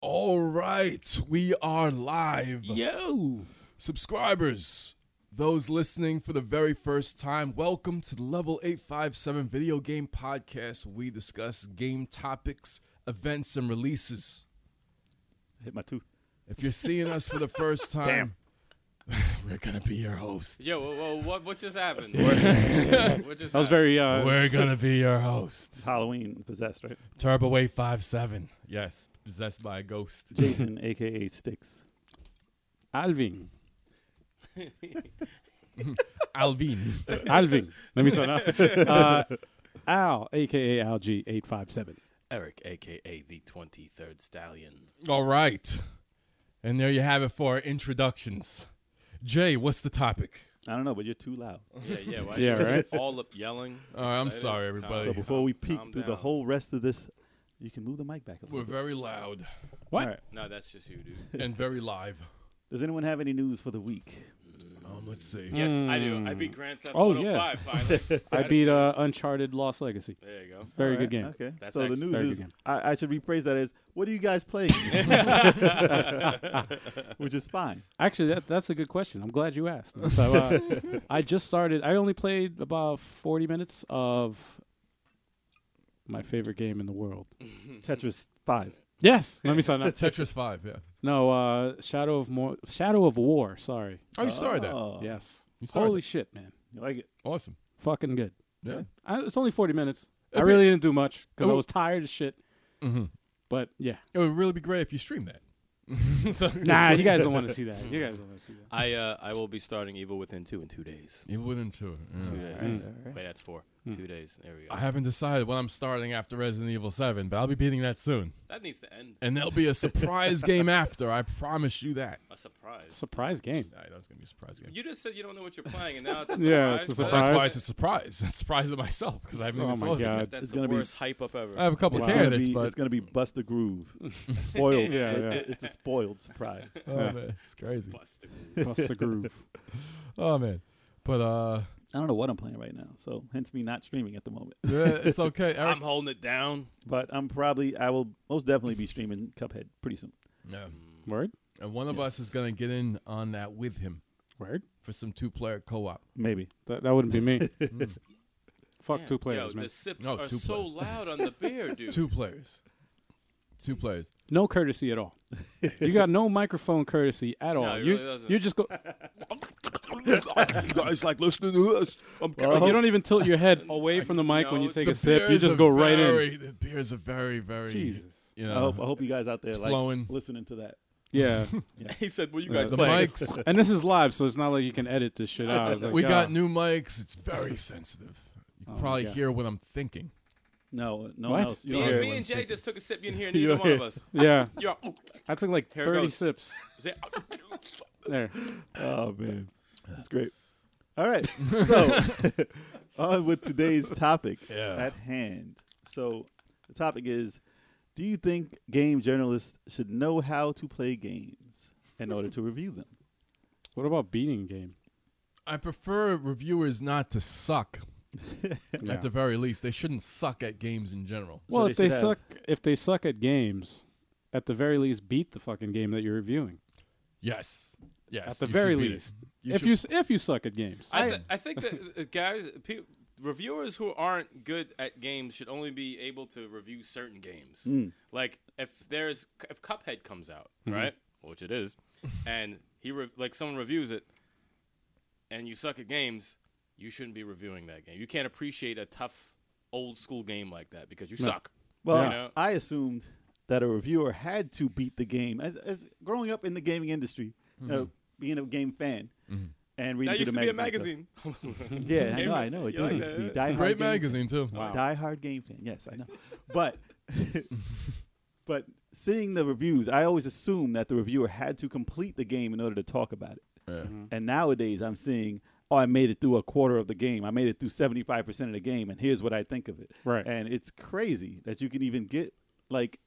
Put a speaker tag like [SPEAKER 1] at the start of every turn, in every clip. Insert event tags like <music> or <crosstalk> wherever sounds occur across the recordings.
[SPEAKER 1] All right, we are live.
[SPEAKER 2] Yo.
[SPEAKER 1] Subscribers, those listening for the very first time, welcome to the Level 857 Video Game Podcast. Where we discuss game topics, events, and releases.
[SPEAKER 2] Hit my tooth.
[SPEAKER 1] If you're seeing us for the first time, <laughs> we're going to be your host.
[SPEAKER 3] Yo, whoa, whoa, what, what just
[SPEAKER 4] <laughs>
[SPEAKER 3] happened? what just
[SPEAKER 2] I was
[SPEAKER 3] happened?
[SPEAKER 2] very uh,
[SPEAKER 1] We're going to be your host.
[SPEAKER 2] Halloween possessed,
[SPEAKER 4] <laughs>
[SPEAKER 2] right?
[SPEAKER 1] Turbo 857. Yes, possessed by a ghost.
[SPEAKER 2] Jason, aka Sticks.
[SPEAKER 4] Alvin.
[SPEAKER 1] Alvin.
[SPEAKER 4] Alvin. <laughs> Let me start now. Uh, Al, aka Alg857.
[SPEAKER 3] Eric, aka the 23rd Stallion.
[SPEAKER 1] All right. And there you have it for our introductions. Jay, what's the topic?
[SPEAKER 2] I don't know, but you're too loud.
[SPEAKER 3] Yeah, yeah, why
[SPEAKER 4] Yeah,
[SPEAKER 3] you
[SPEAKER 4] right?
[SPEAKER 3] All up yelling.
[SPEAKER 1] All right, I'm
[SPEAKER 3] excited.
[SPEAKER 1] sorry,
[SPEAKER 3] Calm-
[SPEAKER 1] everybody.
[SPEAKER 2] So before we peek
[SPEAKER 3] calm
[SPEAKER 2] through the
[SPEAKER 3] down.
[SPEAKER 2] whole rest of this, you can move the mic back a little
[SPEAKER 1] We're
[SPEAKER 2] bit.
[SPEAKER 1] very <laughs> loud
[SPEAKER 4] What?
[SPEAKER 2] All right.
[SPEAKER 3] No, that's just you, dude.
[SPEAKER 1] and very live.
[SPEAKER 2] Does anyone have any news for the week?
[SPEAKER 1] Um, let's see.
[SPEAKER 3] Yes, I do. I beat Grand Theft
[SPEAKER 4] Oh,
[SPEAKER 3] Auto
[SPEAKER 4] yeah.
[SPEAKER 3] 5
[SPEAKER 4] <laughs>
[SPEAKER 3] finally.
[SPEAKER 4] I
[SPEAKER 3] That's
[SPEAKER 4] beat uh,
[SPEAKER 3] nice.
[SPEAKER 4] Uncharted Lost Legacy.
[SPEAKER 3] There you go.
[SPEAKER 4] Very
[SPEAKER 2] All
[SPEAKER 4] good
[SPEAKER 2] right,
[SPEAKER 4] game.
[SPEAKER 2] Okay.
[SPEAKER 3] That's
[SPEAKER 2] so the
[SPEAKER 3] actually-
[SPEAKER 2] news
[SPEAKER 4] Very good
[SPEAKER 2] is
[SPEAKER 4] game.
[SPEAKER 2] I, I should rephrase that as what are you guys
[SPEAKER 3] <laughs>
[SPEAKER 2] playing? <laughs> Which is fine.
[SPEAKER 4] Actually, that, that's a good question. I'm glad you asked. So uh, I just started. I only played about 40 minutes of my favorite game in the world.
[SPEAKER 2] Tetris five.
[SPEAKER 4] Yes. Let me sign
[SPEAKER 1] <laughs>
[SPEAKER 4] up.
[SPEAKER 1] Tetris 5, yeah.
[SPEAKER 4] No, uh, Shadow of Mo- Shadow of War. Sorry.
[SPEAKER 1] Oh, you started that.
[SPEAKER 2] Oh,
[SPEAKER 4] Yes.
[SPEAKER 1] You started
[SPEAKER 4] Holy shit, man.
[SPEAKER 2] You like it?
[SPEAKER 1] Awesome.
[SPEAKER 4] Fucking good.
[SPEAKER 1] Yeah.
[SPEAKER 4] I, it's only 40 minutes. I
[SPEAKER 1] Okay.
[SPEAKER 4] really didn't do much because I
[SPEAKER 1] Oh.
[SPEAKER 4] was tired as shit.
[SPEAKER 1] Mm-hmm.
[SPEAKER 4] But
[SPEAKER 1] <laughs>
[SPEAKER 4] yeah,
[SPEAKER 1] It would really be great if you streamed that. <laughs> so,
[SPEAKER 4] nah, you guys don't want to see that. You guys don't want to see that.
[SPEAKER 3] I, uh, I will be starting Evil Within 2 in two days.
[SPEAKER 1] You wouldn't, too.
[SPEAKER 3] Two
[SPEAKER 1] Yeah.
[SPEAKER 3] days.
[SPEAKER 4] Alright, alright.
[SPEAKER 3] Wait, that's four.
[SPEAKER 4] Hmm.
[SPEAKER 3] Two days. There we go.
[SPEAKER 1] I haven't decided when I'm starting after Resident Evil 7, but I'll be beating that soon.
[SPEAKER 3] that needs to end.
[SPEAKER 1] And there'll be a <laughs> surprise game after. I promise you that.
[SPEAKER 3] A surprise.
[SPEAKER 4] Surprise game.
[SPEAKER 1] All right, that's going to be a surprise game.
[SPEAKER 3] you just said you don't know what you're playing, and now it's a surprise.
[SPEAKER 4] <laughs> Yeah, it's a
[SPEAKER 3] Well,
[SPEAKER 1] That's why
[SPEAKER 4] surprise.
[SPEAKER 1] it's a surprise. <laughs> It's a surprise to myself because I haven't
[SPEAKER 4] Oh
[SPEAKER 1] even
[SPEAKER 4] my
[SPEAKER 1] thought of it
[SPEAKER 4] God.
[SPEAKER 1] yet. <laughs>
[SPEAKER 3] That's
[SPEAKER 2] It's
[SPEAKER 3] the
[SPEAKER 2] gonna be-
[SPEAKER 3] worst hype up ever.
[SPEAKER 1] I have a couple
[SPEAKER 2] It's
[SPEAKER 1] of
[SPEAKER 2] gonna,
[SPEAKER 1] candidates,
[SPEAKER 2] be,
[SPEAKER 1] but
[SPEAKER 2] it's gonna be Bust the
[SPEAKER 3] <laughs>
[SPEAKER 2] Groove. Spoiled.
[SPEAKER 4] Yeah,
[SPEAKER 2] It-
[SPEAKER 4] yeah.
[SPEAKER 2] it- it's a spoiled surprise.
[SPEAKER 1] Oh,
[SPEAKER 4] Yeah.
[SPEAKER 1] man, it's crazy.
[SPEAKER 3] Bust the-
[SPEAKER 4] Bust the groove.
[SPEAKER 1] Oh man, but uh,
[SPEAKER 2] I don't know what I'm playing right now, so hence me not streaming at the moment.
[SPEAKER 1] yeah, it's
[SPEAKER 4] <laughs>
[SPEAKER 1] okay. Eric,
[SPEAKER 3] I'm holding it down.
[SPEAKER 2] But I'm probably, I will most definitely be streaming Cuphead pretty soon.
[SPEAKER 1] yeah.
[SPEAKER 4] Word?
[SPEAKER 1] and Uh, one of us
[SPEAKER 2] Yes.
[SPEAKER 1] is gonna get in on that with him
[SPEAKER 4] Word?
[SPEAKER 1] for some two-player co-op.
[SPEAKER 2] Maybe.
[SPEAKER 4] That, that wouldn't be me.
[SPEAKER 1] Mm.
[SPEAKER 4] <laughs> Fuck
[SPEAKER 3] Damn.
[SPEAKER 4] two players,
[SPEAKER 3] Yo,
[SPEAKER 4] man.
[SPEAKER 3] the sips
[SPEAKER 1] No,
[SPEAKER 3] are
[SPEAKER 1] two
[SPEAKER 3] so
[SPEAKER 1] players.
[SPEAKER 3] loud on <laughs> the beer, dude.
[SPEAKER 1] Two players, two players.
[SPEAKER 4] No
[SPEAKER 1] <laughs>
[SPEAKER 4] courtesy at all. you got no microphone courtesy at all.
[SPEAKER 3] it
[SPEAKER 4] you
[SPEAKER 3] really doesn't.
[SPEAKER 4] you
[SPEAKER 1] <laughs>
[SPEAKER 4] just go.
[SPEAKER 3] you guys like listening to us? I'm
[SPEAKER 2] Oh.
[SPEAKER 4] You don't even tilt
[SPEAKER 3] <laughs>
[SPEAKER 4] your head away from the mic when you
[SPEAKER 3] No,
[SPEAKER 4] take
[SPEAKER 1] The
[SPEAKER 4] a sip. You
[SPEAKER 1] beers
[SPEAKER 4] just
[SPEAKER 1] are
[SPEAKER 4] go right in.
[SPEAKER 1] very, The beers are very, very.
[SPEAKER 4] Jesus.
[SPEAKER 3] <laughs>
[SPEAKER 1] You
[SPEAKER 2] I hope I
[SPEAKER 1] know,
[SPEAKER 2] hope you guys out there
[SPEAKER 1] it's
[SPEAKER 2] like
[SPEAKER 1] flowing.
[SPEAKER 2] listening to that.
[SPEAKER 4] Yeah.
[SPEAKER 3] he said, "Well, you guys
[SPEAKER 1] the
[SPEAKER 3] play."
[SPEAKER 4] <laughs>
[SPEAKER 1] mics.
[SPEAKER 4] and this is live, so it's not like you can edit
[SPEAKER 1] <laughs>
[SPEAKER 4] this shit out. It's like,
[SPEAKER 1] we
[SPEAKER 4] yo,
[SPEAKER 1] got new mics. It's very sensitive. You can
[SPEAKER 4] Oh, my
[SPEAKER 1] probably
[SPEAKER 4] God.
[SPEAKER 1] hear what I'm thinking.
[SPEAKER 2] No, no
[SPEAKER 4] What?
[SPEAKER 2] one else. You
[SPEAKER 3] Me,
[SPEAKER 2] don't
[SPEAKER 3] and-
[SPEAKER 2] hear
[SPEAKER 3] me
[SPEAKER 2] one.
[SPEAKER 3] and Jay just took a sip. You didn't hear
[SPEAKER 2] You
[SPEAKER 3] neither
[SPEAKER 2] don't
[SPEAKER 3] one of
[SPEAKER 2] hear-
[SPEAKER 3] us.
[SPEAKER 4] Yeah.
[SPEAKER 3] You're,
[SPEAKER 4] I took like
[SPEAKER 3] Here it
[SPEAKER 4] 30
[SPEAKER 3] goes.
[SPEAKER 4] sips.
[SPEAKER 3] is it-
[SPEAKER 4] There.
[SPEAKER 2] Oh man, that's great. All right, so on with today's topic
[SPEAKER 1] Yeah.
[SPEAKER 2] at hand. So the topic is: Do you think game journalists should know how to play games in order to review them?
[SPEAKER 4] What about beating game?
[SPEAKER 1] I prefer reviewers not to suck.
[SPEAKER 4] Yeah.
[SPEAKER 1] <laughs> At the very least, they shouldn't suck at games in general.
[SPEAKER 2] So
[SPEAKER 4] well,
[SPEAKER 2] they
[SPEAKER 4] if they
[SPEAKER 2] should have-
[SPEAKER 4] suck, if they suck at games, at the very least, beat the fucking game that you're reviewing.
[SPEAKER 1] Yes. Yes.
[SPEAKER 4] at the
[SPEAKER 1] you should
[SPEAKER 4] very
[SPEAKER 1] beat it.
[SPEAKER 4] least,
[SPEAKER 1] You
[SPEAKER 4] if
[SPEAKER 1] should-
[SPEAKER 4] you s- if you suck at games,
[SPEAKER 3] I, th- I
[SPEAKER 2] <laughs>
[SPEAKER 3] think that uh, guys, pe- reviewers who aren't good at games should only be able to review certain games.
[SPEAKER 2] Hmm.
[SPEAKER 3] Like if there's if Cuphead comes out, right, which it
[SPEAKER 2] <laughs>
[SPEAKER 3] is, and he re- like someone reviews it, and you suck at games, you shouldn't be reviewing that game. You can't appreciate a tough old school game like that because you suck.
[SPEAKER 2] Well, <laughs>
[SPEAKER 3] You know?
[SPEAKER 2] I assumed that a reviewer had to beat the game. As, as growing up in the gaming industry, you know, being a game fan, and reading
[SPEAKER 3] That
[SPEAKER 2] through
[SPEAKER 3] used to
[SPEAKER 2] the
[SPEAKER 3] be a
[SPEAKER 2] magazine
[SPEAKER 3] magazine.
[SPEAKER 2] <laughs> stuff. Yeah, I
[SPEAKER 3] Game-
[SPEAKER 2] know, I know. It
[SPEAKER 3] you like
[SPEAKER 2] used to be
[SPEAKER 3] that?
[SPEAKER 2] Die Hard
[SPEAKER 1] Great
[SPEAKER 2] game fan.
[SPEAKER 1] magazine too.
[SPEAKER 4] Wow.
[SPEAKER 2] Die Hard game fan. Yes, I know. but <laughs> but seeing the reviews, I always assumed that the reviewer had to complete the game in order to talk about it.
[SPEAKER 1] Yeah.
[SPEAKER 4] Mm-hmm.
[SPEAKER 3] Mm-hmm.
[SPEAKER 2] And nowadays, I'm seeing, oh, I made it through a quarter of the game. I made it through 75% of the game, and here's what I think of it.
[SPEAKER 4] Right.
[SPEAKER 2] And it's crazy that you can even get, like,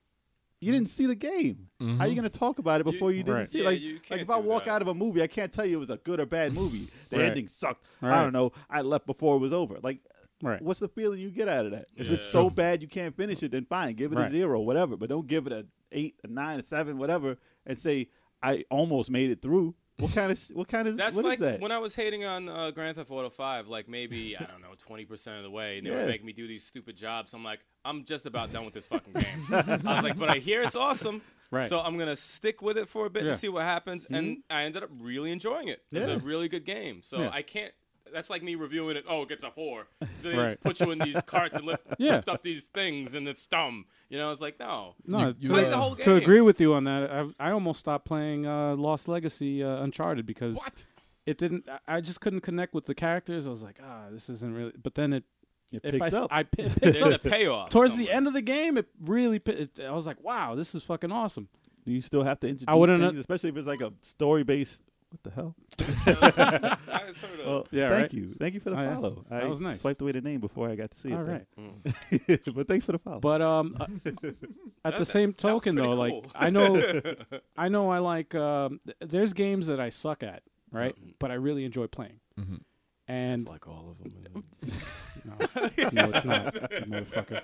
[SPEAKER 2] you didn't see the game. How are you going to talk about it before you, didn't
[SPEAKER 4] Right.
[SPEAKER 2] see? it?
[SPEAKER 3] Yeah,
[SPEAKER 2] like,
[SPEAKER 3] you
[SPEAKER 2] like
[SPEAKER 3] can't
[SPEAKER 2] if I
[SPEAKER 3] do
[SPEAKER 2] walk
[SPEAKER 3] that.
[SPEAKER 2] out of a movie, I can't tell you it was a good or bad movie. The
[SPEAKER 4] Right.
[SPEAKER 2] ending sucked. I
[SPEAKER 4] Right.
[SPEAKER 2] don't know. I left before it was over. Like,
[SPEAKER 4] right?
[SPEAKER 2] what's the feeling you get out of that? If it's
[SPEAKER 3] Yeah.
[SPEAKER 2] so bad you can't finish it, then fine, give it a
[SPEAKER 4] Right.
[SPEAKER 2] zero, whatever. But don't give it a eight, a nine, a seven, whatever, and say I almost made it through.
[SPEAKER 4] <laughs>
[SPEAKER 2] What kind of sh- what kind of
[SPEAKER 3] That's
[SPEAKER 2] what is
[SPEAKER 3] like
[SPEAKER 2] that?
[SPEAKER 3] when I was hating on uh, Grand Theft Auto Five, like maybe I don't know twenty percent of the way, and they
[SPEAKER 2] Yeah.
[SPEAKER 3] were making me do these stupid jobs. I'm like, I'm just about done with this fucking game. I was like, but I hear it's awesome,
[SPEAKER 4] Right.
[SPEAKER 3] So I'm gonna stick with it for a bit
[SPEAKER 4] Yeah. Mm-hmm.
[SPEAKER 3] and see what happens. And I ended up really enjoying it. It's
[SPEAKER 2] Yeah.
[SPEAKER 3] a really good game. So
[SPEAKER 4] Yeah.
[SPEAKER 3] I can't. That's like me reviewing it. Oh, it gets a four. So they
[SPEAKER 4] Right.
[SPEAKER 3] just put you in these carts and lift,
[SPEAKER 4] <laughs> Yeah.
[SPEAKER 3] lift up these things, and it's dumb. You know, it's like no.
[SPEAKER 4] No,
[SPEAKER 1] You- you
[SPEAKER 4] to,
[SPEAKER 1] Play the
[SPEAKER 3] whole
[SPEAKER 4] uh, to
[SPEAKER 3] game.
[SPEAKER 4] agree with you on that, I, I almost stopped playing uh, Lost Legacy uh, Uncharted because
[SPEAKER 1] What?
[SPEAKER 4] it didn't. I- I just couldn't connect with the characters. I was like, ah, this isn't really. But then it,
[SPEAKER 2] It
[SPEAKER 4] if
[SPEAKER 2] picks
[SPEAKER 4] I, s-
[SPEAKER 2] up.
[SPEAKER 4] I pi- it
[SPEAKER 3] There's
[SPEAKER 4] picks
[SPEAKER 3] a
[SPEAKER 4] up
[SPEAKER 3] payoff
[SPEAKER 4] towards the
[SPEAKER 3] somewhere.
[SPEAKER 4] end of the game. It really. pi- It, I was like, wow, this is fucking awesome.
[SPEAKER 2] Do you still have to introduce
[SPEAKER 4] wouldn't-
[SPEAKER 2] things, especially if it's like a story based. What the hell?
[SPEAKER 3] I just heard a-
[SPEAKER 2] Well,
[SPEAKER 4] Yeah,
[SPEAKER 2] thank
[SPEAKER 4] right?
[SPEAKER 2] you, thank you for the
[SPEAKER 4] Oh, yeah.
[SPEAKER 2] follow.
[SPEAKER 4] That
[SPEAKER 2] I
[SPEAKER 4] was nice.
[SPEAKER 2] Swiped away the name before I got to see it.
[SPEAKER 4] All right.
[SPEAKER 2] right, <laughs> but thanks for the follow.
[SPEAKER 4] But um,
[SPEAKER 3] <laughs>
[SPEAKER 4] uh, at the same token,
[SPEAKER 3] pretty
[SPEAKER 4] though, like
[SPEAKER 3] cool. <laughs>
[SPEAKER 4] I know, I know, I like. Um, th- there's games that I suck at, right?
[SPEAKER 1] Mm-hmm.
[SPEAKER 4] But I really enjoy playing. And
[SPEAKER 3] It's
[SPEAKER 4] uh,
[SPEAKER 3] like all of them. man.
[SPEAKER 4] no, no, it's not, you
[SPEAKER 3] <laughs>
[SPEAKER 4] motherfucker.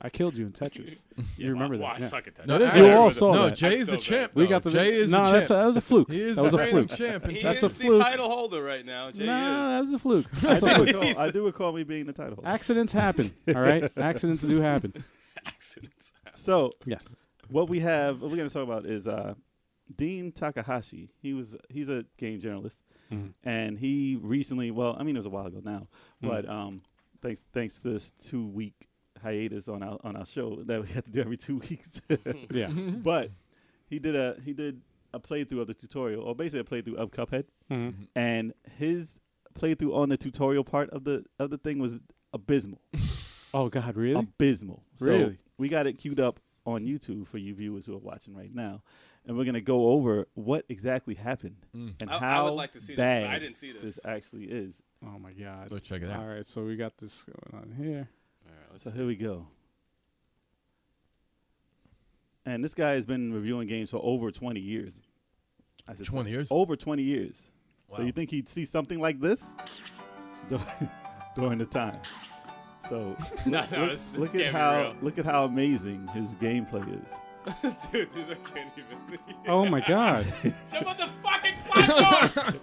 [SPEAKER 4] I killed you in Tetris. You remember
[SPEAKER 3] Why-
[SPEAKER 4] that?
[SPEAKER 3] why
[SPEAKER 4] yeah.
[SPEAKER 3] suck at that?
[SPEAKER 1] No,
[SPEAKER 3] I
[SPEAKER 1] this
[SPEAKER 4] You
[SPEAKER 3] remember
[SPEAKER 4] all
[SPEAKER 3] that.
[SPEAKER 4] saw
[SPEAKER 1] no,
[SPEAKER 4] that.
[SPEAKER 1] Jay
[SPEAKER 3] I'm
[SPEAKER 1] is
[SPEAKER 3] so
[SPEAKER 1] the
[SPEAKER 3] bad.
[SPEAKER 1] champ.
[SPEAKER 4] We
[SPEAKER 1] though.
[SPEAKER 4] got the
[SPEAKER 1] Jay is
[SPEAKER 4] no.
[SPEAKER 1] the
[SPEAKER 4] that's
[SPEAKER 1] champ.
[SPEAKER 4] a, that was a fluke.
[SPEAKER 1] he is
[SPEAKER 4] that was
[SPEAKER 1] the
[SPEAKER 4] a
[SPEAKER 1] reigning
[SPEAKER 4] fluke.
[SPEAKER 1] champ. in
[SPEAKER 3] He
[SPEAKER 1] Texas.
[SPEAKER 4] That's a
[SPEAKER 3] is the
[SPEAKER 4] fluke.
[SPEAKER 3] title holder right now. Jay
[SPEAKER 4] Nah, that
[SPEAKER 3] is.
[SPEAKER 4] was
[SPEAKER 3] <laughs>
[SPEAKER 4] a fluke.
[SPEAKER 2] I
[SPEAKER 4] That's
[SPEAKER 2] do,
[SPEAKER 4] a <laughs> fluke.
[SPEAKER 2] recall, I do recall me being the title. holder.
[SPEAKER 4] Accidents happen.
[SPEAKER 3] <laughs>
[SPEAKER 4] All right, accidents do happen.
[SPEAKER 3] Accidents.
[SPEAKER 2] So
[SPEAKER 3] <laughs>
[SPEAKER 4] Yes.
[SPEAKER 2] what we have, what we're going to talk about is uh, Dean Takahashi. He was he's a game journalist, and he recently, well, I mean it was a while ago now, but um, thanks thanks to this two week hiatus on our on our show that we have to do every two <laughs> weeks.
[SPEAKER 4] Yeah. Mm-hmm.
[SPEAKER 2] but he did a he did a playthrough of the tutorial, or basically a playthrough of Cuphead,
[SPEAKER 1] Mm-hmm.
[SPEAKER 4] Mm.
[SPEAKER 2] and his playthrough on the tutorial part of the of the thing was abysmal,
[SPEAKER 4] Oh God,
[SPEAKER 1] Um,
[SPEAKER 4] really?
[SPEAKER 2] abysmal. So
[SPEAKER 4] Really?
[SPEAKER 2] we got it queued up on YouTube for you viewers who are watching right now, and we're gonna go over what exactly happened and
[SPEAKER 3] I- I
[SPEAKER 2] how
[SPEAKER 3] would like to see this, 'cause
[SPEAKER 2] bad
[SPEAKER 3] I didn't see this.
[SPEAKER 2] actually is.
[SPEAKER 4] Oh my God.
[SPEAKER 1] Let's check it out.
[SPEAKER 4] All right, so we got this going on here.
[SPEAKER 2] So here we go. And this guy has been reviewing games for over 20 years. I should
[SPEAKER 1] 20 years?
[SPEAKER 2] Over 20 years. So
[SPEAKER 1] Wow.
[SPEAKER 2] you think he'd see something like this <laughs> Dur- during the time?
[SPEAKER 3] <laughs>
[SPEAKER 2] So
[SPEAKER 3] No, no, this, this
[SPEAKER 2] look
[SPEAKER 3] can't
[SPEAKER 2] at how look at how amazing his gameplay is.
[SPEAKER 3] be real. <laughs> Dude, these I can't even.
[SPEAKER 4] <laughs> Oh my
[SPEAKER 1] <laughs>
[SPEAKER 4] God.
[SPEAKER 3] Jump on the fucking
[SPEAKER 4] <laughs>
[SPEAKER 3] platform!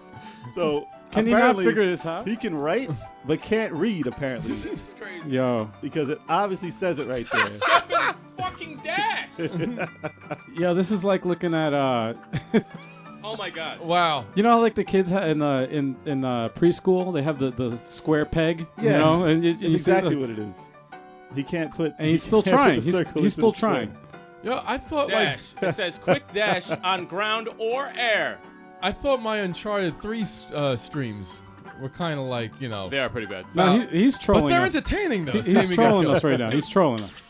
[SPEAKER 2] So
[SPEAKER 4] Can he not
[SPEAKER 2] apparently,
[SPEAKER 4] figure this out?
[SPEAKER 2] He can write, but can't read apparently
[SPEAKER 3] this is crazy.
[SPEAKER 4] Yo,
[SPEAKER 2] because it obviously says it right there.
[SPEAKER 3] Jump and fucking dash!
[SPEAKER 4] yo, this is like looking at uh, <laughs>
[SPEAKER 3] Oh my god.
[SPEAKER 1] Wow.
[SPEAKER 4] you know, how, like the kids ha- in uh in in uh, preschool, they have the the square peg, <laughs> you
[SPEAKER 2] Yeah.
[SPEAKER 4] know, and you, and
[SPEAKER 2] It's
[SPEAKER 4] you see
[SPEAKER 2] exactly
[SPEAKER 4] the-
[SPEAKER 2] what it is. He can't put.
[SPEAKER 4] and
[SPEAKER 2] he
[SPEAKER 4] he's still
[SPEAKER 2] can't put
[SPEAKER 4] trying.
[SPEAKER 2] the
[SPEAKER 4] He's,
[SPEAKER 2] circle
[SPEAKER 4] he's
[SPEAKER 2] into
[SPEAKER 4] still
[SPEAKER 2] the square.
[SPEAKER 4] trying.
[SPEAKER 1] Yo, I
[SPEAKER 4] Oh,
[SPEAKER 1] thought
[SPEAKER 3] Dash. It says quick dash on ground or air.
[SPEAKER 1] like I thought my Uncharted three uh, streams were kind of like you know,
[SPEAKER 3] They are pretty bad.
[SPEAKER 4] No,
[SPEAKER 1] Wow.
[SPEAKER 4] he, he's trolling
[SPEAKER 1] but they're
[SPEAKER 4] us.
[SPEAKER 1] entertaining though.
[SPEAKER 4] He- he's trolling us right now. He's
[SPEAKER 2] <laughs>
[SPEAKER 4] trolling us.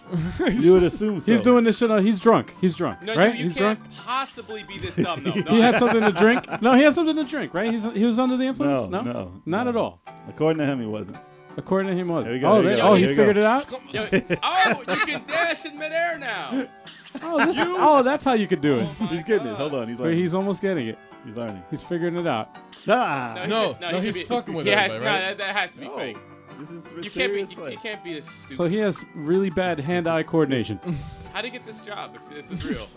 [SPEAKER 2] You would assume so.
[SPEAKER 4] He's doing this shit. On, he's drunk. He's drunk.
[SPEAKER 3] No,
[SPEAKER 4] right?
[SPEAKER 3] you, you
[SPEAKER 4] he's
[SPEAKER 3] can't
[SPEAKER 4] drunk.
[SPEAKER 3] possibly be this dumb,
[SPEAKER 4] <laughs>
[SPEAKER 3] though. No,
[SPEAKER 4] He had something
[SPEAKER 2] <laughs>
[SPEAKER 4] to drink. No, he had something to drink. Right? He's he was under the
[SPEAKER 2] No,
[SPEAKER 4] influence.
[SPEAKER 2] no,
[SPEAKER 4] not
[SPEAKER 2] no.
[SPEAKER 4] at all.
[SPEAKER 2] According to him, he wasn't.
[SPEAKER 3] Oh
[SPEAKER 4] According to him, was.
[SPEAKER 2] Here we go, here
[SPEAKER 4] oh,
[SPEAKER 2] we
[SPEAKER 4] they-
[SPEAKER 2] go,
[SPEAKER 4] oh,
[SPEAKER 2] here
[SPEAKER 4] he
[SPEAKER 2] we go.
[SPEAKER 4] figured it out.
[SPEAKER 2] <laughs>
[SPEAKER 3] Yo, oh, you can dash in midair now.
[SPEAKER 4] Oh, this, oh, that's how you could
[SPEAKER 2] <laughs>
[SPEAKER 4] do it.
[SPEAKER 3] my
[SPEAKER 2] He's getting it.
[SPEAKER 3] God.
[SPEAKER 2] Hold on. He's
[SPEAKER 4] But
[SPEAKER 2] learning.
[SPEAKER 4] he's almost getting it.
[SPEAKER 2] he's learning.
[SPEAKER 4] He's figuring it out.
[SPEAKER 2] Nah.
[SPEAKER 1] No, no,
[SPEAKER 3] he
[SPEAKER 1] he's
[SPEAKER 3] should
[SPEAKER 1] fucking with
[SPEAKER 3] he has,
[SPEAKER 1] everybody, right?
[SPEAKER 3] No, that, that has to be
[SPEAKER 2] No.
[SPEAKER 3] fake.
[SPEAKER 2] This is
[SPEAKER 3] You can't be.
[SPEAKER 2] serious
[SPEAKER 3] You, you can't be this stupid.
[SPEAKER 4] So he has really bad hand-eye coordination.
[SPEAKER 1] <laughs>
[SPEAKER 3] How do you get this job if this is
[SPEAKER 2] <laughs>
[SPEAKER 3] real?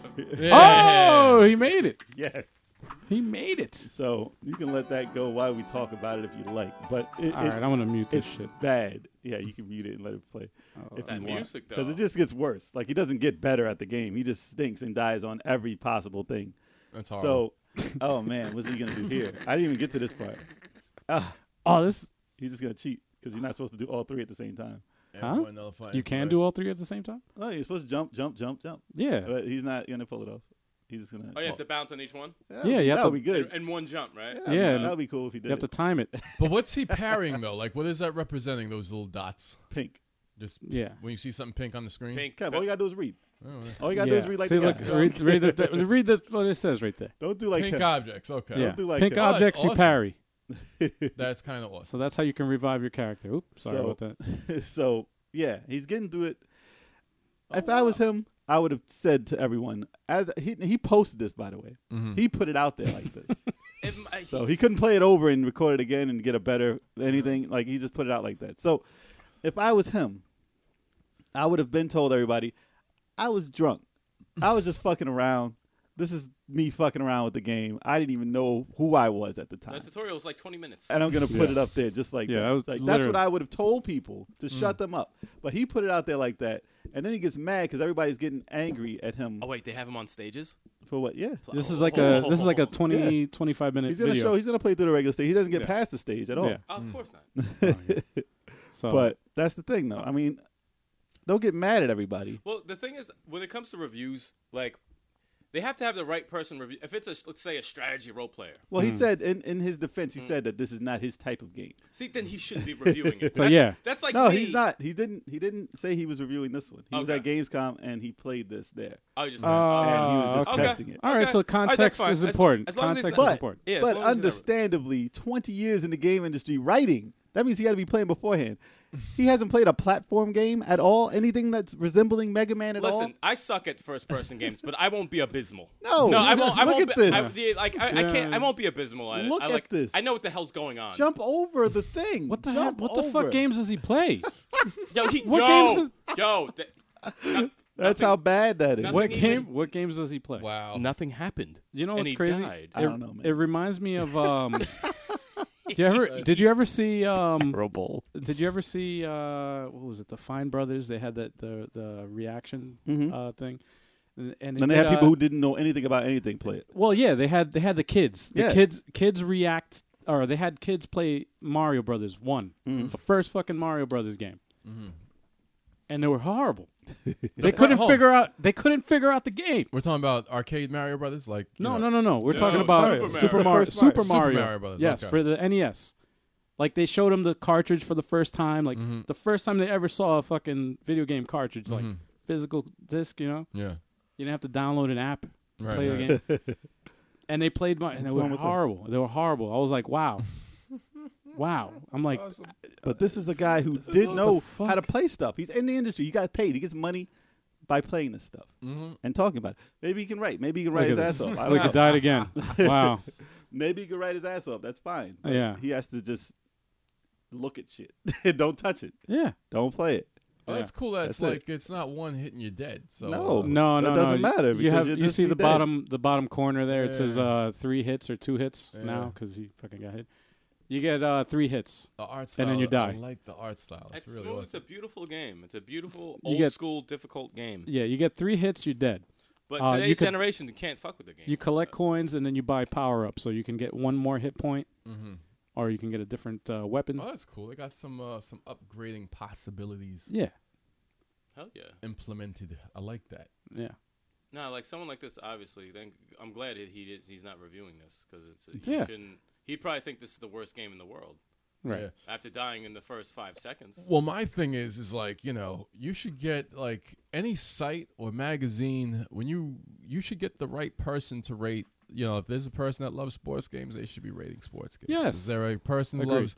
[SPEAKER 4] oh, he made it.
[SPEAKER 2] Yes.
[SPEAKER 4] He made it.
[SPEAKER 2] So you can let that go while we talk about it if you like. But it,
[SPEAKER 4] All right,
[SPEAKER 2] it's,
[SPEAKER 4] I'm gonna mute this
[SPEAKER 2] it's
[SPEAKER 4] shit. Oh,
[SPEAKER 2] bad. Yeah, you can mute it and let it play. if
[SPEAKER 3] that
[SPEAKER 2] you want.
[SPEAKER 3] music,
[SPEAKER 2] Because it
[SPEAKER 3] though.
[SPEAKER 2] just gets worse. Like he doesn't get better at the game. He just stinks and dies on every possible thing.
[SPEAKER 1] That's horrible.
[SPEAKER 2] So, <laughs> oh man, what's he gonna do here? I didn't even get to this part.
[SPEAKER 4] Oh, this
[SPEAKER 2] He's just gonna cheat because you're not supposed to do all three at the same time.
[SPEAKER 1] Everyone else fighting
[SPEAKER 4] you can
[SPEAKER 1] for
[SPEAKER 4] do all three at the same time.
[SPEAKER 2] No, you're supposed to jump, jump, jump, jump.
[SPEAKER 4] Yeah.
[SPEAKER 2] But he's not gonna pull it off. He's just gonna.
[SPEAKER 3] Oh, you have to bounce on each one
[SPEAKER 4] Yeah, you have
[SPEAKER 2] that would be
[SPEAKER 4] to-
[SPEAKER 2] good.
[SPEAKER 3] in one jump, right?
[SPEAKER 4] Yeah, and
[SPEAKER 2] that would be cool if he did.
[SPEAKER 4] You have to
[SPEAKER 2] it.
[SPEAKER 4] time it. <laughs>
[SPEAKER 1] it. But what's he parrying though? Like, what is that representing? Those little dots.
[SPEAKER 2] pink.
[SPEAKER 1] Just
[SPEAKER 4] Yeah.
[SPEAKER 1] when you see something pink on the screen.
[SPEAKER 3] Pink.
[SPEAKER 2] Okay, all you gotta do is read.
[SPEAKER 1] Oh, yeah.
[SPEAKER 2] All you gotta do
[SPEAKER 4] yeah.
[SPEAKER 2] is read like
[SPEAKER 4] See,
[SPEAKER 2] the
[SPEAKER 4] look,
[SPEAKER 2] guy.
[SPEAKER 4] read, read, the, the- read the, what it says right there.
[SPEAKER 2] <laughs> Don't do like
[SPEAKER 1] Pink
[SPEAKER 2] him.
[SPEAKER 1] objects. Okay.
[SPEAKER 4] Yeah.
[SPEAKER 2] do like
[SPEAKER 4] Pink
[SPEAKER 2] that.
[SPEAKER 1] Oh, that's
[SPEAKER 4] objects you
[SPEAKER 1] awesome.
[SPEAKER 4] parry.
[SPEAKER 1] <laughs> That's kind of awesome.
[SPEAKER 4] <laughs> So that's how you can revive your character. Oops, sorry
[SPEAKER 2] So-
[SPEAKER 4] about that.
[SPEAKER 2] so yeah, he's getting through it. if I was him, I would have said to everyone as he he posted this by the way. He put it out there like this.
[SPEAKER 3] It m- I-
[SPEAKER 2] so he couldn't play it over and record it again and get a better anything. Like he just put it out like that. So if I was him, I would have been told everybody, I was drunk. I was just fucking around. This is me fucking around with the game. I didn't even know who I was at the time.
[SPEAKER 3] That tutorial was like 20 minutes.
[SPEAKER 2] and I'm gonna put it up there just like
[SPEAKER 4] Yeah,
[SPEAKER 2] that.
[SPEAKER 4] that was
[SPEAKER 2] like, that's what
[SPEAKER 4] literally- Mm.
[SPEAKER 2] I would have told people to shut them up. But he put it out there like that, and then he gets mad because everybody's getting angry at him
[SPEAKER 3] Oh wait, they have him on stages.
[SPEAKER 2] for what? Yeah,
[SPEAKER 4] This is like
[SPEAKER 1] Oh.
[SPEAKER 4] a this
[SPEAKER 2] <laughs>
[SPEAKER 4] is like a 20,
[SPEAKER 2] Yeah.
[SPEAKER 4] 25 minute
[SPEAKER 2] he's gonna
[SPEAKER 4] video.
[SPEAKER 2] show. He's gonna play through the regular stage. He doesn't get
[SPEAKER 4] Yeah.
[SPEAKER 2] past the stage at all.
[SPEAKER 4] Yeah. Oh.
[SPEAKER 3] Oh, of course not.
[SPEAKER 4] So
[SPEAKER 2] But that's the thing, though. I mean, don't get mad at everybody.
[SPEAKER 3] Well, the thing is, when it comes to reviews, like they have to have the right person review. If it's a let's say a strategy role player,
[SPEAKER 2] Well,
[SPEAKER 4] Mm.
[SPEAKER 2] he said in, in his defense,
[SPEAKER 3] Mm.
[SPEAKER 2] he said that this is not his type of game.
[SPEAKER 3] see, then he shouldn't be reviewing
[SPEAKER 2] <laughs>
[SPEAKER 3] it.
[SPEAKER 4] So,
[SPEAKER 3] That's-
[SPEAKER 4] yeah.
[SPEAKER 3] that's like
[SPEAKER 2] No,
[SPEAKER 3] me.
[SPEAKER 2] he's not. He didn't. He didn't say he was reviewing this one. He was at
[SPEAKER 3] Okay.
[SPEAKER 2] Gamescom and he played this there.
[SPEAKER 3] I was just
[SPEAKER 2] and he
[SPEAKER 4] Uh,
[SPEAKER 2] was just
[SPEAKER 3] okay.
[SPEAKER 2] testing it.
[SPEAKER 4] all right,
[SPEAKER 3] Okay.
[SPEAKER 4] so
[SPEAKER 3] All right, that's
[SPEAKER 4] context
[SPEAKER 3] fine.
[SPEAKER 4] is
[SPEAKER 3] As-
[SPEAKER 4] important.
[SPEAKER 3] as long as he's
[SPEAKER 4] context
[SPEAKER 3] not-
[SPEAKER 4] is
[SPEAKER 2] But
[SPEAKER 4] important.
[SPEAKER 3] Yeah, as
[SPEAKER 2] but
[SPEAKER 3] long as he's not-
[SPEAKER 2] understandably, twenty years in the game industry writing. That means he had to be playing
[SPEAKER 3] <laughs>
[SPEAKER 2] beforehand. He hasn't played a platform game at all. Anything that's resembling Mega Man at all.
[SPEAKER 3] Listen, I suck at first-person games, but I won't be abysmal.
[SPEAKER 2] <laughs> No,
[SPEAKER 3] no, I won't. I
[SPEAKER 2] look
[SPEAKER 3] won't
[SPEAKER 2] at
[SPEAKER 3] be, I,
[SPEAKER 2] this.
[SPEAKER 3] yeah, like I, I can't. I won't be abysmal at it.
[SPEAKER 2] Look
[SPEAKER 3] I,
[SPEAKER 2] at
[SPEAKER 3] like,
[SPEAKER 2] this.
[SPEAKER 3] I know what the hell's going on.
[SPEAKER 2] Jump over the thing.
[SPEAKER 4] What the
[SPEAKER 2] Jump
[SPEAKER 4] hell, What the
[SPEAKER 2] over.
[SPEAKER 4] fuck games does
[SPEAKER 1] <laughs>
[SPEAKER 4] he play?
[SPEAKER 3] Yo, he,
[SPEAKER 4] What
[SPEAKER 3] yo,
[SPEAKER 4] games
[SPEAKER 3] yo. That, no-
[SPEAKER 2] That's
[SPEAKER 3] nothing-
[SPEAKER 2] how bad that is.
[SPEAKER 3] Nothing
[SPEAKER 4] what
[SPEAKER 3] even-
[SPEAKER 4] game? What games does he play?
[SPEAKER 1] Wow.
[SPEAKER 3] <laughs> Nothing happened.
[SPEAKER 4] You know
[SPEAKER 3] and
[SPEAKER 4] what's
[SPEAKER 3] he
[SPEAKER 4] crazy?
[SPEAKER 3] died.
[SPEAKER 4] It,
[SPEAKER 2] I don't know, man.
[SPEAKER 4] It reminds me
[SPEAKER 2] <laughs>
[SPEAKER 4] of um. did you ever? Did you ever
[SPEAKER 3] <laughs>
[SPEAKER 4] see um?
[SPEAKER 5] Terrible.
[SPEAKER 4] Did you ever see uh? What was it? The Fine Brothers. They had that the the reaction uh thing, and, and
[SPEAKER 2] Mm-hmm. Then they
[SPEAKER 4] did,
[SPEAKER 2] have people
[SPEAKER 4] uh,
[SPEAKER 2] who didn't know anything about anything play it.
[SPEAKER 4] Well, yeah, they had they had the kids. The
[SPEAKER 2] Yeah.
[SPEAKER 4] kids kids react or they had kids play Mario Brothers one,
[SPEAKER 2] Mm-hmm.
[SPEAKER 4] the first fucking Mario Brothers game,
[SPEAKER 3] Mm-hmm.
[SPEAKER 4] and they
[SPEAKER 2] <laughs>
[SPEAKER 4] were horrible. they couldn't
[SPEAKER 1] Oh.
[SPEAKER 4] figure out they couldn't figure out the game.
[SPEAKER 1] We're talking about arcade Mario Brothers, like you
[SPEAKER 4] No,
[SPEAKER 1] know,
[SPEAKER 4] no, no, no. We're talking
[SPEAKER 3] Super
[SPEAKER 4] about
[SPEAKER 3] Mario.
[SPEAKER 4] Super,
[SPEAKER 3] Super
[SPEAKER 4] Mar-
[SPEAKER 2] first Mario.
[SPEAKER 4] Super
[SPEAKER 1] Oh, Super
[SPEAKER 4] Mario.
[SPEAKER 1] Mario Brothers,
[SPEAKER 4] Yes,
[SPEAKER 1] okay.
[SPEAKER 4] for the NES. Like they showed them the cartridge for the first time, like
[SPEAKER 1] Mm-hmm.
[SPEAKER 4] the first time they ever saw a fucking video game cartridge, like physical disc. You know,
[SPEAKER 1] Yeah.
[SPEAKER 4] you didn't have to download an app to
[SPEAKER 1] Right,
[SPEAKER 4] play the game.
[SPEAKER 1] <laughs>
[SPEAKER 4] and they played my, and they were
[SPEAKER 2] wrong with that?
[SPEAKER 4] horrible. They were horrible. I was
[SPEAKER 1] <laughs>
[SPEAKER 4] like, wow, wow. I'm like,
[SPEAKER 2] But this is a guy who did know
[SPEAKER 4] the
[SPEAKER 2] how to
[SPEAKER 4] fuck?
[SPEAKER 2] play stuff. He's in the industry. He got paid. He gets money by playing this stuff
[SPEAKER 3] Mm-hmm.
[SPEAKER 2] and talking about it. Maybe he can write. Maybe he can write his
[SPEAKER 4] Look at
[SPEAKER 2] ass off. I
[SPEAKER 4] look,
[SPEAKER 2] don't
[SPEAKER 4] it
[SPEAKER 2] know.
[SPEAKER 4] died again. wow.
[SPEAKER 2] Maybe he can write his ass off. That's fine. But
[SPEAKER 4] Yeah.
[SPEAKER 2] He has to just look at shit. <laughs> don't touch it.
[SPEAKER 4] Yeah.
[SPEAKER 2] Don't play it.
[SPEAKER 1] Oh,
[SPEAKER 4] Yeah.
[SPEAKER 1] that's cool. That's,
[SPEAKER 2] That's
[SPEAKER 1] like
[SPEAKER 2] it.
[SPEAKER 1] it's not one hit and you're dead. So
[SPEAKER 2] No.
[SPEAKER 1] uh,
[SPEAKER 4] No,
[SPEAKER 2] That
[SPEAKER 4] no,
[SPEAKER 2] doesn't
[SPEAKER 4] no.
[SPEAKER 2] matter
[SPEAKER 4] You
[SPEAKER 2] because
[SPEAKER 4] have
[SPEAKER 2] you'll
[SPEAKER 4] you
[SPEAKER 2] just
[SPEAKER 4] see
[SPEAKER 2] be
[SPEAKER 4] the
[SPEAKER 2] dead.
[SPEAKER 4] bottom the bottom corner there. It says
[SPEAKER 1] Yeah.
[SPEAKER 4] uh, three hits or two hits now 'cause now
[SPEAKER 1] Yeah.
[SPEAKER 4] because he fucking got hit. You get uh, three hits.
[SPEAKER 1] the art style.
[SPEAKER 4] And then you
[SPEAKER 1] I
[SPEAKER 4] die.
[SPEAKER 1] like the art style. It's
[SPEAKER 3] It's,
[SPEAKER 1] really
[SPEAKER 3] smooth.
[SPEAKER 1] awesome.
[SPEAKER 3] It's a beautiful game. It's a beautiful
[SPEAKER 4] You
[SPEAKER 3] old
[SPEAKER 4] get-
[SPEAKER 3] school difficult game.
[SPEAKER 4] Yeah, you get three hits. You're dead.
[SPEAKER 3] But
[SPEAKER 4] Uh, you
[SPEAKER 3] today's
[SPEAKER 4] could-
[SPEAKER 3] generation can't fuck with the game.
[SPEAKER 4] You collect coins and then you buy power up, so you can get one more hit point, or you can get a different uh, weapon.
[SPEAKER 1] Oh, that's cool. They got some uh, some upgrading possibilities
[SPEAKER 4] Yeah,
[SPEAKER 3] Hell yeah.
[SPEAKER 1] implemented. I like that.
[SPEAKER 4] yeah.
[SPEAKER 3] No, like someone like this, obviously. Then I'm glad he, he is, he's not reviewing this because it's he
[SPEAKER 4] Yeah.
[SPEAKER 3] shouldn't. He probably think this is the worst game in the world
[SPEAKER 4] Right.
[SPEAKER 1] Yeah.
[SPEAKER 3] after dying in the first five seconds.
[SPEAKER 1] Well, my thing is, is like you know, you should get like any site or magazine when you you should get the right person to rate. You know, if there's a person that loves sports games, they should be rating sports games.
[SPEAKER 4] Yes.
[SPEAKER 1] Is there a person who
[SPEAKER 4] Agreed.
[SPEAKER 1] loves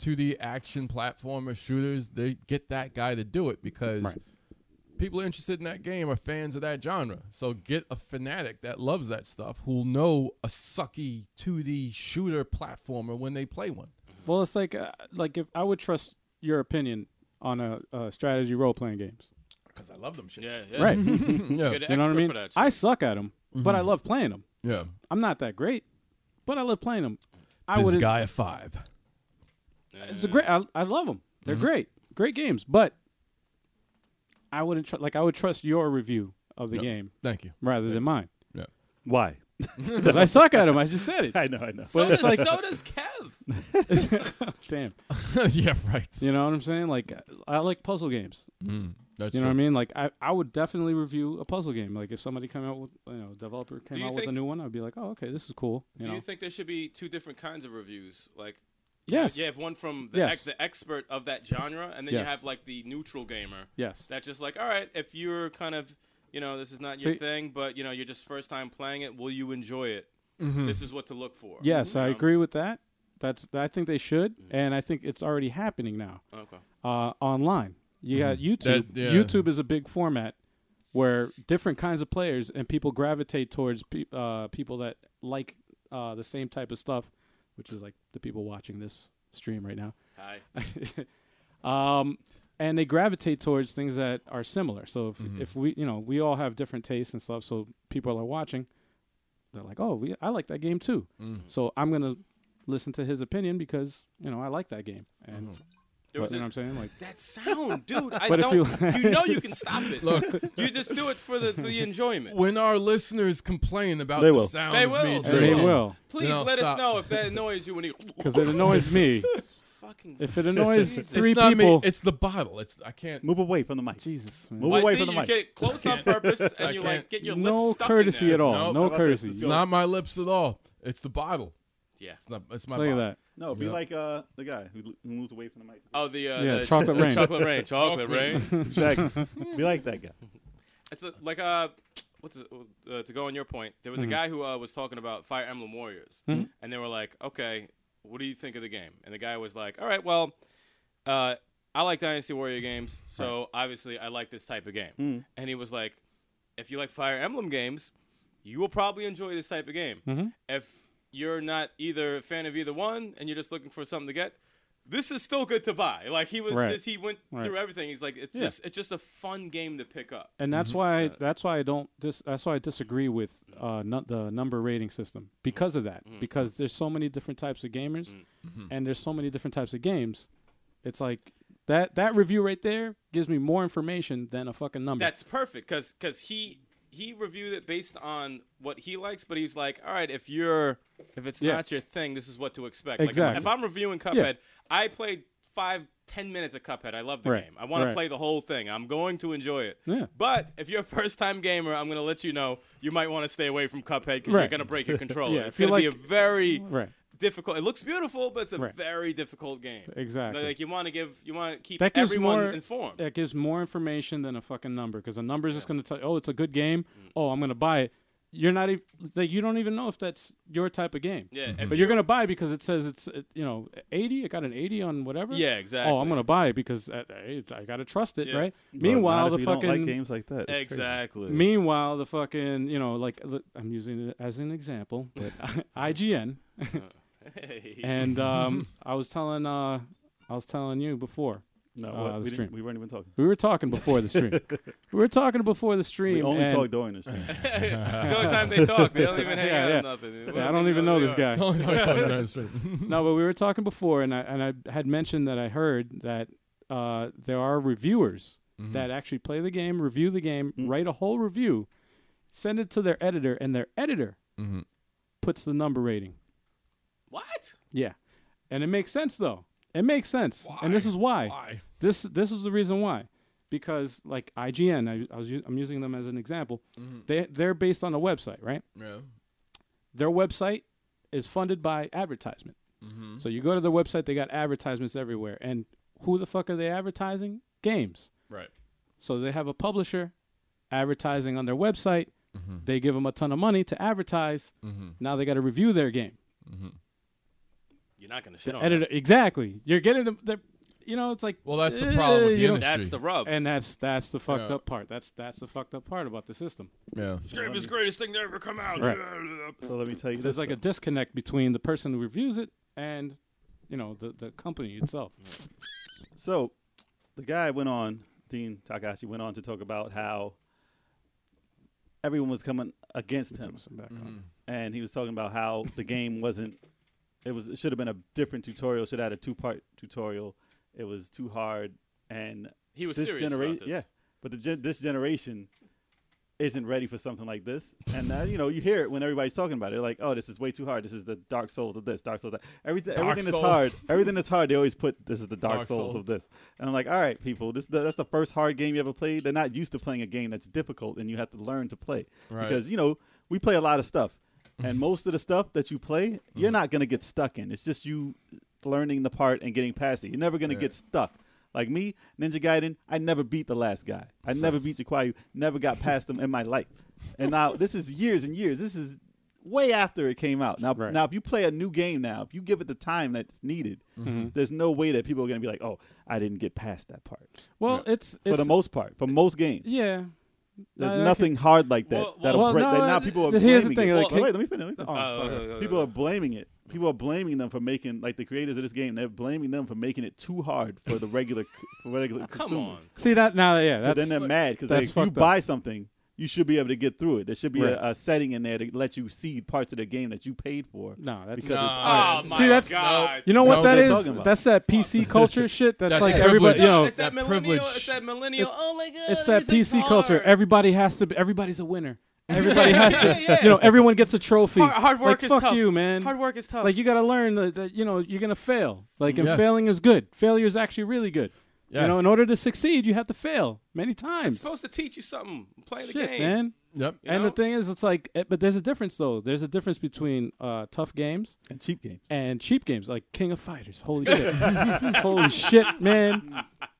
[SPEAKER 1] 2D action platformer shooters? They get that guy to do it because
[SPEAKER 4] Right.
[SPEAKER 1] people interested in that game are fans of that genre. So get a fanatic that loves that stuff who'll know a sucky 2D shooter platformer when they play one.
[SPEAKER 4] Well, it's like uh, like if I would trust your opinion on a, uh strategy role playing games.
[SPEAKER 1] Because I love them shit.
[SPEAKER 3] yeah, yeah. <laughs>
[SPEAKER 4] Right. you
[SPEAKER 1] <laughs> Yeah.
[SPEAKER 3] Good
[SPEAKER 4] know what I
[SPEAKER 3] expert
[SPEAKER 4] mean?
[SPEAKER 3] for that shit.
[SPEAKER 4] I suck at them, but I love playing them.
[SPEAKER 1] yeah.
[SPEAKER 4] I'm not that great, but I love playing them. I
[SPEAKER 1] this
[SPEAKER 4] would.
[SPEAKER 1] guy a five.
[SPEAKER 4] It's a great. I, I love them. They're
[SPEAKER 3] Mm-hmm.
[SPEAKER 4] great, great games. But I wouldn't tr- like. I would trust your review of the game
[SPEAKER 1] Thank you.
[SPEAKER 4] rather than mine
[SPEAKER 1] Yeah.
[SPEAKER 2] Why?
[SPEAKER 3] <laughs>
[SPEAKER 4] because I suck at them. I just said
[SPEAKER 2] <laughs>
[SPEAKER 4] it.
[SPEAKER 2] I know. I know.
[SPEAKER 3] So does, so does Kev.
[SPEAKER 4] <laughs> Damn.
[SPEAKER 1] <laughs> yeah, right.
[SPEAKER 4] You know what I'm saying? Like I like puzzle games.
[SPEAKER 1] Mm, that's
[SPEAKER 4] You know
[SPEAKER 1] true.
[SPEAKER 4] what I mean? Like I, I would definitely review a puzzle game. Like if somebody came out with you know, developer came
[SPEAKER 3] you
[SPEAKER 4] out with a
[SPEAKER 3] think-
[SPEAKER 4] new one, I'd be like, Oh, okay, this is cool. You
[SPEAKER 3] Do
[SPEAKER 4] know?
[SPEAKER 3] you think there should be two different kinds of reviews? Like,
[SPEAKER 4] Yes.
[SPEAKER 3] you have one from the,
[SPEAKER 4] Yes.
[SPEAKER 3] ex- the expert of that genre, and then
[SPEAKER 4] Yes.
[SPEAKER 3] you have like the neutral gamer.
[SPEAKER 4] Yes.
[SPEAKER 3] That's just like, all right, if you're kind of, you know, this is not your
[SPEAKER 4] See-
[SPEAKER 3] thing, but you know, you're just first time playing it. Will you enjoy it? This is what to look for.
[SPEAKER 4] Mm-hmm. Yes, I
[SPEAKER 3] Um,
[SPEAKER 4] agree with that. That's I think they should
[SPEAKER 3] Mm.
[SPEAKER 4] and I think it's already happening now.
[SPEAKER 3] Okay.
[SPEAKER 4] Uh, online. You got YouTube.
[SPEAKER 1] Mm-hmm. That- yeah.
[SPEAKER 4] YouTube is a big format where different kinds of players and people gravitate towards pe- uh, people that like uh, the same type of stuff, which is like the people watching this stream right now.
[SPEAKER 3] Hi.
[SPEAKER 4] um, and they gravitate towards things that are similar. So if,
[SPEAKER 1] Mm-hmm.
[SPEAKER 4] if we, you know, we all have different tastes and stuff. So people are watching, they're like, oh, we, I like that game too.
[SPEAKER 1] Mm-hmm. Mm.
[SPEAKER 4] So I'm gonna listen to his opinion because you know I like that game.
[SPEAKER 1] Mm-hmm.
[SPEAKER 4] And
[SPEAKER 3] There was
[SPEAKER 4] you know what
[SPEAKER 3] a-
[SPEAKER 4] I'm saying? Like,
[SPEAKER 3] That sound, dude. I
[SPEAKER 4] But if
[SPEAKER 3] don't. You,
[SPEAKER 4] you-
[SPEAKER 3] know you can stop
[SPEAKER 4] <laughs>
[SPEAKER 3] it.
[SPEAKER 1] Look.
[SPEAKER 3] you just do it for the the enjoyment.
[SPEAKER 1] When our listeners complain about
[SPEAKER 2] They
[SPEAKER 1] the
[SPEAKER 2] will.
[SPEAKER 1] sound
[SPEAKER 3] They
[SPEAKER 1] of me
[SPEAKER 3] will.
[SPEAKER 4] and they
[SPEAKER 1] drinking,
[SPEAKER 4] will
[SPEAKER 3] Please
[SPEAKER 1] No,
[SPEAKER 3] let
[SPEAKER 1] stop.
[SPEAKER 3] us know if that annoys you when you.
[SPEAKER 4] because it annoys me.
[SPEAKER 3] Fucking.
[SPEAKER 4] If it annoys
[SPEAKER 3] Jesus.
[SPEAKER 4] three
[SPEAKER 1] it's not Me,
[SPEAKER 4] people,
[SPEAKER 1] it's the bottle. It's I can't.
[SPEAKER 2] Move away from the mic.
[SPEAKER 4] Jesus, man.
[SPEAKER 2] Move
[SPEAKER 3] Well, I
[SPEAKER 2] away
[SPEAKER 3] see
[SPEAKER 2] from the
[SPEAKER 3] you
[SPEAKER 2] mic.
[SPEAKER 3] get close on purpose and you
[SPEAKER 1] can't.
[SPEAKER 3] like get your
[SPEAKER 4] no
[SPEAKER 3] lips stuck
[SPEAKER 4] courtesy
[SPEAKER 3] in there.
[SPEAKER 4] at all.
[SPEAKER 1] Nope.
[SPEAKER 4] No
[SPEAKER 1] How about
[SPEAKER 2] this?
[SPEAKER 4] courtesy.
[SPEAKER 2] Let's
[SPEAKER 1] It's not my lips at all. It's the bottle.
[SPEAKER 3] Yeah.
[SPEAKER 1] It's, not, it's my
[SPEAKER 4] Look at
[SPEAKER 1] bottle.
[SPEAKER 4] that.
[SPEAKER 2] No, be
[SPEAKER 1] Yeah.
[SPEAKER 2] like uh, the guy who, who moves away from the
[SPEAKER 4] <laughs>
[SPEAKER 2] mic.
[SPEAKER 3] Oh, the uh,
[SPEAKER 4] Yeah,
[SPEAKER 3] the
[SPEAKER 4] chocolate
[SPEAKER 3] the
[SPEAKER 4] rain.
[SPEAKER 3] chocolate rain, chocolate rain.
[SPEAKER 2] Exactly. <laughs> be like that guy.
[SPEAKER 3] It's a, like uh, what's it, uh, to go on your point? There
[SPEAKER 4] Mm-hmm.
[SPEAKER 3] was a guy who uh, was talking about Fire Emblem Warriors, and they were like, "Okay, what do you think of the game?" And the guy was like, "All right, well, uh, I like Dynasty Warrior games, so obviously I like this type of game."
[SPEAKER 4] Mm.
[SPEAKER 3] And he was like, "If you like Fire Emblem games, you will probably enjoy this type of game.
[SPEAKER 4] Mm-hmm.
[SPEAKER 3] If you're not either a fan of either one and you're just looking for something to get." This is still good to buy. Like he was
[SPEAKER 4] Right.
[SPEAKER 3] just he went
[SPEAKER 4] Right.
[SPEAKER 3] through everything. He's like, it's just it's just a fun game to pick up.
[SPEAKER 4] and that's why that's why I don't dis- that's why I disagree with uh, nu- the number rating system because of that because there's so many different types of gamers and there's so many different types of games. It's like that that review right there gives me more information than a fucking number.
[SPEAKER 3] That's perfect because he he reviewed it based on what he likes, but he's like, all right, if you're if it's
[SPEAKER 4] Yeah.
[SPEAKER 3] not your thing, this is what to expect. Like
[SPEAKER 4] Exactly.
[SPEAKER 3] if, if I'm reviewing Cuphead, I played five ten minutes of Cuphead. I love the
[SPEAKER 4] Right.
[SPEAKER 3] game. I want to
[SPEAKER 4] Right.
[SPEAKER 3] play the whole thing. I'm going to enjoy it.
[SPEAKER 4] Yeah.
[SPEAKER 3] But if you're a first time gamer, I'm going to let you know you might want to stay away from Cuphead because you're
[SPEAKER 4] Right.
[SPEAKER 3] going to break
[SPEAKER 4] <laughs>
[SPEAKER 3] your controller.
[SPEAKER 4] Yeah,
[SPEAKER 3] it's
[SPEAKER 4] if you
[SPEAKER 3] going to
[SPEAKER 4] like-
[SPEAKER 3] be a very
[SPEAKER 4] right.
[SPEAKER 3] difficult. It looks beautiful, but it's a
[SPEAKER 4] Right.
[SPEAKER 3] very difficult game.
[SPEAKER 4] Exactly.
[SPEAKER 3] Like you want to give you want to keep
[SPEAKER 4] That gives
[SPEAKER 3] everyone
[SPEAKER 4] more-
[SPEAKER 3] informed.
[SPEAKER 4] That gives more information than a fucking number because a number is just going to tell you, oh, it's a good game.
[SPEAKER 3] Mm.
[SPEAKER 4] Oh, I'm going to buy it. You're not even like you don't even know if that's your type of game.
[SPEAKER 3] Yeah, if
[SPEAKER 4] but you're going to buy because it says it's uh, you know 80. It got an 80 on whatever.
[SPEAKER 3] Yeah, exactly.
[SPEAKER 4] Oh,
[SPEAKER 3] <laughs>
[SPEAKER 4] I'm <laughs> going to buy it because I, I, I got to trust it,
[SPEAKER 3] Yeah.
[SPEAKER 4] right?
[SPEAKER 2] But not
[SPEAKER 4] <laughs> Meanwhile,
[SPEAKER 2] if
[SPEAKER 4] the
[SPEAKER 2] you
[SPEAKER 4] fucking
[SPEAKER 2] don't like games like that. It's crazy.
[SPEAKER 3] Exactly.
[SPEAKER 4] meanwhile the fucking you know like the- I'm using it as an example, but
[SPEAKER 3] <laughs>
[SPEAKER 4] <laughs> IGN and um, I was telling uh, I was telling you before
[SPEAKER 2] No,
[SPEAKER 4] Uh,
[SPEAKER 2] what?
[SPEAKER 4] the
[SPEAKER 2] we, didn't,
[SPEAKER 4] stream.
[SPEAKER 2] we weren't even talking.
[SPEAKER 4] We were talking before
[SPEAKER 2] <laughs>
[SPEAKER 4] the stream. we were talking before the stream.
[SPEAKER 2] We only
[SPEAKER 4] and-
[SPEAKER 2] talk during the stream.
[SPEAKER 4] <laughs>
[SPEAKER 3] it's the only time they talk. They don't even hang
[SPEAKER 4] Yeah,
[SPEAKER 3] out
[SPEAKER 4] yeah.
[SPEAKER 3] or nothing. We
[SPEAKER 4] Yeah, I don't even know
[SPEAKER 3] who
[SPEAKER 4] this
[SPEAKER 3] they are.
[SPEAKER 4] guy.
[SPEAKER 1] <laughs> No, no, it's on the Mm-hmm. other side.
[SPEAKER 4] No, but we were talking before, and I and I had mentioned that I heard that uh, there are reviewers that actually play the game, review the game, write a whole review, send it to their editor, and their editor puts the number rating.
[SPEAKER 3] What?
[SPEAKER 4] Yeah, and it makes sense though. It makes sense, and this is why.
[SPEAKER 1] Why?
[SPEAKER 4] This this is the reason why, because like IGN, I, I was u- I'm using them as an example. They they're based on a website, right?
[SPEAKER 1] Yeah.
[SPEAKER 4] their website is funded by advertisement.
[SPEAKER 1] Mm-hmm.
[SPEAKER 4] So you go to their website, they got advertisements everywhere. And who the fuck are they advertising? Games.
[SPEAKER 1] Right.
[SPEAKER 4] So they have a publisher advertising on their website.
[SPEAKER 1] Mm-hmm.
[SPEAKER 4] They give them a ton of money to advertise. Now they got to review their game.
[SPEAKER 3] You're not gonna shit on.
[SPEAKER 4] Editor, exactly. You're getting them. they're- You know, it's like
[SPEAKER 1] Well, that's the
[SPEAKER 4] eh,
[SPEAKER 1] problem with the
[SPEAKER 4] you know,
[SPEAKER 3] that. That's the rub.
[SPEAKER 4] and that's that's the fucked
[SPEAKER 1] Yeah.
[SPEAKER 4] up part. That's that's the fucked up part about the system.
[SPEAKER 1] Yeah.
[SPEAKER 3] this game is the greatest thing to ever come out. <laughs> Oh,
[SPEAKER 4] Right.
[SPEAKER 2] So let me tell you
[SPEAKER 4] There's
[SPEAKER 2] this.
[SPEAKER 4] like a
[SPEAKER 2] though.
[SPEAKER 4] disconnect between the person who reviews it and you know the the company itself.
[SPEAKER 2] so the guy went on, Dean Takahashi went on to talk about how everyone was coming against him.
[SPEAKER 4] Some background.
[SPEAKER 3] Mm-hmm.
[SPEAKER 2] and he was talking about how the game wasn't. It was. It should have been a different tutorial. Should have had a two-part tutorial. It was too hard, and
[SPEAKER 3] He was
[SPEAKER 2] this
[SPEAKER 3] serious about
[SPEAKER 2] generation.
[SPEAKER 3] this.
[SPEAKER 2] Yeah, but the gen- this generation isn't ready for something like this. And uh, you know, you hear it when everybody's talking about it. Like, oh, this is way too hard. This is the Dark Souls of this, Dark Souls of that. Everything,
[SPEAKER 1] Dark
[SPEAKER 2] everything
[SPEAKER 1] Souls.
[SPEAKER 2] that's hard, everything that's hard. They always put this is the Dark,
[SPEAKER 1] Dark
[SPEAKER 2] Souls,
[SPEAKER 1] Souls.
[SPEAKER 2] of this. And I'm like, all right, people, this that's the first hard game you ever played. They're not used to playing a game that's difficult, and you have to learn to play
[SPEAKER 1] Right.
[SPEAKER 2] because you know we play a lot of stuff.
[SPEAKER 4] Mm-hmm.
[SPEAKER 2] And most of the stuff that you play, you're not gonna get stuck in. It's just you learning the part and getting past it. You're never gonna
[SPEAKER 1] Yeah.
[SPEAKER 2] get stuck. Like me, Ninja Gaiden, I never beat the last guy. I never beat Jacquayu, never got past him in my life. And now this is years and years. This is way after it came out. Now,
[SPEAKER 4] Right.
[SPEAKER 2] now if you play a new game now, if you give it the time that's needed,
[SPEAKER 4] Mm-hmm.
[SPEAKER 2] there's no way that people are gonna be like, "Oh, I didn't get past that part."
[SPEAKER 4] Well, it's, it's
[SPEAKER 2] for the most part, for most games,
[SPEAKER 4] yeah.
[SPEAKER 2] there's
[SPEAKER 4] I- I
[SPEAKER 2] nothing hard like that.
[SPEAKER 3] Well,
[SPEAKER 2] that'll
[SPEAKER 4] well-
[SPEAKER 2] break.
[SPEAKER 4] Well,
[SPEAKER 2] that
[SPEAKER 4] no,
[SPEAKER 2] now people are
[SPEAKER 4] th- here's the
[SPEAKER 2] blaming
[SPEAKER 4] thing,
[SPEAKER 2] it.
[SPEAKER 4] like,
[SPEAKER 2] Oh, wait, let me finish. Let me finish.
[SPEAKER 4] Oh,
[SPEAKER 3] Uh,
[SPEAKER 4] sorry.
[SPEAKER 3] uh, uh,
[SPEAKER 2] People are blaming it people are blaming them for making like the creators of this game. They're blaming them for making it too hard for the regular for regular
[SPEAKER 3] oh. Come on.
[SPEAKER 2] consumers.
[SPEAKER 4] See that now?
[SPEAKER 2] But
[SPEAKER 4] Yeah, Ah, that's
[SPEAKER 2] then they're mad because
[SPEAKER 4] that's
[SPEAKER 2] if you
[SPEAKER 4] fucked up.
[SPEAKER 2] buy something, you should be able to get through it. There should be
[SPEAKER 4] Right.
[SPEAKER 2] a, a setting in there to let you see parts of the game that you paid for.
[SPEAKER 4] no. That's
[SPEAKER 2] because it's
[SPEAKER 3] Oh,
[SPEAKER 1] alright.
[SPEAKER 3] my
[SPEAKER 4] See, that's-
[SPEAKER 3] God.
[SPEAKER 4] you know
[SPEAKER 2] That's
[SPEAKER 4] what
[SPEAKER 2] what
[SPEAKER 4] that
[SPEAKER 2] they're
[SPEAKER 4] is?
[SPEAKER 2] talking about.
[SPEAKER 4] That's that PC
[SPEAKER 2] <laughs>
[SPEAKER 4] culture shit. That's,
[SPEAKER 1] That's
[SPEAKER 4] like
[SPEAKER 1] privilege.
[SPEAKER 4] everybody, you know,
[SPEAKER 1] No,
[SPEAKER 3] it's
[SPEAKER 1] that
[SPEAKER 3] that, millennial.
[SPEAKER 1] privilege.
[SPEAKER 3] It's that millennial. oh my god.
[SPEAKER 4] it's that
[SPEAKER 3] everything's
[SPEAKER 4] PC culture.
[SPEAKER 3] hard.
[SPEAKER 4] Everybody has to. Be, everybody's
[SPEAKER 3] <laughs>
[SPEAKER 4] a winner. Everybody has to. You know, everyone gets a trophy.
[SPEAKER 3] hard, hard work
[SPEAKER 4] like,
[SPEAKER 3] is
[SPEAKER 4] fuck
[SPEAKER 3] tough.
[SPEAKER 4] you, man.
[SPEAKER 3] Hard work is tough.
[SPEAKER 4] Like you got to learn that, that you know you're gonna fail. Like and
[SPEAKER 1] Yes.
[SPEAKER 4] failing is good. Failure is actually really good. You know,
[SPEAKER 1] Yes.
[SPEAKER 4] in order to succeed, you have to fail many
[SPEAKER 3] it's
[SPEAKER 4] times.
[SPEAKER 3] supposed to teach you something. Play the
[SPEAKER 4] Shit,
[SPEAKER 3] game.
[SPEAKER 4] man.
[SPEAKER 1] Yep.
[SPEAKER 3] You
[SPEAKER 4] and
[SPEAKER 3] know?
[SPEAKER 4] the thing is, it's like, eh, but there's a difference though. There's a difference between uh, tough games
[SPEAKER 2] And cheap games.
[SPEAKER 4] and cheap games, like King of Fighters. Holy
[SPEAKER 2] <laughs>
[SPEAKER 4] shit! Holy shit, man!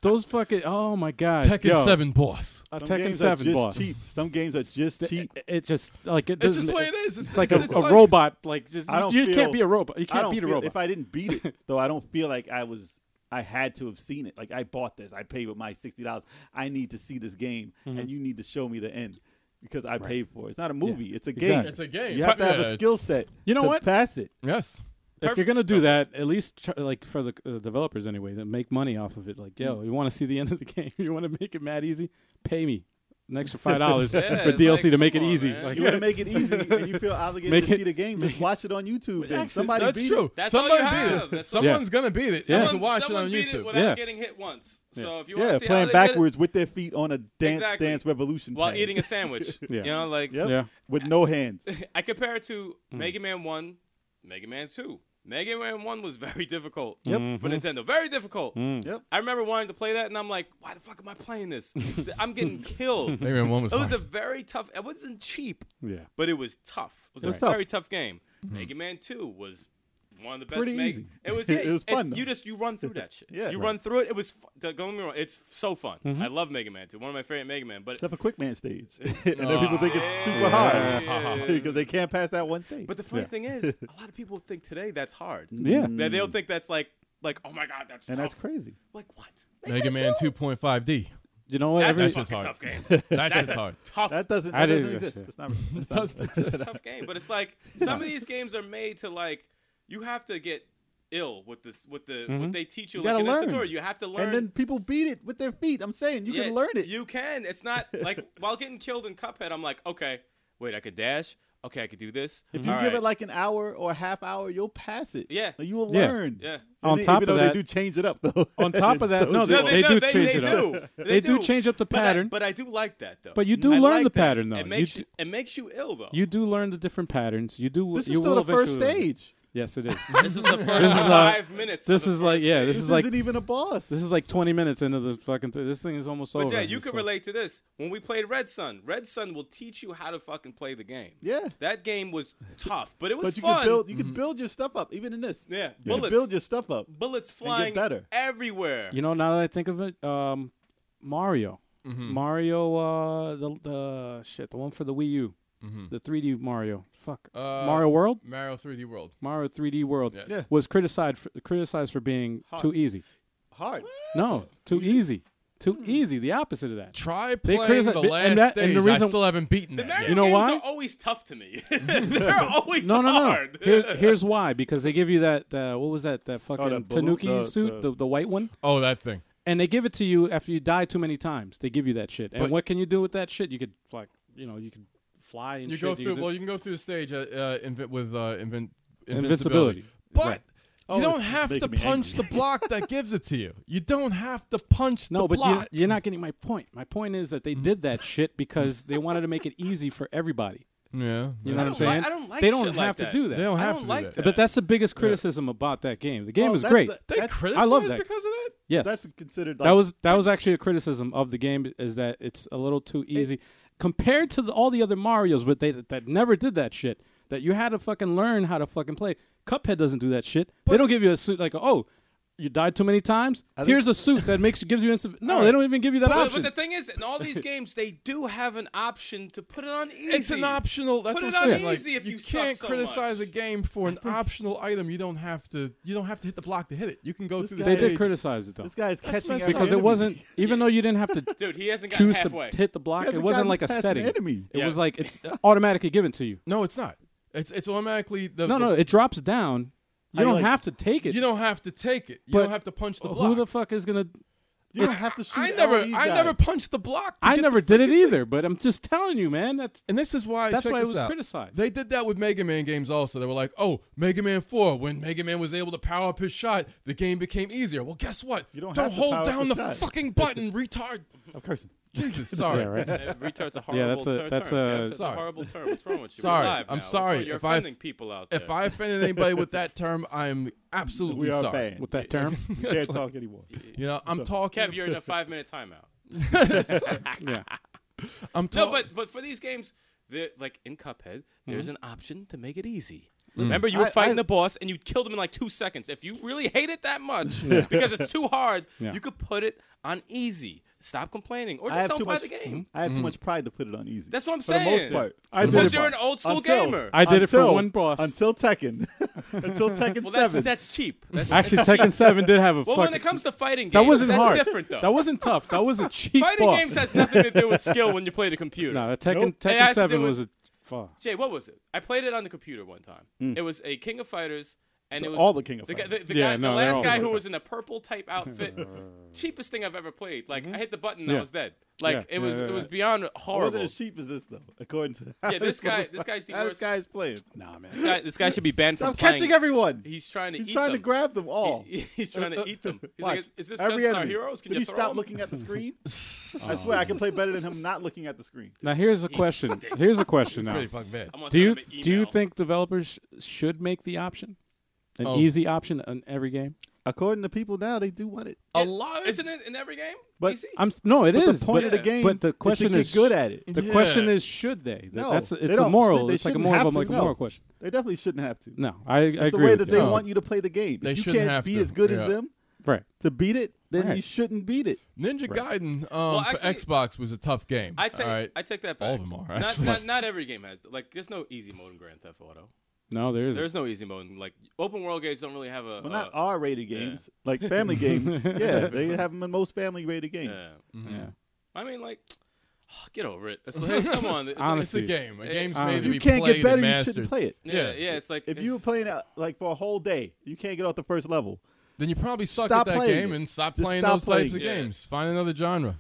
[SPEAKER 4] Those fucking oh my god!
[SPEAKER 1] Tekken
[SPEAKER 4] Yo,
[SPEAKER 1] Seven boss.
[SPEAKER 4] a
[SPEAKER 2] Some
[SPEAKER 4] Tekken
[SPEAKER 2] games are
[SPEAKER 4] Seven
[SPEAKER 2] just
[SPEAKER 4] boss.
[SPEAKER 2] cheap. Some games are just cheap.
[SPEAKER 4] It, it just like it
[SPEAKER 1] It's
[SPEAKER 4] doesn't.
[SPEAKER 1] just the way it is. It's,
[SPEAKER 4] It's like a,
[SPEAKER 1] it's, it's
[SPEAKER 4] a robot. Like just
[SPEAKER 2] I don't
[SPEAKER 4] you
[SPEAKER 2] feel-
[SPEAKER 4] can't be a robot. You
[SPEAKER 2] I
[SPEAKER 4] can't
[SPEAKER 2] don't
[SPEAKER 4] beat a
[SPEAKER 2] feel-
[SPEAKER 4] robot.
[SPEAKER 2] If I didn't beat
[SPEAKER 4] <laughs>
[SPEAKER 2] it, though, I don't feel like I was. I had to have seen it. Like I bought this. I paid with my sixty dollars. I need to see this game,
[SPEAKER 4] Mm-hmm.
[SPEAKER 2] and you need to show me the end because I paid for it. It's not a movie. It's a game.
[SPEAKER 4] Exactly.
[SPEAKER 1] It's a game.
[SPEAKER 2] You have to have
[SPEAKER 1] Yeah,
[SPEAKER 2] a skill set.
[SPEAKER 4] You know
[SPEAKER 2] to
[SPEAKER 4] what?
[SPEAKER 2] Pass it.
[SPEAKER 1] Yes.
[SPEAKER 4] if you're gonna do that, at least tr- like for the uh, developers anyway, that make money off of it. Like, yo, you want to see the end of the <laughs> game? You want to make it mad easy? Pay me
[SPEAKER 2] <laughs>
[SPEAKER 4] an extra five dollars
[SPEAKER 3] Yeah,
[SPEAKER 4] for
[SPEAKER 3] it's
[SPEAKER 4] DLC to
[SPEAKER 3] like,
[SPEAKER 4] make it
[SPEAKER 3] come on,
[SPEAKER 4] easy.
[SPEAKER 3] man.
[SPEAKER 4] Like,
[SPEAKER 2] You want to make it easy, and
[SPEAKER 4] <laughs>
[SPEAKER 2] you feel obligated
[SPEAKER 4] Make
[SPEAKER 2] to
[SPEAKER 4] it-
[SPEAKER 2] see the game.
[SPEAKER 4] <laughs>
[SPEAKER 2] Just watch it on YouTube. Then somebody
[SPEAKER 1] That's
[SPEAKER 2] beat
[SPEAKER 1] true.
[SPEAKER 2] it.
[SPEAKER 3] That's all you
[SPEAKER 1] Somebody beat
[SPEAKER 3] have.
[SPEAKER 1] it.
[SPEAKER 3] That's all-
[SPEAKER 1] Someone's gonna beat it. Someone
[SPEAKER 4] Yeah.
[SPEAKER 1] can watch
[SPEAKER 3] Someone
[SPEAKER 1] it
[SPEAKER 3] beat
[SPEAKER 1] on YouTube.
[SPEAKER 3] it without
[SPEAKER 4] Yeah.
[SPEAKER 3] getting hit once. So if you want
[SPEAKER 2] Yeah,
[SPEAKER 3] to see
[SPEAKER 2] playing
[SPEAKER 3] how they did it-
[SPEAKER 2] backwards with their feet on a dance
[SPEAKER 3] Exactly.
[SPEAKER 2] dance revolution
[SPEAKER 3] while
[SPEAKER 2] pad.
[SPEAKER 3] eating
[SPEAKER 2] <laughs>
[SPEAKER 3] a sandwich.
[SPEAKER 4] Yeah.
[SPEAKER 3] You know, like
[SPEAKER 2] Yep. Mm.
[SPEAKER 4] Yeah.
[SPEAKER 2] with no hands.
[SPEAKER 3] <laughs> I compare it to Mega Man One, Mega Man Two. Mega Man One was very difficult
[SPEAKER 2] Yep. Mm-hmm. Mm.
[SPEAKER 3] for Nintendo. Very difficult.
[SPEAKER 2] Yep.
[SPEAKER 3] I remember wanting to play that, and I'm like, why the fuck am I
[SPEAKER 2] <laughs>
[SPEAKER 3] playing this? Th- I'm getting killed.
[SPEAKER 1] Maybe one was.
[SPEAKER 3] It was a
[SPEAKER 1] hard.
[SPEAKER 3] very tough. It wasn't cheap,
[SPEAKER 4] yeah.
[SPEAKER 3] but it was tough. It was,
[SPEAKER 2] was
[SPEAKER 3] a
[SPEAKER 2] tough.
[SPEAKER 3] very tough game. Mega Man Two was one of the best.
[SPEAKER 2] Pretty
[SPEAKER 3] Meg-
[SPEAKER 2] easy.
[SPEAKER 3] It
[SPEAKER 2] <laughs>
[SPEAKER 3] was.
[SPEAKER 2] It was
[SPEAKER 3] it's-
[SPEAKER 2] fun, though.
[SPEAKER 3] You just you run through that shit.
[SPEAKER 2] <laughs> Yeah.
[SPEAKER 3] You
[SPEAKER 2] Right. Mm-hmm.
[SPEAKER 3] run through it. It was. Fu- don't get me wrong. It's so fun. I love Mega Man Two. One of my favorite Mega Man. But
[SPEAKER 2] Except for Quick Man stage, <laughs> and then people think it's super hard <laughs> because they can't pass that one stage.
[SPEAKER 3] Uh, But the funny thing is, a lot of people think today that's hard.
[SPEAKER 4] Yeah.
[SPEAKER 3] That they'll think that's like like oh my god that's
[SPEAKER 2] Mm. and
[SPEAKER 3] tough.
[SPEAKER 2] that's crazy.
[SPEAKER 3] like what
[SPEAKER 1] Mega Man 2.5D.
[SPEAKER 4] You know what?
[SPEAKER 3] That's
[SPEAKER 4] Every-
[SPEAKER 3] a fucking
[SPEAKER 1] hard.
[SPEAKER 2] <laughs>
[SPEAKER 3] tough game.
[SPEAKER 1] That is hard.
[SPEAKER 3] tough
[SPEAKER 2] That doesn't. That
[SPEAKER 4] I
[SPEAKER 2] doesn't
[SPEAKER 4] didn't do that
[SPEAKER 2] exist.
[SPEAKER 4] shit.
[SPEAKER 2] It's not.
[SPEAKER 4] <laughs>
[SPEAKER 2] It's not <laughs>
[SPEAKER 3] tough game. But it's like some of these games are made to like you have to get ill with this with the what they teach you,
[SPEAKER 2] you
[SPEAKER 3] like
[SPEAKER 2] gotta
[SPEAKER 3] in
[SPEAKER 2] learn.
[SPEAKER 3] the tutorial. You have to learn.
[SPEAKER 2] And then people beat it with their feet. I'm saying you
[SPEAKER 3] Yeah,
[SPEAKER 2] can learn it.
[SPEAKER 3] You can. It's not
[SPEAKER 2] <laughs>
[SPEAKER 3] like while getting killed in Cuphead, I'm like, okay, wait, I could dash. Okay, I could do this.
[SPEAKER 4] Mm-hmm.
[SPEAKER 2] if you give it like an hour or a half hour, you'll pass it.
[SPEAKER 3] Yeah.
[SPEAKER 2] Like, you will
[SPEAKER 4] Yeah.
[SPEAKER 2] learn.
[SPEAKER 3] Yeah.
[SPEAKER 2] And
[SPEAKER 4] On
[SPEAKER 2] they-
[SPEAKER 4] top
[SPEAKER 2] even
[SPEAKER 4] of
[SPEAKER 2] though
[SPEAKER 4] that-
[SPEAKER 2] they do change it up <laughs> though.
[SPEAKER 4] on top of
[SPEAKER 2] <laughs>
[SPEAKER 4] that, no, they,
[SPEAKER 3] No,
[SPEAKER 4] they, do
[SPEAKER 3] they,
[SPEAKER 4] change
[SPEAKER 3] they
[SPEAKER 4] it
[SPEAKER 3] do.
[SPEAKER 4] up. They do change up the
[SPEAKER 3] But I-
[SPEAKER 4] pattern.
[SPEAKER 3] but I, do like that though.
[SPEAKER 4] But you do
[SPEAKER 3] I like
[SPEAKER 4] learn the
[SPEAKER 3] that.
[SPEAKER 4] pattern, though.
[SPEAKER 3] It
[SPEAKER 4] You
[SPEAKER 3] makes
[SPEAKER 4] do-
[SPEAKER 3] you, it makes you ill though.
[SPEAKER 4] You do learn the different patterns. You do.
[SPEAKER 2] This
[SPEAKER 4] you
[SPEAKER 2] is still
[SPEAKER 4] will
[SPEAKER 2] the first
[SPEAKER 4] eventually learn.
[SPEAKER 2] stage.
[SPEAKER 4] Yes, it is.
[SPEAKER 3] <laughs> This is the first
[SPEAKER 4] This is, uh,
[SPEAKER 3] five minutes. of
[SPEAKER 4] this
[SPEAKER 3] the
[SPEAKER 4] is like
[SPEAKER 3] first
[SPEAKER 4] yeah.
[SPEAKER 3] day.
[SPEAKER 4] This
[SPEAKER 2] This
[SPEAKER 4] is like
[SPEAKER 2] isn't even a boss.
[SPEAKER 4] this is like 20 minutes into the fucking. Th- this thing is almost
[SPEAKER 3] But
[SPEAKER 4] over.
[SPEAKER 3] Jay, you
[SPEAKER 4] It's
[SPEAKER 3] can
[SPEAKER 4] like-
[SPEAKER 3] relate to this. When we played Red Sun, Red Sun will teach you how to fucking play the game.
[SPEAKER 2] Yeah.
[SPEAKER 3] That game was tough, but it was
[SPEAKER 2] but you
[SPEAKER 3] fun.
[SPEAKER 2] can build. You
[SPEAKER 4] Mm-hmm.
[SPEAKER 2] can build your stuff up even in this.
[SPEAKER 3] Yeah,
[SPEAKER 2] You can
[SPEAKER 3] bullets.
[SPEAKER 2] build your stuff up.
[SPEAKER 3] Bullets flying
[SPEAKER 2] better.
[SPEAKER 3] everywhere.
[SPEAKER 4] You know, now that I think of it, um, Mario,
[SPEAKER 3] Mm-hmm.
[SPEAKER 4] Mario, uh, the the shit, the one for the Wii U,
[SPEAKER 3] Mm-hmm.
[SPEAKER 4] the 3D Mario, fuck,
[SPEAKER 1] Uh,
[SPEAKER 4] Mario World,
[SPEAKER 1] Mario 3D World.
[SPEAKER 4] Mario 3D World
[SPEAKER 1] Yes.
[SPEAKER 2] Yeah.
[SPEAKER 4] was criticized for, criticized for being too easy.
[SPEAKER 2] Hard.
[SPEAKER 4] No, too easy, too
[SPEAKER 2] Hmm.
[SPEAKER 4] easy. The opposite of that.
[SPEAKER 1] Try
[SPEAKER 4] They
[SPEAKER 1] playing
[SPEAKER 4] criticize-
[SPEAKER 1] the
[SPEAKER 4] and
[SPEAKER 1] last
[SPEAKER 4] that- and
[SPEAKER 1] stage.
[SPEAKER 4] the
[SPEAKER 1] I
[SPEAKER 4] reason-
[SPEAKER 1] still haven't beaten
[SPEAKER 3] the
[SPEAKER 1] that.
[SPEAKER 3] Mario
[SPEAKER 1] yet.
[SPEAKER 4] You know
[SPEAKER 3] games
[SPEAKER 4] why?
[SPEAKER 3] are always tough to
[SPEAKER 4] <laughs>
[SPEAKER 3] me. <laughs> They're always
[SPEAKER 4] No, no, no, no.
[SPEAKER 3] hard. <laughs>
[SPEAKER 4] Here's here's why. Because they give you that uh, what was that that fucking
[SPEAKER 2] that balloon-
[SPEAKER 4] Tanuki
[SPEAKER 2] the-
[SPEAKER 4] suit,
[SPEAKER 2] the-
[SPEAKER 4] the, the white one.
[SPEAKER 1] Oh, that thing.
[SPEAKER 4] and they give it to you after you die too many times. They give you that shit. And
[SPEAKER 1] But-
[SPEAKER 4] what can you do with that shit? You could like, you know, you could fly and
[SPEAKER 1] You
[SPEAKER 4] shit.
[SPEAKER 1] go
[SPEAKER 4] can
[SPEAKER 1] through.
[SPEAKER 4] do-
[SPEAKER 1] Well, you can go through the stage uh, uh, invi- with uh, invin-
[SPEAKER 4] Invincibility.
[SPEAKER 1] invincibility. But
[SPEAKER 4] Right.
[SPEAKER 1] you
[SPEAKER 2] Oh,
[SPEAKER 1] don't
[SPEAKER 2] this is
[SPEAKER 1] have to
[SPEAKER 2] making me
[SPEAKER 1] punch
[SPEAKER 2] angry.
[SPEAKER 1] the block that gives it to you. You don't have to punch
[SPEAKER 4] no,
[SPEAKER 1] the
[SPEAKER 4] but
[SPEAKER 1] block.
[SPEAKER 4] You, are not getting my point. My point is that they did that shit because they wanted to make it easy for everybody.
[SPEAKER 1] yeah.
[SPEAKER 4] You know what I'm
[SPEAKER 3] don't
[SPEAKER 4] saying?
[SPEAKER 3] like- I don't like
[SPEAKER 4] they don't
[SPEAKER 3] shit like
[SPEAKER 4] have
[SPEAKER 3] that.
[SPEAKER 4] to do that.
[SPEAKER 1] They don't
[SPEAKER 3] I
[SPEAKER 1] have
[SPEAKER 3] don't
[SPEAKER 1] to
[SPEAKER 3] like
[SPEAKER 1] do that.
[SPEAKER 3] that.
[SPEAKER 4] But that's the biggest criticism about that game. The game
[SPEAKER 2] Oh,
[SPEAKER 4] is
[SPEAKER 2] that's
[SPEAKER 4] great.
[SPEAKER 2] a-
[SPEAKER 1] They
[SPEAKER 2] that's-
[SPEAKER 1] criticize
[SPEAKER 4] that.
[SPEAKER 1] because of that.
[SPEAKER 4] yes,
[SPEAKER 2] That's considered. Like,
[SPEAKER 4] that was that was actually a criticism of the game is that it's a little too easy compared to the, all the other Mario's, but they that never did that shit. That you had to fucking learn how to fucking play. Cuphead doesn't do that shit. they don't give you a suit like oh. You died too many times. Here's a suit that makes gives you instant. No, they don't even give you that
[SPEAKER 3] But,
[SPEAKER 4] option.
[SPEAKER 3] but the thing is, in all these games, they do have an option to put it on easy.
[SPEAKER 1] It's an optional. That's
[SPEAKER 3] Put
[SPEAKER 1] what
[SPEAKER 3] it
[SPEAKER 1] I'm
[SPEAKER 3] on
[SPEAKER 1] saying. Like,
[SPEAKER 3] easy if you suck
[SPEAKER 1] can't
[SPEAKER 3] so
[SPEAKER 1] criticize
[SPEAKER 3] much.
[SPEAKER 1] a game for an optional item. You don't have to. You don't have to hit the block to hit it. You can go
[SPEAKER 2] This
[SPEAKER 1] through the
[SPEAKER 2] guy-
[SPEAKER 4] they
[SPEAKER 1] stage.
[SPEAKER 4] did criticize it though
[SPEAKER 2] This guy's catching
[SPEAKER 1] messed
[SPEAKER 2] at
[SPEAKER 1] up.
[SPEAKER 2] an
[SPEAKER 4] because it
[SPEAKER 2] enemy.
[SPEAKER 4] wasn't even though you didn't have to
[SPEAKER 3] Dude, he hasn't gotten
[SPEAKER 4] choose
[SPEAKER 3] halfway.
[SPEAKER 4] to hit the block. It
[SPEAKER 2] hasn't
[SPEAKER 4] wasn't
[SPEAKER 2] gotten
[SPEAKER 4] like a
[SPEAKER 2] past an
[SPEAKER 4] setting.
[SPEAKER 2] enemy.
[SPEAKER 4] It
[SPEAKER 3] Yeah.
[SPEAKER 4] was like it's automatically given to you.
[SPEAKER 1] no, it's not. It's it's automatically the the-
[SPEAKER 4] No, no, it drops down You don't
[SPEAKER 2] like-
[SPEAKER 4] have to take it.
[SPEAKER 1] You don't have to take it. You
[SPEAKER 4] But
[SPEAKER 1] don't have to punch the
[SPEAKER 4] But
[SPEAKER 1] block.
[SPEAKER 4] who the fuck is gonna?
[SPEAKER 2] You don't have to shoot.
[SPEAKER 1] I
[SPEAKER 2] all
[SPEAKER 1] never,
[SPEAKER 2] these
[SPEAKER 1] I
[SPEAKER 2] guys.
[SPEAKER 1] never punched the block. to
[SPEAKER 4] I
[SPEAKER 1] get
[SPEAKER 4] never
[SPEAKER 1] the
[SPEAKER 4] did it
[SPEAKER 1] freaking thing.
[SPEAKER 4] either. But I'm just telling you, man. That's
[SPEAKER 1] And this is why
[SPEAKER 4] That's
[SPEAKER 1] check
[SPEAKER 4] why it
[SPEAKER 1] this
[SPEAKER 4] was
[SPEAKER 1] out.
[SPEAKER 4] criticized.
[SPEAKER 1] They did that with Mega Man games also. They were like, "Oh, Mega Man 4, when Mega Man was able to power up his shot, the game became easier." Well, guess what?
[SPEAKER 2] You don't have to power
[SPEAKER 1] hold
[SPEAKER 2] up
[SPEAKER 1] down
[SPEAKER 2] the
[SPEAKER 1] the
[SPEAKER 2] shot.
[SPEAKER 1] fucking button, retard.
[SPEAKER 2] <laughs> Of course.
[SPEAKER 1] Jesus, sorry.
[SPEAKER 4] yeah, right.
[SPEAKER 3] Uh, Retard's a horrible
[SPEAKER 4] that's a-
[SPEAKER 3] ter-
[SPEAKER 4] that's
[SPEAKER 3] term.
[SPEAKER 4] a-
[SPEAKER 3] Jeff. that's a
[SPEAKER 1] Sorry.
[SPEAKER 3] horrible term. What's wrong with you?
[SPEAKER 1] Sorry.
[SPEAKER 3] We're live
[SPEAKER 1] I'm
[SPEAKER 3] now. It's-
[SPEAKER 1] sorry.
[SPEAKER 3] You're
[SPEAKER 1] If I-
[SPEAKER 3] offending people out there.
[SPEAKER 1] If I offended anybody with that term, I'm absolutely
[SPEAKER 2] <laughs> We are
[SPEAKER 1] sorry.
[SPEAKER 2] banned.
[SPEAKER 4] with
[SPEAKER 2] <laughs>
[SPEAKER 4] that term. <laughs>
[SPEAKER 2] You can't talk anymore.
[SPEAKER 1] You know, I'm talking.
[SPEAKER 3] Kev, you're in a five minute timeout.
[SPEAKER 4] yeah.
[SPEAKER 1] I'm
[SPEAKER 3] No,
[SPEAKER 1] talking.
[SPEAKER 3] but but for these games, there- like in Cuphead, there's an option to make it easy. Remember, you were
[SPEAKER 2] I-
[SPEAKER 3] fighting
[SPEAKER 2] I-
[SPEAKER 3] the boss and you killed him in like two seconds. If you really hate it that much because it's too hard,
[SPEAKER 4] Yeah.
[SPEAKER 3] you could put it on easy. Stop complaining or
[SPEAKER 2] I
[SPEAKER 3] just
[SPEAKER 2] have
[SPEAKER 3] don't
[SPEAKER 2] too
[SPEAKER 3] play
[SPEAKER 2] much. Mm.
[SPEAKER 3] the game.
[SPEAKER 2] I have too much pride to put it on easy.
[SPEAKER 3] Hmm? That's what I'm
[SPEAKER 2] For
[SPEAKER 3] saying.
[SPEAKER 2] the most part.
[SPEAKER 4] Hmm. I
[SPEAKER 2] For the
[SPEAKER 4] did
[SPEAKER 3] Because
[SPEAKER 2] most
[SPEAKER 4] it-
[SPEAKER 3] you're
[SPEAKER 2] part.
[SPEAKER 3] an old school
[SPEAKER 2] Until-
[SPEAKER 3] gamer.
[SPEAKER 4] I did it for
[SPEAKER 2] Until-
[SPEAKER 4] one boss.
[SPEAKER 2] Until Tekken. <laughs> until Tekken
[SPEAKER 3] well, that's
[SPEAKER 2] Seven.
[SPEAKER 3] that's cheap. That's,
[SPEAKER 4] Actually,
[SPEAKER 3] that's cheap.
[SPEAKER 4] Tekken Seven did have a
[SPEAKER 3] Well,
[SPEAKER 4] fucking.
[SPEAKER 3] when it comes to fighting games,
[SPEAKER 4] that wasn't
[SPEAKER 3] that's
[SPEAKER 4] hard.
[SPEAKER 3] different though.
[SPEAKER 4] That wasn't tough. That was a cheap
[SPEAKER 3] Fighting
[SPEAKER 4] boss.
[SPEAKER 3] games has nothing to do with skill when you play the computer.
[SPEAKER 4] no, that Tekken
[SPEAKER 2] Nope.
[SPEAKER 3] It has
[SPEAKER 4] Tekken
[SPEAKER 3] to do
[SPEAKER 4] Seven
[SPEAKER 3] with-
[SPEAKER 4] was a. Fuck.
[SPEAKER 3] Jay, what was it? I played it on the computer one time. It was a King of Fighters, and it was
[SPEAKER 2] all the King of
[SPEAKER 3] the, guy-
[SPEAKER 2] Fighters.
[SPEAKER 3] The, the
[SPEAKER 4] Yeah,
[SPEAKER 3] guy,
[SPEAKER 4] no,
[SPEAKER 3] the
[SPEAKER 4] they're
[SPEAKER 3] last
[SPEAKER 4] all
[SPEAKER 3] guy
[SPEAKER 4] the-
[SPEAKER 3] who was in a purple type outfit, cheapest thing I've ever played. Like I hit the button, I
[SPEAKER 4] Yeah.
[SPEAKER 3] was dead. Like
[SPEAKER 4] Yeah,
[SPEAKER 3] it
[SPEAKER 4] yeah,
[SPEAKER 3] was,
[SPEAKER 4] yeah,
[SPEAKER 3] it
[SPEAKER 4] yeah.
[SPEAKER 3] was beyond
[SPEAKER 2] It wasn't
[SPEAKER 3] horrible.
[SPEAKER 2] as cheap as this though, according to.
[SPEAKER 3] Yeah, this guy- this guy's the
[SPEAKER 2] how This
[SPEAKER 3] worst.
[SPEAKER 2] guy's playing.
[SPEAKER 4] Nah, man.
[SPEAKER 3] This guy, this guy should be banned from
[SPEAKER 2] I'm
[SPEAKER 3] playing.
[SPEAKER 2] catching everyone.
[SPEAKER 3] He's trying to
[SPEAKER 2] He's
[SPEAKER 3] eat
[SPEAKER 2] trying
[SPEAKER 3] them.
[SPEAKER 2] to grab them all.
[SPEAKER 3] He- He's trying to eat them. He's like,
[SPEAKER 2] Watch.
[SPEAKER 3] is, is this
[SPEAKER 2] Every
[SPEAKER 3] Gunstar
[SPEAKER 2] enemy.
[SPEAKER 3] Heroes? Can
[SPEAKER 2] If
[SPEAKER 3] you
[SPEAKER 2] you
[SPEAKER 3] throw
[SPEAKER 2] stop
[SPEAKER 3] him?
[SPEAKER 2] looking at the screen,
[SPEAKER 4] <laughs>
[SPEAKER 2] I swear I can play better than him not looking at the screen.
[SPEAKER 4] Now here's a question. Here's a question now.
[SPEAKER 1] pretty fucking bad.
[SPEAKER 3] I'm gonna
[SPEAKER 4] Do you
[SPEAKER 3] send him an
[SPEAKER 4] do you
[SPEAKER 3] email.
[SPEAKER 4] think developers should make the option, an
[SPEAKER 1] Oh.
[SPEAKER 4] easy option in every game?
[SPEAKER 2] According to people now, they do want it.
[SPEAKER 1] a lot of
[SPEAKER 3] Isn't it in every game?
[SPEAKER 2] But-
[SPEAKER 3] PC?
[SPEAKER 4] I'm no, it is.
[SPEAKER 2] But the point
[SPEAKER 4] but,
[SPEAKER 2] of the game
[SPEAKER 4] but the question
[SPEAKER 2] is
[SPEAKER 4] is,
[SPEAKER 2] to get good at it.
[SPEAKER 4] The
[SPEAKER 1] Yeah.
[SPEAKER 4] question is, should they? Th-
[SPEAKER 2] No,
[SPEAKER 4] that's
[SPEAKER 2] they
[SPEAKER 4] it's a
[SPEAKER 2] don't.
[SPEAKER 4] moral.
[SPEAKER 2] They
[SPEAKER 4] it's like a
[SPEAKER 2] shouldn't
[SPEAKER 4] moral,
[SPEAKER 2] have
[SPEAKER 4] of
[SPEAKER 2] to,
[SPEAKER 4] like a
[SPEAKER 2] no.
[SPEAKER 4] moral question.
[SPEAKER 2] They definitely shouldn't have to.
[SPEAKER 4] No, I, I
[SPEAKER 2] It's
[SPEAKER 4] agree
[SPEAKER 2] the way
[SPEAKER 4] with
[SPEAKER 2] that
[SPEAKER 4] you.
[SPEAKER 2] they
[SPEAKER 4] Oh,
[SPEAKER 2] want you to play the game.
[SPEAKER 1] They
[SPEAKER 2] If you
[SPEAKER 1] shouldn't
[SPEAKER 2] can't
[SPEAKER 1] have
[SPEAKER 2] be
[SPEAKER 1] to,
[SPEAKER 2] as good
[SPEAKER 1] yeah.
[SPEAKER 2] as them
[SPEAKER 4] right.
[SPEAKER 2] to beat it, then you
[SPEAKER 4] Right.
[SPEAKER 2] shouldn't beat it.
[SPEAKER 1] Ninja Gaiden um,
[SPEAKER 3] actually-
[SPEAKER 1] for Xbox was a tough game.
[SPEAKER 3] I take
[SPEAKER 1] all right?
[SPEAKER 3] I take that back.
[SPEAKER 1] All of them are,
[SPEAKER 3] Not,
[SPEAKER 1] actually.
[SPEAKER 3] not, not every game has like. There's no easy mode in Grand Theft Auto.
[SPEAKER 4] No, there isn't.
[SPEAKER 3] There's no easy mode. in, Like open world games don't really have a.
[SPEAKER 2] Well, not
[SPEAKER 3] uh,
[SPEAKER 2] R-rated
[SPEAKER 4] <laughs>
[SPEAKER 2] games, like family games. Yeah, they have them in most family-rated games.
[SPEAKER 3] yeah.
[SPEAKER 4] yeah.
[SPEAKER 3] I mean, like, oh, get over it. It's like, come on. It's like-
[SPEAKER 1] it's a
[SPEAKER 4] Honestly,
[SPEAKER 1] game. A
[SPEAKER 3] It-
[SPEAKER 1] game's
[SPEAKER 4] uh,
[SPEAKER 1] made
[SPEAKER 4] If
[SPEAKER 1] to
[SPEAKER 2] If
[SPEAKER 1] be
[SPEAKER 2] you can't
[SPEAKER 1] played
[SPEAKER 2] get
[SPEAKER 1] and
[SPEAKER 2] better, you
[SPEAKER 1] mastered.
[SPEAKER 2] shouldn't play it.
[SPEAKER 3] yeah,
[SPEAKER 1] yeah.
[SPEAKER 3] yeah, It's like
[SPEAKER 2] If you were playing uh, like for a whole day, you can't get off the first level.
[SPEAKER 1] Then you probably suck
[SPEAKER 2] Stop
[SPEAKER 1] at that
[SPEAKER 2] playing
[SPEAKER 1] game
[SPEAKER 2] it.
[SPEAKER 1] and stop
[SPEAKER 2] Just
[SPEAKER 1] playing
[SPEAKER 2] stop
[SPEAKER 1] those types
[SPEAKER 2] playing
[SPEAKER 1] of
[SPEAKER 3] it. Yeah.
[SPEAKER 1] games. Find another genre.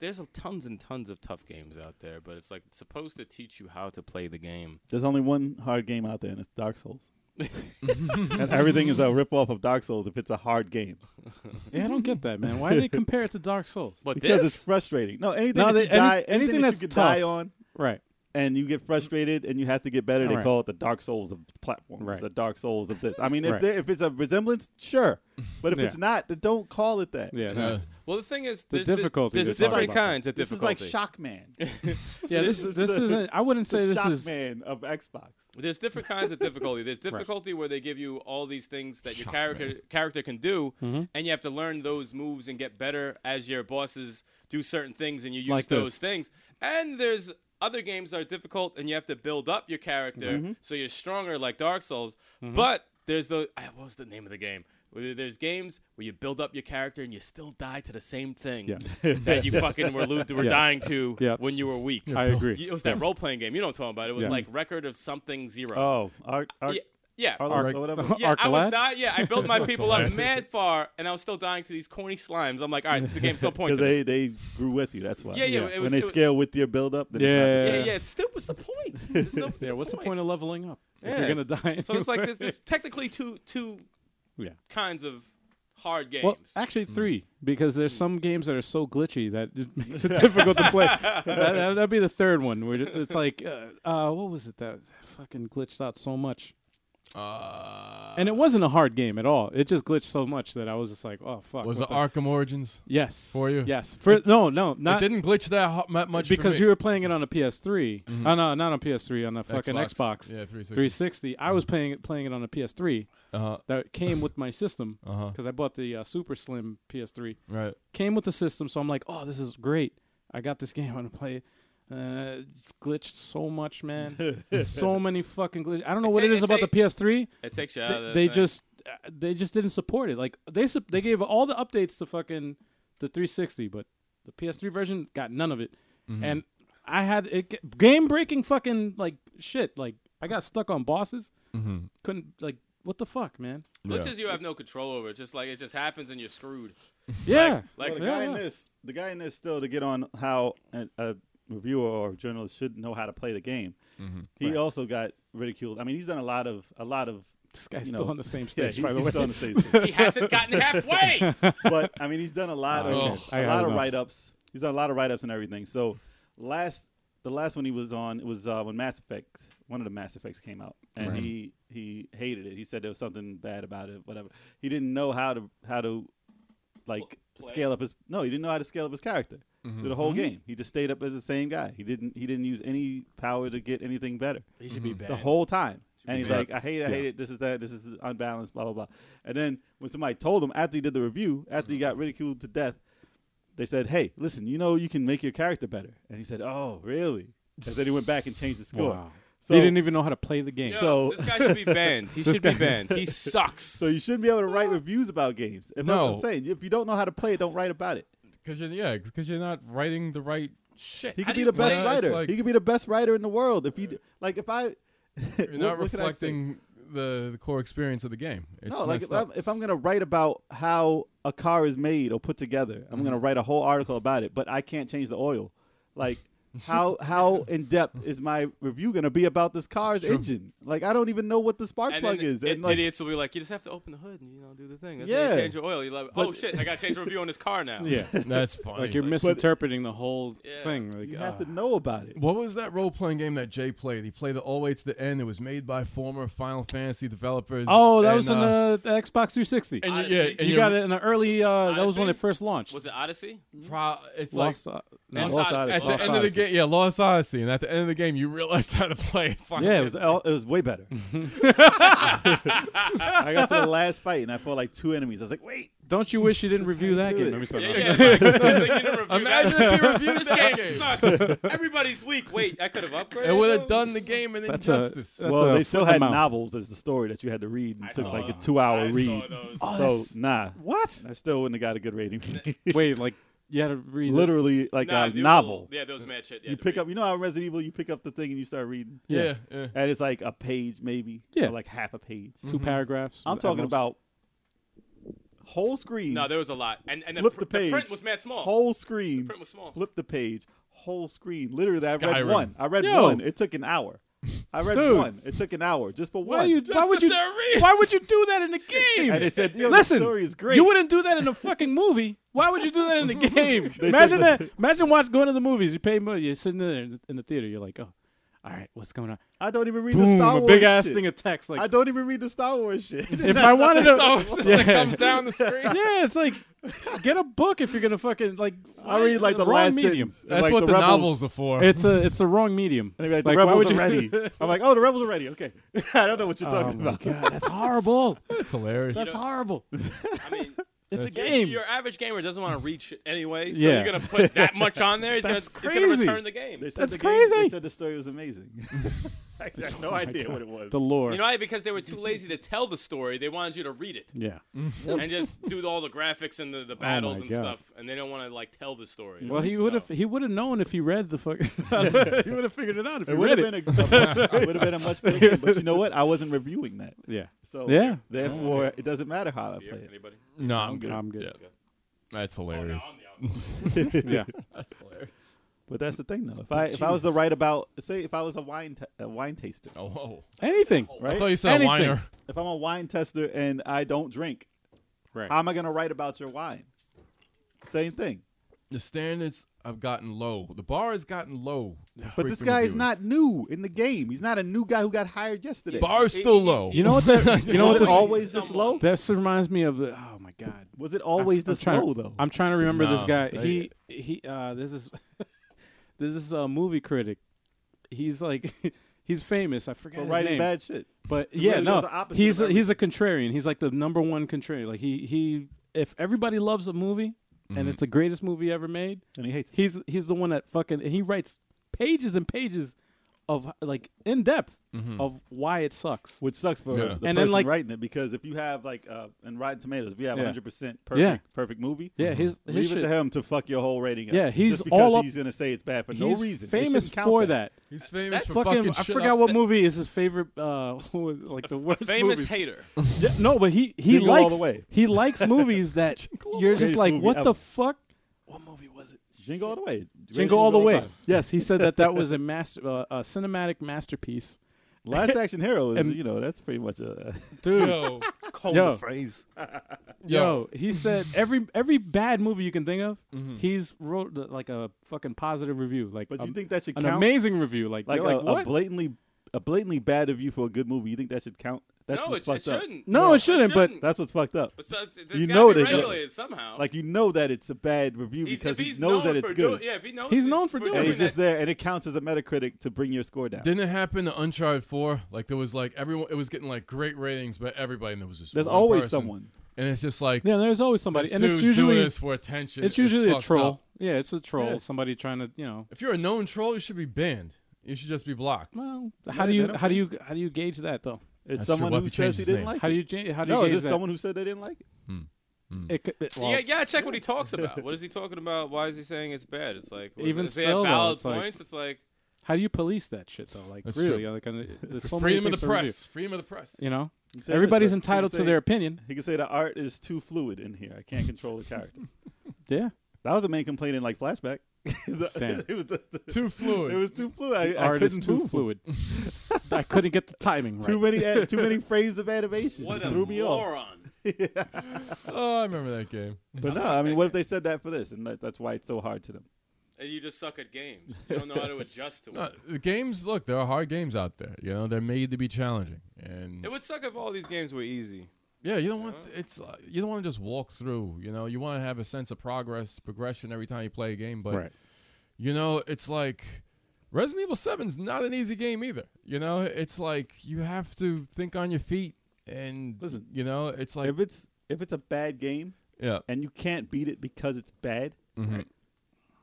[SPEAKER 3] there's tons and tons of tough games out there, but it's like it's supposed to teach you how to play the game.
[SPEAKER 2] There's only one hard game out there, and it's Dark Souls. and everything is a ripoff of Dark Souls if it's a hard game
[SPEAKER 4] Yeah, I don't get that, man. Why do they compare it to Dark Souls?
[SPEAKER 3] But
[SPEAKER 2] because it's
[SPEAKER 3] this,
[SPEAKER 2] frustrating. No, anything
[SPEAKER 4] No,
[SPEAKER 2] that
[SPEAKER 4] they-
[SPEAKER 2] you
[SPEAKER 4] any-
[SPEAKER 2] die,
[SPEAKER 4] anything
[SPEAKER 2] anything, that
[SPEAKER 4] that's
[SPEAKER 2] you could
[SPEAKER 4] tough.
[SPEAKER 2] die on,
[SPEAKER 4] right.
[SPEAKER 2] and you get frustrated, and you have to get better. They
[SPEAKER 4] Alright.
[SPEAKER 2] call it the Dark Souls of platforms,
[SPEAKER 4] Right.
[SPEAKER 2] the Dark Souls of this. I mean, if,
[SPEAKER 4] Right.
[SPEAKER 2] there, if it's a resemblance, sure, but if
[SPEAKER 4] Yeah.
[SPEAKER 2] it's not, then don't call it that.
[SPEAKER 4] Yeah.
[SPEAKER 2] <laughs>
[SPEAKER 1] Uh,
[SPEAKER 4] No.
[SPEAKER 3] well, the thing is,
[SPEAKER 4] The
[SPEAKER 3] there's di-
[SPEAKER 4] difficulty
[SPEAKER 3] There's
[SPEAKER 4] they're talking
[SPEAKER 3] different
[SPEAKER 4] about.
[SPEAKER 3] kinds of
[SPEAKER 2] This is like
[SPEAKER 3] difficulty. <laughs>
[SPEAKER 2] Shockman.
[SPEAKER 4] yeah. This is this
[SPEAKER 2] the-
[SPEAKER 4] isn't. I wouldn't say
[SPEAKER 2] the
[SPEAKER 4] this is.
[SPEAKER 2] Shockman of Xbox.
[SPEAKER 3] There's different kinds of
[SPEAKER 4] <laughs>
[SPEAKER 3] difficulty. There's difficulty where they give you all these things that your character character can do,
[SPEAKER 4] Mm-hmm.
[SPEAKER 3] and you have to learn those moves and get better as your bosses do certain things, and you use
[SPEAKER 4] Like this.
[SPEAKER 3] those things. And there's other games that are difficult, and you have to build up your character
[SPEAKER 4] Mm-hmm.
[SPEAKER 3] so you're stronger, like Dark Souls. But there's the ah, what was the name of the game? Where There's games where you build up your character and you still die to the same thing that you fucking were, lo- were
[SPEAKER 4] <laughs> Yes.
[SPEAKER 3] dying to
[SPEAKER 4] Yeah.
[SPEAKER 3] when you were weak.
[SPEAKER 4] I agree.
[SPEAKER 3] It was that role playing game. You know what I'm talking about. It was
[SPEAKER 4] Yeah.
[SPEAKER 3] like record of something zero.
[SPEAKER 2] Oh, Ar- Ar-
[SPEAKER 3] yeah. Yeah.
[SPEAKER 2] Arlos
[SPEAKER 4] Arc-
[SPEAKER 2] or
[SPEAKER 4] <laughs>
[SPEAKER 2] whatever.
[SPEAKER 4] Arc-
[SPEAKER 3] yeah, I was
[SPEAKER 4] Arcalad?
[SPEAKER 3] dying. Yeah, I built
[SPEAKER 4] <laughs>
[SPEAKER 3] my people up mad far, and I was still dying to these corny slimes. I'm like, all right, this the game's
[SPEAKER 4] <laughs>
[SPEAKER 3] still
[SPEAKER 2] Because
[SPEAKER 3] pointless.
[SPEAKER 2] they, they grew with you. That's why.
[SPEAKER 3] Yeah, yeah, it
[SPEAKER 2] when
[SPEAKER 3] was-
[SPEAKER 2] they
[SPEAKER 3] it was-
[SPEAKER 2] scale with your build up, then
[SPEAKER 4] Yeah.
[SPEAKER 2] it's not
[SPEAKER 3] yeah, yeah, it's stupid. What's the
[SPEAKER 4] <laughs>
[SPEAKER 3] point? There's no,
[SPEAKER 4] Yeah. What's the point of leveling up? If
[SPEAKER 3] Yeah.
[SPEAKER 4] you're gonna die.
[SPEAKER 3] So it's like
[SPEAKER 4] anyway?
[SPEAKER 3] there's, there's technically two two
[SPEAKER 4] <laughs> Yeah.
[SPEAKER 3] kinds of hard games.
[SPEAKER 4] Well, actually, three because there's some games that are so glitchy that
[SPEAKER 2] <laughs>
[SPEAKER 4] it <laughs> makes it difficult to play. That, that, would be the third one. Where it's like, uh, uh, what was it that fucking glitched out so much?
[SPEAKER 1] uh,
[SPEAKER 4] And it wasn't a hard game at all. It just glitched so much that I was just like, oh fuck.
[SPEAKER 1] was it
[SPEAKER 4] what the-
[SPEAKER 1] Arkham Origins?
[SPEAKER 4] Yes.
[SPEAKER 1] for you?
[SPEAKER 4] Yes. For no, no,
[SPEAKER 1] It
[SPEAKER 4] not
[SPEAKER 1] didn't glitch that ho- mu- much for
[SPEAKER 4] because
[SPEAKER 1] me. Mm-hmm.
[SPEAKER 4] you were playing it on a PS3. Oh no, not on PS3, on a fucking Xbox,
[SPEAKER 1] Yeah, Mm-hmm. 360.
[SPEAKER 4] 360. I was playing it playing it on a PS3
[SPEAKER 1] Uh-huh,
[SPEAKER 4] that came with my system
[SPEAKER 1] <laughs> uh-huh,
[SPEAKER 4] because I bought the uh, Super Slim PS3.
[SPEAKER 1] right.
[SPEAKER 4] Came with the system, so I'm like, oh, this is great. I got this game. I'm gonna play it. Uh, glitched so much,
[SPEAKER 1] <laughs>
[SPEAKER 4] man. so many fucking glitches. I don't know
[SPEAKER 3] It's
[SPEAKER 4] what
[SPEAKER 3] a-
[SPEAKER 4] it is
[SPEAKER 3] it's
[SPEAKER 4] about
[SPEAKER 3] a-
[SPEAKER 4] the PS3.
[SPEAKER 3] it takes you
[SPEAKER 4] Th-
[SPEAKER 3] out of the
[SPEAKER 4] they
[SPEAKER 3] thing.
[SPEAKER 4] just uh, they just didn't support it. Like they sup- they gave all the updates to fucking the 360, but the PS3 version got none of it. And I had it game breaking fucking like shit. Like I got stuck on bosses, couldn't like what the fuck, man?
[SPEAKER 3] Glitches you have no control over. It's just like it just happens and you're
[SPEAKER 4] <laughs>
[SPEAKER 3] screwed.
[SPEAKER 4] Yeah,
[SPEAKER 3] Like
[SPEAKER 2] Well, the
[SPEAKER 4] yeah,
[SPEAKER 2] guy in
[SPEAKER 4] yeah.
[SPEAKER 2] this, the guy in this, still to get on how a, a reviewer or journalist should know how to play the game.
[SPEAKER 4] Mm-hmm.
[SPEAKER 2] He also got ridiculed. I mean, he's done a lot of a lot of.
[SPEAKER 4] this
[SPEAKER 2] you
[SPEAKER 4] guy's still
[SPEAKER 2] know,
[SPEAKER 4] on the same
[SPEAKER 2] Yeah,
[SPEAKER 4] stage.
[SPEAKER 2] he's,
[SPEAKER 4] by the
[SPEAKER 2] he's
[SPEAKER 4] way.
[SPEAKER 2] still on
[SPEAKER 4] <laughs>
[SPEAKER 2] the same stage.
[SPEAKER 3] He hasn't gotten halfway.
[SPEAKER 2] but I mean, he's done a lot of
[SPEAKER 1] Okay.
[SPEAKER 4] I
[SPEAKER 2] a
[SPEAKER 4] got
[SPEAKER 2] lot of
[SPEAKER 4] enough.
[SPEAKER 2] write ups. He's done a lot of write ups and everything. So last the last one he was on it was uh, when Mass Effect one of the Mass Effects came out, and
[SPEAKER 1] Right.
[SPEAKER 2] he he hated it. He said there was something bad about it, whatever. He didn't know how to how to like
[SPEAKER 3] Play.
[SPEAKER 2] scale up his no. He didn't know how to scale up his character
[SPEAKER 4] Mm-hmm.
[SPEAKER 2] through the whole game. He just stayed up as the same guy. He didn't he didn't use any power to get anything better
[SPEAKER 3] He should be bad.
[SPEAKER 2] the whole time. And
[SPEAKER 3] be
[SPEAKER 2] he's
[SPEAKER 3] bad.
[SPEAKER 2] like, I hate it, I hate it. This is that. This is unbalanced. Blah blah blah. And then when somebody told him after he did the review, after he got ridiculed to death, they said, Hey, listen, you know you can make your character better. And he said, Oh, really? And then he went back and changed the score.
[SPEAKER 4] Wow.
[SPEAKER 2] So
[SPEAKER 4] he didn't e- even know how to play the game.
[SPEAKER 3] Yo,
[SPEAKER 2] so-
[SPEAKER 3] this guy should be banned.
[SPEAKER 4] <laughs>
[SPEAKER 3] He should be banned. He sucks.
[SPEAKER 2] so you shouldn't be able to write reviews about games. If
[SPEAKER 1] No.
[SPEAKER 2] I'm saying if you don't know how to play it, don't write about it.
[SPEAKER 1] Because you're yeah, because you're not writing the right shit.
[SPEAKER 2] He
[SPEAKER 3] How
[SPEAKER 2] could be
[SPEAKER 3] do you
[SPEAKER 2] the best
[SPEAKER 1] play-
[SPEAKER 2] writer.
[SPEAKER 1] It's like-
[SPEAKER 2] he could be the best writer in the world. If you d- like, if I
[SPEAKER 1] You're not
[SPEAKER 2] <laughs> what- what can I say?
[SPEAKER 1] reflecting the, the core experience of the game. It's
[SPEAKER 2] No, like
[SPEAKER 1] messed
[SPEAKER 2] if
[SPEAKER 1] up.
[SPEAKER 2] I'm, if I'm gonna write about how a car is made or put together, I'm
[SPEAKER 3] Mm-hmm.
[SPEAKER 2] gonna write a whole article about it. But I can't change the oil. Like
[SPEAKER 3] <laughs>
[SPEAKER 2] how how in depth is my review gonna be about this car's
[SPEAKER 1] Sure.
[SPEAKER 2] engine? Like I don't even know what the spark
[SPEAKER 3] and
[SPEAKER 2] plug
[SPEAKER 3] then
[SPEAKER 2] is.
[SPEAKER 3] i-
[SPEAKER 2] And like
[SPEAKER 3] idiots will be like, you just have to open the hood and you know do the thing. That's how
[SPEAKER 2] Yeah.
[SPEAKER 3] you change your oil. You love. oh
[SPEAKER 2] But-
[SPEAKER 3] shit! I got to change the review on this car
[SPEAKER 2] <laughs>
[SPEAKER 3] now.
[SPEAKER 4] Yeah,
[SPEAKER 1] That's funny.
[SPEAKER 4] like you're misinterpreting the whole
[SPEAKER 3] Yeah.
[SPEAKER 4] thing. Like,
[SPEAKER 2] you have
[SPEAKER 4] uh,
[SPEAKER 2] to know about
[SPEAKER 3] <laughs>
[SPEAKER 2] it.
[SPEAKER 1] What was that role playing game that Jay played? He played it all the way to the end. It was made by former Final Fantasy developers.
[SPEAKER 4] Oh, that was in
[SPEAKER 1] and, uh,
[SPEAKER 4] the, the Xbox 360.
[SPEAKER 1] and you-
[SPEAKER 3] Odyssey.
[SPEAKER 1] yeah,
[SPEAKER 3] You
[SPEAKER 1] and
[SPEAKER 4] you
[SPEAKER 1] you-
[SPEAKER 4] got it in the early. Uh, that was when
[SPEAKER 3] Odyssey?
[SPEAKER 4] it first launched.
[SPEAKER 3] Was it Odyssey?
[SPEAKER 1] pro- it's like
[SPEAKER 4] Lost, uh, no,
[SPEAKER 3] Lost
[SPEAKER 4] Lost
[SPEAKER 3] Odyssey.
[SPEAKER 1] at
[SPEAKER 4] Odyssey.
[SPEAKER 1] the
[SPEAKER 3] Lost
[SPEAKER 1] end of the game, yeah, Lost Odyssey, and at the end of the game, you <laughs> realized how to play. it finally.
[SPEAKER 2] Yeah, it was all- it was way
[SPEAKER 3] <laughs>
[SPEAKER 2] better. <laughs> I got to the last fight and I fought like two enemies. I was like, wait,
[SPEAKER 4] Don't you wish you didn't review that
[SPEAKER 2] do
[SPEAKER 4] game?
[SPEAKER 2] it.
[SPEAKER 4] Let me start
[SPEAKER 3] Yeah,
[SPEAKER 2] <laughs>
[SPEAKER 4] that.
[SPEAKER 3] yeah. Like, like, you know, review
[SPEAKER 1] <laughs> Imagine
[SPEAKER 3] that.
[SPEAKER 1] if you reviewed
[SPEAKER 3] this
[SPEAKER 1] that
[SPEAKER 3] game
[SPEAKER 1] game.
[SPEAKER 3] sucks. Everybody's weak. Wait, I could have upgraded.
[SPEAKER 1] It would
[SPEAKER 3] though?
[SPEAKER 1] have done the game an
[SPEAKER 4] That's a-
[SPEAKER 1] injustice.
[SPEAKER 4] that's-
[SPEAKER 2] well,
[SPEAKER 4] a
[SPEAKER 2] they still
[SPEAKER 4] foot in the
[SPEAKER 2] had
[SPEAKER 4] mouth.
[SPEAKER 2] novels as the story that you had to read. and It took
[SPEAKER 3] saw
[SPEAKER 2] like a
[SPEAKER 3] those.
[SPEAKER 2] two-hour
[SPEAKER 3] I saw
[SPEAKER 2] read. Oh,
[SPEAKER 3] those.
[SPEAKER 4] Oh,
[SPEAKER 2] so nah,
[SPEAKER 4] <laughs> What?
[SPEAKER 2] I still wouldn't have got a good rating.
[SPEAKER 4] Wait, like you had to read.
[SPEAKER 2] literally like
[SPEAKER 3] Nah,
[SPEAKER 2] a
[SPEAKER 3] the old-
[SPEAKER 2] novel.
[SPEAKER 3] Yeah, those mad shit.
[SPEAKER 2] you pick up, you know how in Resident Evil, you pick up the thing and you start reading,
[SPEAKER 1] yeah, yeah.
[SPEAKER 4] <laughs> yeah.
[SPEAKER 2] and it's like a page maybe,
[SPEAKER 4] Yeah.
[SPEAKER 2] or like half a page.
[SPEAKER 4] 2
[SPEAKER 1] Mm-hmm.
[SPEAKER 4] paragraphs.
[SPEAKER 2] I'm
[SPEAKER 4] at
[SPEAKER 2] talking
[SPEAKER 4] most.
[SPEAKER 2] about whole screen,
[SPEAKER 3] No, there was a lot, and and the,
[SPEAKER 2] Flip
[SPEAKER 3] pr-
[SPEAKER 2] the
[SPEAKER 3] print
[SPEAKER 2] page.
[SPEAKER 3] was mad small.
[SPEAKER 2] whole screen.
[SPEAKER 3] print was small.
[SPEAKER 2] Flip the page, whole screen. Literally, I read
[SPEAKER 1] Skyrim.
[SPEAKER 2] one. I read
[SPEAKER 4] Yo.
[SPEAKER 2] one. It took an hour. I read
[SPEAKER 4] Dude.
[SPEAKER 2] one. It took an hour just for
[SPEAKER 4] Why
[SPEAKER 2] one.
[SPEAKER 4] you? Why
[SPEAKER 1] Just
[SPEAKER 4] would
[SPEAKER 1] sit
[SPEAKER 4] you?
[SPEAKER 1] there and read.
[SPEAKER 4] Why would you do
[SPEAKER 1] <laughs>
[SPEAKER 4] that in a game?
[SPEAKER 2] and they said, Yo,
[SPEAKER 4] Listen,
[SPEAKER 2] the story is great.
[SPEAKER 4] you wouldn't do that in a fucking movie. Why would you do that in
[SPEAKER 2] <laughs>
[SPEAKER 4] a game? imagine
[SPEAKER 2] said
[SPEAKER 4] that. Imagine watch going to the movies. You pay money. You're sitting there in the, in the theater. You're like, oh, all right, what's going on?
[SPEAKER 2] I don't even read the
[SPEAKER 4] Boom,
[SPEAKER 2] Star
[SPEAKER 4] a
[SPEAKER 2] Wars
[SPEAKER 4] big ass
[SPEAKER 2] shit.
[SPEAKER 4] thing of text. Like,
[SPEAKER 2] I don't even read the Star Wars shit. <laughs>
[SPEAKER 4] if I wanted to,
[SPEAKER 1] So
[SPEAKER 4] <laughs>
[SPEAKER 1] it's just
[SPEAKER 4] yeah.
[SPEAKER 1] like comes down the screen.
[SPEAKER 4] <laughs> yeah, it's like get a book if you're gonna fucking like.
[SPEAKER 2] I read like the
[SPEAKER 4] wrong
[SPEAKER 2] last
[SPEAKER 4] medium.
[SPEAKER 2] sentence.
[SPEAKER 1] That's
[SPEAKER 2] Like,
[SPEAKER 1] what the,
[SPEAKER 2] Rebels-
[SPEAKER 1] novels are for.
[SPEAKER 4] It's a it's a wrong medium.
[SPEAKER 2] And they'd be
[SPEAKER 4] Like,
[SPEAKER 2] like,
[SPEAKER 4] why
[SPEAKER 2] the
[SPEAKER 4] would
[SPEAKER 2] rebels
[SPEAKER 4] you-
[SPEAKER 2] are ready. I'm like, oh, the rebels are ready. Okay, <laughs> I don't know what you're
[SPEAKER 4] <laughs> Oh
[SPEAKER 2] talking <laughs>
[SPEAKER 4] my
[SPEAKER 2] about.
[SPEAKER 4] god, that's horrible.
[SPEAKER 1] It's hilarious.
[SPEAKER 4] That's horrible.
[SPEAKER 3] I
[SPEAKER 2] <laughs>
[SPEAKER 3] mean,
[SPEAKER 4] It's
[SPEAKER 3] your-
[SPEAKER 4] a game.
[SPEAKER 3] Your average gamer doesn't want to read shit anyway, so
[SPEAKER 4] Yeah.
[SPEAKER 3] you're gonna put that much on
[SPEAKER 2] <laughs>
[SPEAKER 3] there. He's gonna
[SPEAKER 4] That's
[SPEAKER 3] he's gonna
[SPEAKER 4] crazy.
[SPEAKER 3] return the game.
[SPEAKER 2] They said
[SPEAKER 4] That's
[SPEAKER 2] the game-
[SPEAKER 4] crazy. Oh
[SPEAKER 2] they said the story was amazing. <laughs> I
[SPEAKER 4] <laughs>
[SPEAKER 2] had no
[SPEAKER 4] my
[SPEAKER 2] idea
[SPEAKER 4] God.
[SPEAKER 2] what it was.
[SPEAKER 4] The lore.
[SPEAKER 3] You know why? Because they were too lazy to tell the story. They wanted you to read it
[SPEAKER 4] yeah.
[SPEAKER 1] Mm-hmm.
[SPEAKER 3] and just do all the graphics and the, the
[SPEAKER 2] Oh
[SPEAKER 3] battles and
[SPEAKER 4] God.
[SPEAKER 3] stuff, and they don't want to like tell the story. oh,
[SPEAKER 4] Well, he would have he would have known if he read the fuck. <laughs> he would have figured it out if
[SPEAKER 2] it
[SPEAKER 4] he
[SPEAKER 2] would have
[SPEAKER 4] read it.
[SPEAKER 2] been a, a much, it would have been a much bigger game, but you know what? I wasn't reviewing that,
[SPEAKER 4] yeah.
[SPEAKER 2] so
[SPEAKER 4] <laughs> Yeah.
[SPEAKER 2] Therefore, it doesn't matter how I
[SPEAKER 3] Here,
[SPEAKER 2] play it.
[SPEAKER 3] anybody?
[SPEAKER 1] no, I'm good.
[SPEAKER 4] I'm good.
[SPEAKER 1] Yeah. That's hilarious.
[SPEAKER 3] Oh, no, I'm the
[SPEAKER 4] Yeah.
[SPEAKER 1] That's hilarious.
[SPEAKER 2] But that's the thing, though. If I if I was to write about, say, if I was a wine t- a wine taster,
[SPEAKER 1] Oh, whoa.
[SPEAKER 4] Anything.
[SPEAKER 1] I
[SPEAKER 2] right?
[SPEAKER 1] thought you said
[SPEAKER 4] Anything.
[SPEAKER 1] a whiner.
[SPEAKER 2] if I'm a wine tester and I don't drink,
[SPEAKER 4] Right.
[SPEAKER 2] how am I going to write about your wine? Same thing.
[SPEAKER 1] The standards have gotten low. The bar has gotten low.
[SPEAKER 2] But this guy is not new in the game. He's not a new guy who got hired yesterday.
[SPEAKER 1] Bar is still low.
[SPEAKER 4] You know what
[SPEAKER 2] <laughs>
[SPEAKER 4] that you know
[SPEAKER 2] was
[SPEAKER 4] what
[SPEAKER 2] it
[SPEAKER 4] this
[SPEAKER 2] always this
[SPEAKER 3] Someone.
[SPEAKER 2] low?
[SPEAKER 4] this reminds me of the oh my god.
[SPEAKER 2] Was it always this
[SPEAKER 4] trying,
[SPEAKER 2] low though?
[SPEAKER 4] I'm trying to remember this
[SPEAKER 1] No,
[SPEAKER 4] guy.
[SPEAKER 1] they-
[SPEAKER 4] He he uh this is <laughs> this is a movie critic. He's like <laughs> he's famous. I forget
[SPEAKER 2] for
[SPEAKER 4] his
[SPEAKER 2] writing
[SPEAKER 4] name.
[SPEAKER 2] bad shit. <laughs>
[SPEAKER 4] But yeah,
[SPEAKER 2] really
[SPEAKER 4] no,
[SPEAKER 2] does the opposite
[SPEAKER 4] he's
[SPEAKER 2] of
[SPEAKER 4] a, he's a contrarian. He's like the number one contrarian. Like he he if everybody loves a movie and it's the greatest movie ever made,
[SPEAKER 2] And he hates it.
[SPEAKER 4] he's he's the one that fucking he writes pages and pages of like in depth of why it sucks.
[SPEAKER 2] which sucks
[SPEAKER 1] Yeah.
[SPEAKER 2] for the
[SPEAKER 1] And
[SPEAKER 2] person
[SPEAKER 4] then, like-
[SPEAKER 2] writing it because if you have like uh, in Rotten Tomatoes, if you have
[SPEAKER 4] Yeah.
[SPEAKER 2] 100 percent perfect
[SPEAKER 4] Yeah.
[SPEAKER 2] perfect movie,
[SPEAKER 4] Yeah, his his
[SPEAKER 2] leave
[SPEAKER 4] shit,
[SPEAKER 2] it to him to fuck your whole rating up.
[SPEAKER 4] Yeah, he's
[SPEAKER 2] just because
[SPEAKER 4] all up-
[SPEAKER 2] he's gonna say it's bad for no
[SPEAKER 4] he's
[SPEAKER 2] reason. They
[SPEAKER 4] famous
[SPEAKER 2] shouldn't count
[SPEAKER 4] for
[SPEAKER 2] that.
[SPEAKER 4] that.
[SPEAKER 1] He's famous
[SPEAKER 3] That's
[SPEAKER 1] for
[SPEAKER 4] Fucking,
[SPEAKER 1] fucking
[SPEAKER 4] I
[SPEAKER 1] shit
[SPEAKER 4] forgot
[SPEAKER 1] up.
[SPEAKER 4] what movie is his favorite. Uh, <laughs> like the worst
[SPEAKER 3] a famous
[SPEAKER 4] movie. <laughs>
[SPEAKER 3] hater.
[SPEAKER 4] Yeah, no, but he he
[SPEAKER 2] Jingle All
[SPEAKER 4] likes
[SPEAKER 2] the Way.
[SPEAKER 4] he likes movies that you're just
[SPEAKER 2] Greatest
[SPEAKER 4] like,
[SPEAKER 2] movie
[SPEAKER 4] what
[SPEAKER 2] ever.
[SPEAKER 4] the fuck? What movie was it?
[SPEAKER 2] Jingle all the way.
[SPEAKER 4] Jingle All the Way.
[SPEAKER 2] Time.
[SPEAKER 4] <laughs> Yes, he said that
[SPEAKER 2] <laughs>
[SPEAKER 4] that was a master uh, a cinematic masterpiece. <laughs>
[SPEAKER 2] Last Action Hero is
[SPEAKER 4] And-
[SPEAKER 2] you know that's pretty much a. <laughs>
[SPEAKER 4] Dude, yo, <laughs>
[SPEAKER 1] Yo,
[SPEAKER 3] Cold
[SPEAKER 4] Yo.
[SPEAKER 3] phrase.
[SPEAKER 4] he said every every bad movie you can think of, he's wrote uh, like a fucking positive review, like
[SPEAKER 2] But
[SPEAKER 4] a-
[SPEAKER 2] you think that should
[SPEAKER 4] Um, an
[SPEAKER 2] count?
[SPEAKER 4] amazing review, like
[SPEAKER 2] like,
[SPEAKER 4] you're
[SPEAKER 2] a,
[SPEAKER 4] like what?
[SPEAKER 2] a blatantly a blatantly bad review for a good movie. You think that should count? That's
[SPEAKER 3] no,
[SPEAKER 2] what's
[SPEAKER 3] it, it
[SPEAKER 2] fucked up.
[SPEAKER 3] shouldn't.
[SPEAKER 4] No, it shouldn't, but-
[SPEAKER 2] That's what's fucked up.
[SPEAKER 3] But so it's, it's
[SPEAKER 2] You
[SPEAKER 3] gotta
[SPEAKER 2] know
[SPEAKER 3] be
[SPEAKER 2] they don't.
[SPEAKER 3] regulated somehow.
[SPEAKER 2] Like you know that it's a bad review
[SPEAKER 3] He's-
[SPEAKER 2] because
[SPEAKER 3] if
[SPEAKER 2] he
[SPEAKER 3] he's
[SPEAKER 2] knows
[SPEAKER 3] known
[SPEAKER 2] that it's
[SPEAKER 3] for doing-
[SPEAKER 2] good,
[SPEAKER 3] yeah, if he knows
[SPEAKER 4] He's known for doing
[SPEAKER 2] and he's
[SPEAKER 4] it.
[SPEAKER 2] just there, and it counts as a Metacritic to bring your score down.
[SPEAKER 1] Didn't it happen to Uncharted Four? Like there was like everyone, it was getting like great ratings, but everybody, and there was this.
[SPEAKER 2] There's
[SPEAKER 1] one
[SPEAKER 2] always
[SPEAKER 1] person.
[SPEAKER 2] someone.
[SPEAKER 1] and it's just like
[SPEAKER 4] yeah, there's always somebody,
[SPEAKER 1] this
[SPEAKER 4] and
[SPEAKER 1] dude's
[SPEAKER 4] it's usually
[SPEAKER 1] doing this for attention.
[SPEAKER 4] it's usually a
[SPEAKER 1] fucked
[SPEAKER 4] troll.
[SPEAKER 1] up.
[SPEAKER 4] Yeah, it's a troll.
[SPEAKER 2] Yeah.
[SPEAKER 4] Somebody trying to you know.
[SPEAKER 1] If you're a known troll, you should be banned. You should just be blocked.
[SPEAKER 4] Well,
[SPEAKER 2] Yeah,
[SPEAKER 4] how do
[SPEAKER 2] they
[SPEAKER 4] you
[SPEAKER 2] don't
[SPEAKER 4] how do you how do you gauge that though?
[SPEAKER 1] That's
[SPEAKER 2] It's
[SPEAKER 1] true.
[SPEAKER 2] someone
[SPEAKER 1] What if
[SPEAKER 2] who
[SPEAKER 1] he
[SPEAKER 2] says
[SPEAKER 1] changed
[SPEAKER 2] he
[SPEAKER 1] his
[SPEAKER 2] didn't
[SPEAKER 1] name?
[SPEAKER 2] like
[SPEAKER 4] How
[SPEAKER 2] it.
[SPEAKER 4] do you ja- how do you
[SPEAKER 2] no,
[SPEAKER 4] gauge
[SPEAKER 2] it's just
[SPEAKER 4] that?
[SPEAKER 2] someone who said they didn't like it.
[SPEAKER 4] It could- it- well,
[SPEAKER 3] yeah, yeah. Check
[SPEAKER 4] <laughs>
[SPEAKER 3] what he talks about. What is he talking about? Why is he saying it's bad? It's like what is
[SPEAKER 4] Even
[SPEAKER 3] it? Does he
[SPEAKER 4] still,
[SPEAKER 3] have
[SPEAKER 4] though,
[SPEAKER 3] valid
[SPEAKER 4] it's like-
[SPEAKER 3] points. it's like
[SPEAKER 4] How do you police that shit though? Like
[SPEAKER 1] That's
[SPEAKER 4] really,
[SPEAKER 1] true.
[SPEAKER 2] <laughs>
[SPEAKER 4] like uh, there's so many
[SPEAKER 1] Freedom of
[SPEAKER 4] things
[SPEAKER 1] the
[SPEAKER 4] to review,
[SPEAKER 1] press. Freedom of the press.
[SPEAKER 4] You know,
[SPEAKER 2] He said this,
[SPEAKER 4] everybody's
[SPEAKER 2] though. He can
[SPEAKER 4] entitled to
[SPEAKER 2] say-
[SPEAKER 4] their opinion.
[SPEAKER 2] He can say the art is too fluid in here. I can't control the
[SPEAKER 4] <laughs>
[SPEAKER 2] character.
[SPEAKER 4] Yeah,
[SPEAKER 2] That was the main complaint in like flashback. <laughs> The-
[SPEAKER 4] Damn.
[SPEAKER 2] it was the- the-
[SPEAKER 1] Too fluid.
[SPEAKER 2] it was too fluid. I, I
[SPEAKER 4] art is
[SPEAKER 2] couldn't
[SPEAKER 4] too
[SPEAKER 2] move. <laughs>
[SPEAKER 4] fluid. <laughs> I couldn't get the timing right.
[SPEAKER 2] Too many ad- too
[SPEAKER 4] <laughs>
[SPEAKER 2] many frames of animation.
[SPEAKER 3] what
[SPEAKER 2] It
[SPEAKER 3] a
[SPEAKER 2] threw me off.
[SPEAKER 3] moron.
[SPEAKER 1] <laughs> oh, I remember that game.
[SPEAKER 2] But no, I mean, what if they said that for this? And that, that's why it's so hard to them.
[SPEAKER 3] And you just suck at games. You don't know how to
[SPEAKER 1] <laughs>
[SPEAKER 3] adjust to it.
[SPEAKER 1] Uh, the games, look, there are hard games out there. You know, they're made to be challenging, and
[SPEAKER 3] It would suck if all these games were easy.
[SPEAKER 1] yeah, you don't want it's uh, you don't want to just walk through. You know, you want to have a sense of progress, progression every time you play a game. But
[SPEAKER 4] Right.
[SPEAKER 1] you know, it's like Resident Evil Seven's not an easy game either. You know, it's like you have to think on your feet, and
[SPEAKER 2] Listen,
[SPEAKER 1] you know, it's like
[SPEAKER 2] If it's if it's a bad game
[SPEAKER 1] yeah,
[SPEAKER 2] and you can't beat it because it's bad,
[SPEAKER 1] Mhm.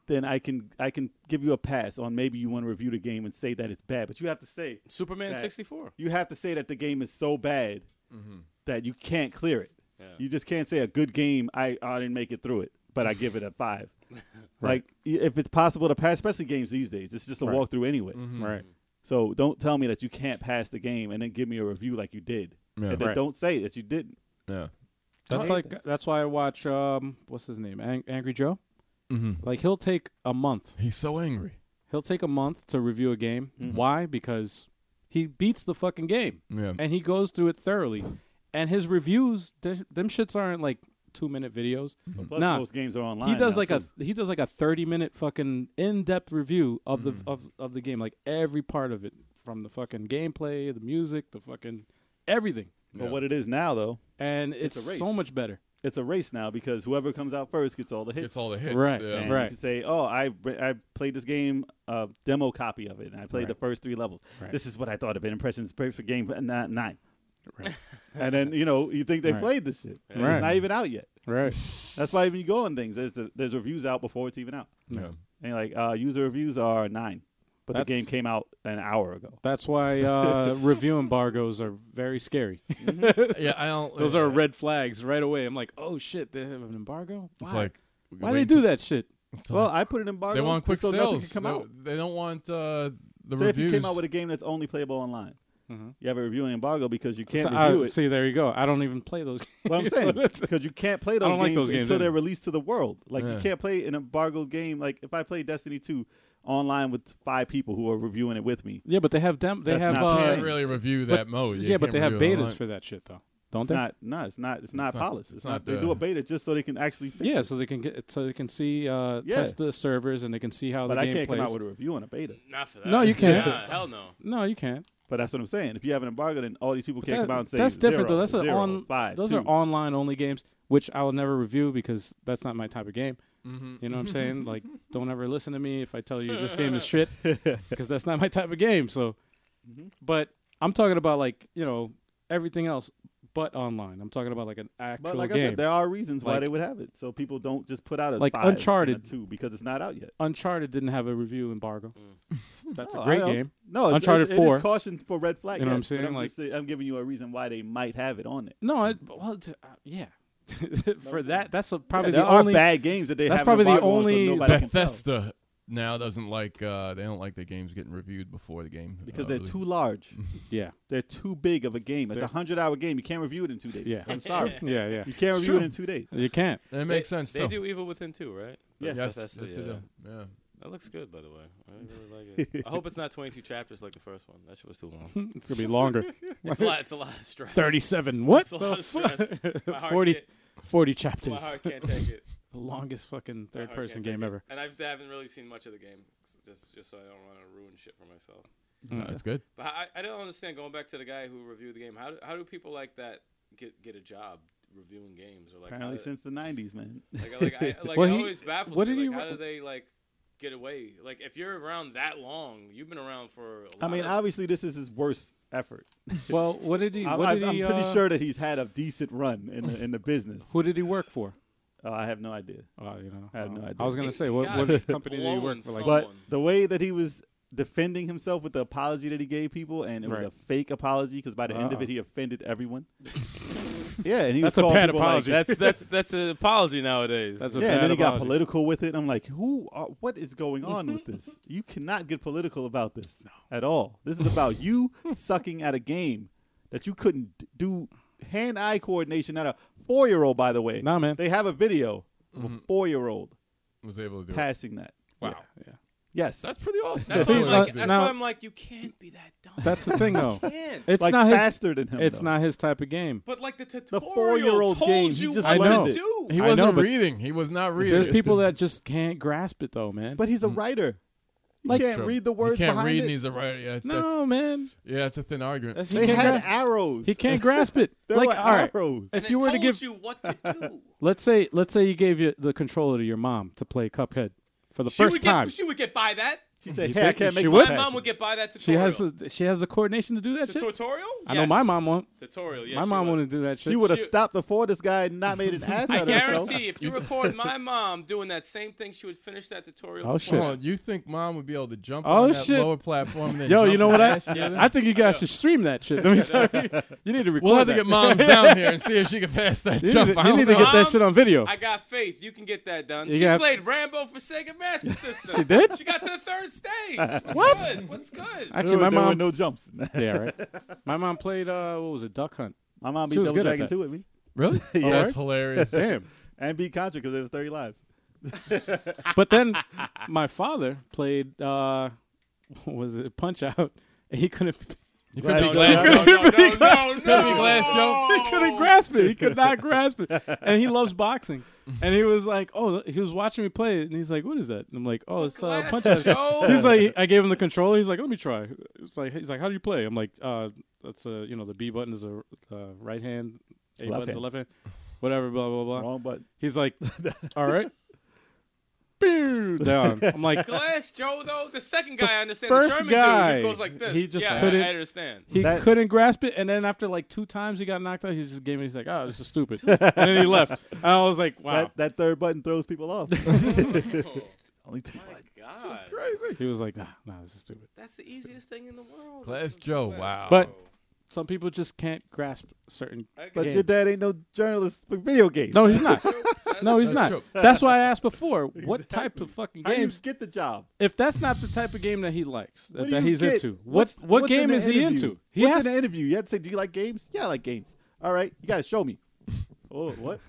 [SPEAKER 2] then I can I can give you a pass on maybe you want to review the game and say that it's bad. But you have to say
[SPEAKER 3] Superman
[SPEAKER 2] That-
[SPEAKER 3] 64.
[SPEAKER 2] you have to say that the game is so bad that you can't clear it. You just can't say a good game. I I didn't make it through it, but I give it a five. Like i- if it's possible to pass, especially games these days, it's just a
[SPEAKER 4] Right.
[SPEAKER 2] walkthrough anyway.
[SPEAKER 4] Right.
[SPEAKER 2] Mm. So don't tell me that you can't pass the game and then give me a review like you did,
[SPEAKER 1] Yeah.
[SPEAKER 2] and then
[SPEAKER 4] Right.
[SPEAKER 2] don't say that you didn't.
[SPEAKER 1] yeah,
[SPEAKER 4] That's
[SPEAKER 2] hate
[SPEAKER 4] like that's why I watch um what's his name Ang- Angry Joe.
[SPEAKER 1] Mhm.
[SPEAKER 4] Like he'll take a month.
[SPEAKER 1] he's so angry.
[SPEAKER 4] He'll take a month to review a game.
[SPEAKER 2] Mm-hmm.
[SPEAKER 4] Why? Because he beats the fucking game.
[SPEAKER 1] Yeah,
[SPEAKER 4] and he goes through it thoroughly. And his reviews, th- them shits aren't like two minute videos.
[SPEAKER 2] Plus,
[SPEAKER 4] Nah.
[SPEAKER 2] most games are online.
[SPEAKER 4] He does
[SPEAKER 2] now,
[SPEAKER 4] like a
[SPEAKER 2] too.
[SPEAKER 4] he does like a thirty minute fucking in depth review of the
[SPEAKER 2] Mm-hmm.
[SPEAKER 4] of, of the game, like every part of it, from the fucking gameplay, the music, the fucking everything.
[SPEAKER 2] But what it is now though,
[SPEAKER 4] And it's,
[SPEAKER 2] It's a race.
[SPEAKER 4] so much better.
[SPEAKER 2] it's a race now because whoever comes out first gets all the hits.
[SPEAKER 1] gets all the hits.
[SPEAKER 4] Right,
[SPEAKER 1] yeah.
[SPEAKER 2] And
[SPEAKER 4] right.
[SPEAKER 2] You can say, "Oh, I I played this game, uh, demo copy of it, and I played
[SPEAKER 4] Right.
[SPEAKER 2] the first three levels.
[SPEAKER 4] Right.
[SPEAKER 2] This is what I thought of it. Impressions perfect game uh, nine. nine. <laughs> and then you know you think they
[SPEAKER 4] Right.
[SPEAKER 2] played this shit. And It's
[SPEAKER 4] Right.
[SPEAKER 2] not even out yet.
[SPEAKER 4] Right.
[SPEAKER 2] That's why when you go on things, there's the, there's reviews out before it's even out,
[SPEAKER 1] Yeah.
[SPEAKER 2] and you're like uh, user reviews are nine, but the
[SPEAKER 4] That's-
[SPEAKER 2] game came out an hour ago. <laughs>
[SPEAKER 4] That's why uh, review embargoes are very scary.
[SPEAKER 1] yeah, I don't.
[SPEAKER 4] Those
[SPEAKER 1] yeah.
[SPEAKER 4] are red flags right away. I'm like, oh shit, they have an embargo. Why?
[SPEAKER 1] It's like
[SPEAKER 4] why
[SPEAKER 1] wait
[SPEAKER 4] they do that shit?
[SPEAKER 1] So-
[SPEAKER 2] well, I put an embargo.
[SPEAKER 1] They want quick
[SPEAKER 2] so nothing
[SPEAKER 1] sales.
[SPEAKER 2] can come
[SPEAKER 1] they,
[SPEAKER 2] out.
[SPEAKER 1] they don't want uh, the
[SPEAKER 2] Say if
[SPEAKER 1] reviews.
[SPEAKER 2] you came out with a game that's only playable online, you have a reviewing embargo because you can't
[SPEAKER 4] Mm-hmm. So, uh,
[SPEAKER 2] review it.
[SPEAKER 4] See, there you go. I don't even play those. <laughs>
[SPEAKER 2] What I'm
[SPEAKER 4] games.
[SPEAKER 2] saying, <laughs>
[SPEAKER 4] So that's-
[SPEAKER 2] because you can't play
[SPEAKER 4] don't
[SPEAKER 2] those games,
[SPEAKER 4] like those games
[SPEAKER 2] until they're
[SPEAKER 4] either.
[SPEAKER 2] released to the world. Like
[SPEAKER 1] Yeah.
[SPEAKER 2] you can't play an embargoed game. Like if I play Destiny 2 online with five people who are reviewing it with me,
[SPEAKER 4] Yeah, but they have dem- they
[SPEAKER 2] That's
[SPEAKER 4] have
[SPEAKER 2] not
[SPEAKER 1] you
[SPEAKER 2] the
[SPEAKER 4] uh,
[SPEAKER 1] can't
[SPEAKER 2] same.
[SPEAKER 1] really review
[SPEAKER 4] but-
[SPEAKER 1] that mode. You
[SPEAKER 4] yeah, but
[SPEAKER 1] can't
[SPEAKER 4] they have
[SPEAKER 1] review it
[SPEAKER 4] betas
[SPEAKER 1] online.
[SPEAKER 4] for that shit though, don't
[SPEAKER 2] it's
[SPEAKER 4] they?
[SPEAKER 2] not. No, it's not. It's not
[SPEAKER 1] not-
[SPEAKER 2] polished. It's,
[SPEAKER 1] it's
[SPEAKER 2] not.
[SPEAKER 1] not
[SPEAKER 2] They
[SPEAKER 1] the-
[SPEAKER 2] do a beta just so they can actually fix
[SPEAKER 4] yeah,
[SPEAKER 2] it.
[SPEAKER 4] so they can get so they can see uh,
[SPEAKER 2] Yeah.
[SPEAKER 4] test the servers and they can see how
[SPEAKER 2] but
[SPEAKER 4] the
[SPEAKER 2] I
[SPEAKER 4] game
[SPEAKER 2] can't
[SPEAKER 4] plays.
[SPEAKER 2] come out with a review on a beta.
[SPEAKER 3] Not for that.
[SPEAKER 4] No, you can't.
[SPEAKER 3] Nah, hell no.
[SPEAKER 4] no, you can't.
[SPEAKER 2] But that's what I'm saying. If you have an embargo, then all these people can't
[SPEAKER 4] That-
[SPEAKER 2] come out and say
[SPEAKER 4] that's different
[SPEAKER 2] zero,
[SPEAKER 4] though. That's an
[SPEAKER 2] zero,
[SPEAKER 4] on
[SPEAKER 2] five,
[SPEAKER 4] those
[SPEAKER 2] two.
[SPEAKER 4] are online only games, which I will never review because that's not my type of game.
[SPEAKER 1] Mm-hmm.
[SPEAKER 4] You know what
[SPEAKER 1] <laughs>
[SPEAKER 4] I'm saying? Like, don't ever listen to me if I tell you this game is
[SPEAKER 2] <laughs>
[SPEAKER 4] shit because that's not my type of game. So,
[SPEAKER 2] Mm-hmm.
[SPEAKER 4] but I'm talking about like you know everything else but online. I'm talking about like an actual
[SPEAKER 2] But like
[SPEAKER 4] game.
[SPEAKER 2] I said, there are reasons why
[SPEAKER 4] Like-
[SPEAKER 2] they would have it, so people don't just put out a
[SPEAKER 4] Like
[SPEAKER 2] five and a
[SPEAKER 4] Uncharted.
[SPEAKER 2] two because it's not out yet. Mm.
[SPEAKER 4] Uncharted didn't have a review embargo. That's
[SPEAKER 2] No,
[SPEAKER 4] a
[SPEAKER 2] I
[SPEAKER 4] great
[SPEAKER 2] don't-
[SPEAKER 4] game.
[SPEAKER 2] No, it's,
[SPEAKER 4] Uncharted
[SPEAKER 2] it's, It
[SPEAKER 4] 4.
[SPEAKER 2] is caution for red flag.
[SPEAKER 4] You know what I'm
[SPEAKER 2] yes, but
[SPEAKER 4] saying?
[SPEAKER 2] just I'm giving you a reason why they might have it on it.
[SPEAKER 4] No, I, well, t- uh, yeah. <laughs> For that, that's a, probably
[SPEAKER 2] there
[SPEAKER 4] the
[SPEAKER 2] are
[SPEAKER 4] only.
[SPEAKER 2] bad games that they
[SPEAKER 4] that's
[SPEAKER 2] have.
[SPEAKER 4] probably the
[SPEAKER 2] embargo on, so
[SPEAKER 4] only
[SPEAKER 2] nobody can tell.
[SPEAKER 1] Bethesda now doesn't like uh, they don't like their games getting reviewed before the game
[SPEAKER 2] because
[SPEAKER 1] uh,
[SPEAKER 2] they're
[SPEAKER 1] release.
[SPEAKER 2] too large.
[SPEAKER 4] Yeah,
[SPEAKER 2] They're too big of a game. It's a hundred-hour game. You can't review it in two days.
[SPEAKER 4] Yeah.
[SPEAKER 2] I'm sorry.
[SPEAKER 4] <laughs> yeah, yeah.
[SPEAKER 2] You can't review it in two days.
[SPEAKER 4] You can't.
[SPEAKER 1] And it makes sense.
[SPEAKER 3] They
[SPEAKER 1] though.
[SPEAKER 3] do Evil Within too, right?
[SPEAKER 2] Yeah.
[SPEAKER 1] Yes,
[SPEAKER 3] Bethesda,
[SPEAKER 1] yes, they
[SPEAKER 3] yeah.
[SPEAKER 1] do. Yeah.
[SPEAKER 3] That looks good, by the way. I really like
[SPEAKER 2] <laughs>
[SPEAKER 3] it. I hope it's not 22 chapters like the first one. That shit was too
[SPEAKER 4] <laughs>
[SPEAKER 3] long.
[SPEAKER 2] <laughs>
[SPEAKER 4] It's gonna be longer.
[SPEAKER 3] It's a lot. It's a lot of stress.
[SPEAKER 4] Thirty-seven. What?
[SPEAKER 3] It's a
[SPEAKER 4] the
[SPEAKER 3] lot of
[SPEAKER 4] fuck?
[SPEAKER 3] stress.
[SPEAKER 4] <laughs>
[SPEAKER 3] My heart
[SPEAKER 4] 40,
[SPEAKER 3] can't-
[SPEAKER 4] 40
[SPEAKER 3] My
[SPEAKER 4] chapters.
[SPEAKER 3] heart can't take
[SPEAKER 4] <laughs>
[SPEAKER 3] it.
[SPEAKER 4] The longest fucking
[SPEAKER 3] My heart
[SPEAKER 4] third-person
[SPEAKER 3] can't take
[SPEAKER 4] game
[SPEAKER 3] it.
[SPEAKER 4] ever.
[SPEAKER 3] And I've, I haven't really seen much of the game, s- just just so I don't want to ruin shit for myself.
[SPEAKER 2] Mm-hmm.
[SPEAKER 1] No, that's good.
[SPEAKER 3] But I, I don't understand. Going back to the guy who reviewed the game, how do, how do people like that get get a job reviewing games or like how
[SPEAKER 2] Apparently
[SPEAKER 3] do-
[SPEAKER 2] since the '90s, man.
[SPEAKER 3] like like,
[SPEAKER 4] <laughs>
[SPEAKER 3] I, like
[SPEAKER 4] Well,
[SPEAKER 3] it
[SPEAKER 4] he-
[SPEAKER 3] always baffles
[SPEAKER 4] what
[SPEAKER 3] me.
[SPEAKER 4] did he
[SPEAKER 3] like, how
[SPEAKER 4] re-
[SPEAKER 3] do they like get away? Like if you're around that long, you've been around for. A lot
[SPEAKER 2] <laughs> I mean,
[SPEAKER 3] of,
[SPEAKER 2] obviously, this is his worst effort.
[SPEAKER 4] Well, what did he?
[SPEAKER 2] I'm,
[SPEAKER 4] What
[SPEAKER 2] I'm,
[SPEAKER 4] did he?
[SPEAKER 2] I'm pretty
[SPEAKER 4] uh,
[SPEAKER 2] sure that he's had a decent run in the, in the business.
[SPEAKER 4] Who did he work for?
[SPEAKER 2] Uh, I have no idea.
[SPEAKER 4] Oh, you know.
[SPEAKER 2] I have no
[SPEAKER 4] uh,
[SPEAKER 2] idea.
[SPEAKER 4] I was gonna
[SPEAKER 3] It's
[SPEAKER 4] say,
[SPEAKER 2] <laughs>
[SPEAKER 4] what,
[SPEAKER 3] gotta be
[SPEAKER 4] what company did he work
[SPEAKER 3] blowing
[SPEAKER 4] for? Like,
[SPEAKER 3] some-
[SPEAKER 2] But
[SPEAKER 3] Someone.
[SPEAKER 2] the way that he was defending himself with the apology that he gave people, and it was
[SPEAKER 4] Right.
[SPEAKER 2] a fake apology because by the end of
[SPEAKER 4] Uh-oh.
[SPEAKER 2] it, he offended everyone. yeah, and he
[SPEAKER 4] That's
[SPEAKER 2] was
[SPEAKER 4] a
[SPEAKER 2] calling
[SPEAKER 4] bad
[SPEAKER 2] people like-
[SPEAKER 4] apology.
[SPEAKER 3] that's that's that's an apology nowadays.
[SPEAKER 4] That's a
[SPEAKER 2] yeah,
[SPEAKER 4] bad
[SPEAKER 2] and then he got
[SPEAKER 4] apology.
[SPEAKER 2] political with it. I'm like, who? Are, what is going on with this? You cannot get political about this at all. This is about you sucking at a game that you couldn't d- do hand-eye coordination at a four-year-old. By the way,
[SPEAKER 4] Nah, man.
[SPEAKER 2] they have a video of a four-year-old
[SPEAKER 1] Was able to do it.
[SPEAKER 2] passing that.
[SPEAKER 4] Wow. Yeah.
[SPEAKER 2] Yes,
[SPEAKER 1] That's pretty awesome.
[SPEAKER 3] that's
[SPEAKER 4] See,
[SPEAKER 3] why I'm
[SPEAKER 4] uh,
[SPEAKER 3] like. That's
[SPEAKER 4] now-
[SPEAKER 3] why I'm like. You can't be that dumb.
[SPEAKER 4] That's the
[SPEAKER 2] <laughs>
[SPEAKER 4] thing, though.
[SPEAKER 3] Man.
[SPEAKER 4] It's
[SPEAKER 2] like
[SPEAKER 4] not his.
[SPEAKER 2] faster than him.
[SPEAKER 4] It's
[SPEAKER 2] though.
[SPEAKER 4] not his type of game.
[SPEAKER 3] But like the
[SPEAKER 2] The
[SPEAKER 3] tutorial
[SPEAKER 2] four-year-old
[SPEAKER 3] told
[SPEAKER 2] game, he
[SPEAKER 3] you
[SPEAKER 2] just
[SPEAKER 3] what
[SPEAKER 4] learned
[SPEAKER 3] to
[SPEAKER 4] it.
[SPEAKER 3] do.
[SPEAKER 1] he
[SPEAKER 4] I
[SPEAKER 1] wasn't
[SPEAKER 4] know, but-
[SPEAKER 1] reading. He was not reading.
[SPEAKER 4] There's people
[SPEAKER 2] <laughs>
[SPEAKER 4] that just can't grasp it, though, man.
[SPEAKER 2] But he's a writer. He
[SPEAKER 4] Mm. Like-
[SPEAKER 2] can't read the words
[SPEAKER 1] He can't
[SPEAKER 2] behind
[SPEAKER 1] read, and
[SPEAKER 2] it.
[SPEAKER 1] he's a writer. Yeah, it's,
[SPEAKER 4] no, man.
[SPEAKER 1] that's, yeah, it's a thin argument.
[SPEAKER 4] That's, he,
[SPEAKER 2] They
[SPEAKER 4] can't
[SPEAKER 2] had
[SPEAKER 4] grasp,
[SPEAKER 2] arrows.
[SPEAKER 4] he
[SPEAKER 2] <laughs>
[SPEAKER 4] can't grasp it.
[SPEAKER 2] There
[SPEAKER 4] like,
[SPEAKER 2] were
[SPEAKER 4] all right.
[SPEAKER 2] arrows.
[SPEAKER 4] If
[SPEAKER 3] And
[SPEAKER 4] you
[SPEAKER 3] it
[SPEAKER 4] were to
[SPEAKER 3] told
[SPEAKER 4] give,
[SPEAKER 3] you what
[SPEAKER 4] <laughs>
[SPEAKER 3] to do.
[SPEAKER 4] let's say, let's say you gave you the controller to your mom to play Cuphead for the
[SPEAKER 3] she
[SPEAKER 4] first
[SPEAKER 3] would
[SPEAKER 4] time.
[SPEAKER 3] Get, she would get by that.
[SPEAKER 2] She said, "Hey, I
[SPEAKER 4] think
[SPEAKER 2] can't
[SPEAKER 4] she
[SPEAKER 2] make the
[SPEAKER 4] would?
[SPEAKER 3] My
[SPEAKER 2] pass."
[SPEAKER 3] mom would get by that
[SPEAKER 4] she
[SPEAKER 3] tutorial.
[SPEAKER 4] has the she has the coordination to do that
[SPEAKER 3] the
[SPEAKER 4] shit.
[SPEAKER 3] tutorial.
[SPEAKER 4] I know my mom won't.
[SPEAKER 3] Tutorial. Yes,
[SPEAKER 4] my
[SPEAKER 3] she
[SPEAKER 4] mom
[SPEAKER 3] would.
[SPEAKER 4] wouldn't do that shit.
[SPEAKER 2] She would have
[SPEAKER 3] She-
[SPEAKER 2] stopped before this guy and not made an ass
[SPEAKER 4] I
[SPEAKER 2] out
[SPEAKER 3] I
[SPEAKER 2] of herself. <laughs>
[SPEAKER 3] guarantee if you record my mom doing that same thing, she would finish that tutorial.
[SPEAKER 4] Oh,
[SPEAKER 3] before
[SPEAKER 4] shit.
[SPEAKER 3] that.
[SPEAKER 1] Oh, you think mom would be able to jump
[SPEAKER 4] Oh,
[SPEAKER 1] on that
[SPEAKER 4] shit.
[SPEAKER 1] lower platform? And then
[SPEAKER 4] Yo,
[SPEAKER 1] jump
[SPEAKER 4] you know
[SPEAKER 1] on
[SPEAKER 4] what?
[SPEAKER 1] that <laughs>
[SPEAKER 4] I,
[SPEAKER 1] shit?
[SPEAKER 4] I think you guys should stream that
[SPEAKER 3] <laughs>
[SPEAKER 4] shit. Let me tell you. You need to record
[SPEAKER 1] We'll have to
[SPEAKER 4] that.
[SPEAKER 1] get moms down here and see if she can pass that
[SPEAKER 4] <laughs> You
[SPEAKER 1] jump.
[SPEAKER 4] need to,
[SPEAKER 1] I
[SPEAKER 4] you
[SPEAKER 1] don't
[SPEAKER 4] need to
[SPEAKER 1] know.
[SPEAKER 4] get that
[SPEAKER 3] Mom,
[SPEAKER 4] shit on video.
[SPEAKER 3] I got faith. You can get that done.
[SPEAKER 4] You
[SPEAKER 3] she
[SPEAKER 4] gotta-
[SPEAKER 3] played Rambo for Sega Master System.
[SPEAKER 4] <laughs>
[SPEAKER 3] <laughs>
[SPEAKER 4] She did?
[SPEAKER 3] She got to the third
[SPEAKER 4] <laughs>
[SPEAKER 3] stage. What's
[SPEAKER 4] What?
[SPEAKER 3] good? What's good?
[SPEAKER 4] Actually,
[SPEAKER 2] There
[SPEAKER 4] my
[SPEAKER 2] were- there were
[SPEAKER 4] mom.
[SPEAKER 2] no jumps. <laughs>
[SPEAKER 4] yeah, right. My mom played. Uh, what was it? Duck Hunt.
[SPEAKER 2] My mom beat
[SPEAKER 4] She was
[SPEAKER 2] Double
[SPEAKER 4] good at
[SPEAKER 2] Dragon
[SPEAKER 4] that.
[SPEAKER 2] 2 with me
[SPEAKER 4] <laughs>
[SPEAKER 1] Really? Oh,
[SPEAKER 2] Yeah.
[SPEAKER 1] That's hilarious.
[SPEAKER 4] Damn.
[SPEAKER 2] and beat Contra because it was 30 lives.
[SPEAKER 4] But then my father played. Uh, what was it Punch Out? And he couldn't. <laughs>
[SPEAKER 1] You could
[SPEAKER 2] Glad
[SPEAKER 1] be
[SPEAKER 2] you
[SPEAKER 1] glad.
[SPEAKER 2] got
[SPEAKER 1] Joe.
[SPEAKER 2] out.
[SPEAKER 3] no, no,
[SPEAKER 1] Could
[SPEAKER 3] no, no,
[SPEAKER 1] be
[SPEAKER 3] no.
[SPEAKER 1] Glass Joe.
[SPEAKER 4] He
[SPEAKER 3] Oh.
[SPEAKER 4] couldn't grasp it. He could not grasp it. And he loves boxing. And he was like, "Oh, he was watching me play it." And he's like, "What is that?" And I'm like, "Oh, it's uh,
[SPEAKER 3] Glass
[SPEAKER 4] Punch Out."
[SPEAKER 3] Joe.
[SPEAKER 4] He's like, I gave him the controller. He's like, let me try. It's like, he's like, how do you play? I'm like, uh, that's a, you know, the B button is a uh, right hand, A
[SPEAKER 2] Left
[SPEAKER 4] button is a
[SPEAKER 2] hand.
[SPEAKER 4] left hand, whatever, blah blah blah.
[SPEAKER 2] Wrong button. <laughs>
[SPEAKER 4] He's like, all right, Pew, down. I'm like,
[SPEAKER 3] <laughs> Glass Joe though, the second guy I understand,
[SPEAKER 4] first
[SPEAKER 3] the German
[SPEAKER 4] guy,
[SPEAKER 3] dude who goes like this.
[SPEAKER 4] he just
[SPEAKER 3] yeah,
[SPEAKER 4] couldn't-
[SPEAKER 3] I, I
[SPEAKER 4] <laughs>
[SPEAKER 3] understand.
[SPEAKER 4] he
[SPEAKER 2] That-
[SPEAKER 4] couldn't grasp it, and then after like two times he got knocked out. He just gave me. He's like, oh, this
[SPEAKER 3] <laughs>
[SPEAKER 4] is stupid, and then he left. And I was like, wow.
[SPEAKER 2] That, that third button throws people
[SPEAKER 4] <laughs>
[SPEAKER 2] off. <laughs> Only two buttons.
[SPEAKER 3] Oh God,
[SPEAKER 1] Crazy.
[SPEAKER 4] he was like, nah, nah, this is stupid.
[SPEAKER 3] that's the easiest thing in the world.
[SPEAKER 1] Glass
[SPEAKER 3] That's-
[SPEAKER 1] Joe.
[SPEAKER 3] Glass
[SPEAKER 1] Wow.
[SPEAKER 4] But some people just can't grasp certain.
[SPEAKER 3] I
[SPEAKER 2] But
[SPEAKER 3] guess-
[SPEAKER 2] your dad ain't no journalist for video games.
[SPEAKER 4] No, he's <laughs> not. No, he's
[SPEAKER 1] That's
[SPEAKER 4] not.
[SPEAKER 1] true.
[SPEAKER 4] That's why I asked before. What type of fucking
[SPEAKER 2] How do you
[SPEAKER 4] games?
[SPEAKER 2] get the job?
[SPEAKER 4] if that's not the type of game that he likes,
[SPEAKER 2] What
[SPEAKER 4] that,
[SPEAKER 2] do you
[SPEAKER 4] he's
[SPEAKER 2] get?
[SPEAKER 4] into, what
[SPEAKER 2] What's-
[SPEAKER 4] what
[SPEAKER 2] what's in
[SPEAKER 4] game
[SPEAKER 2] the
[SPEAKER 4] is he
[SPEAKER 2] interview?
[SPEAKER 4] into? He
[SPEAKER 2] what's
[SPEAKER 4] has
[SPEAKER 2] in the interview? You had to say, do you like games? Yeah, I like games. All right, you got to show me. oh,
[SPEAKER 3] <laughs>
[SPEAKER 2] what?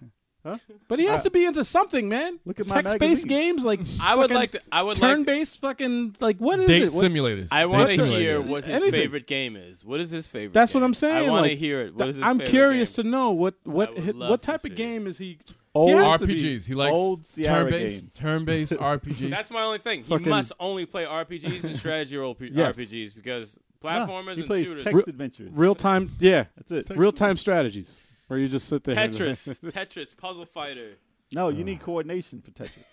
[SPEAKER 2] Huh?
[SPEAKER 4] but he has to be into something, man.
[SPEAKER 2] Look at my
[SPEAKER 4] text-based
[SPEAKER 2] magazine.
[SPEAKER 4] games like
[SPEAKER 3] I would
[SPEAKER 4] fucking
[SPEAKER 3] like to. I would like.
[SPEAKER 4] turn-based fucking like what is
[SPEAKER 1] Date
[SPEAKER 4] it? What-
[SPEAKER 1] simulators.
[SPEAKER 3] I
[SPEAKER 1] Date
[SPEAKER 3] want to
[SPEAKER 1] simulators.
[SPEAKER 3] hear what his
[SPEAKER 4] Anything.
[SPEAKER 3] favorite game is. What is his favorite?
[SPEAKER 4] That's what
[SPEAKER 3] game?
[SPEAKER 4] I'm saying.
[SPEAKER 3] I want to
[SPEAKER 4] like,
[SPEAKER 3] hear it. What
[SPEAKER 4] th-
[SPEAKER 3] is his
[SPEAKER 4] I'm
[SPEAKER 3] favorite
[SPEAKER 4] curious
[SPEAKER 3] game?
[SPEAKER 4] to know what what
[SPEAKER 3] would
[SPEAKER 4] hi-
[SPEAKER 3] love
[SPEAKER 4] what
[SPEAKER 3] to
[SPEAKER 4] type
[SPEAKER 3] see
[SPEAKER 4] of game is he?
[SPEAKER 2] Old
[SPEAKER 4] he has to be.
[SPEAKER 1] RPGs. He likes
[SPEAKER 2] Old Sierra
[SPEAKER 1] turn-based,
[SPEAKER 2] games.
[SPEAKER 4] <laughs>
[SPEAKER 1] turn-based RPGs.
[SPEAKER 3] That's my only thing. He
[SPEAKER 4] Fucking-
[SPEAKER 3] must only play RPGs and strategy role p-
[SPEAKER 4] <laughs> Yes.
[SPEAKER 3] RPGs because
[SPEAKER 2] Nah,
[SPEAKER 3] platformers
[SPEAKER 2] he
[SPEAKER 3] and
[SPEAKER 2] plays
[SPEAKER 3] shooters.
[SPEAKER 2] text adventures.
[SPEAKER 4] Real time, yeah,
[SPEAKER 2] That's it.
[SPEAKER 4] real time strategies where you just sit there. and- <laughs>
[SPEAKER 3] Tetris, Tetris, Puzzle Fighter.
[SPEAKER 2] No, you need coordination for Tetris.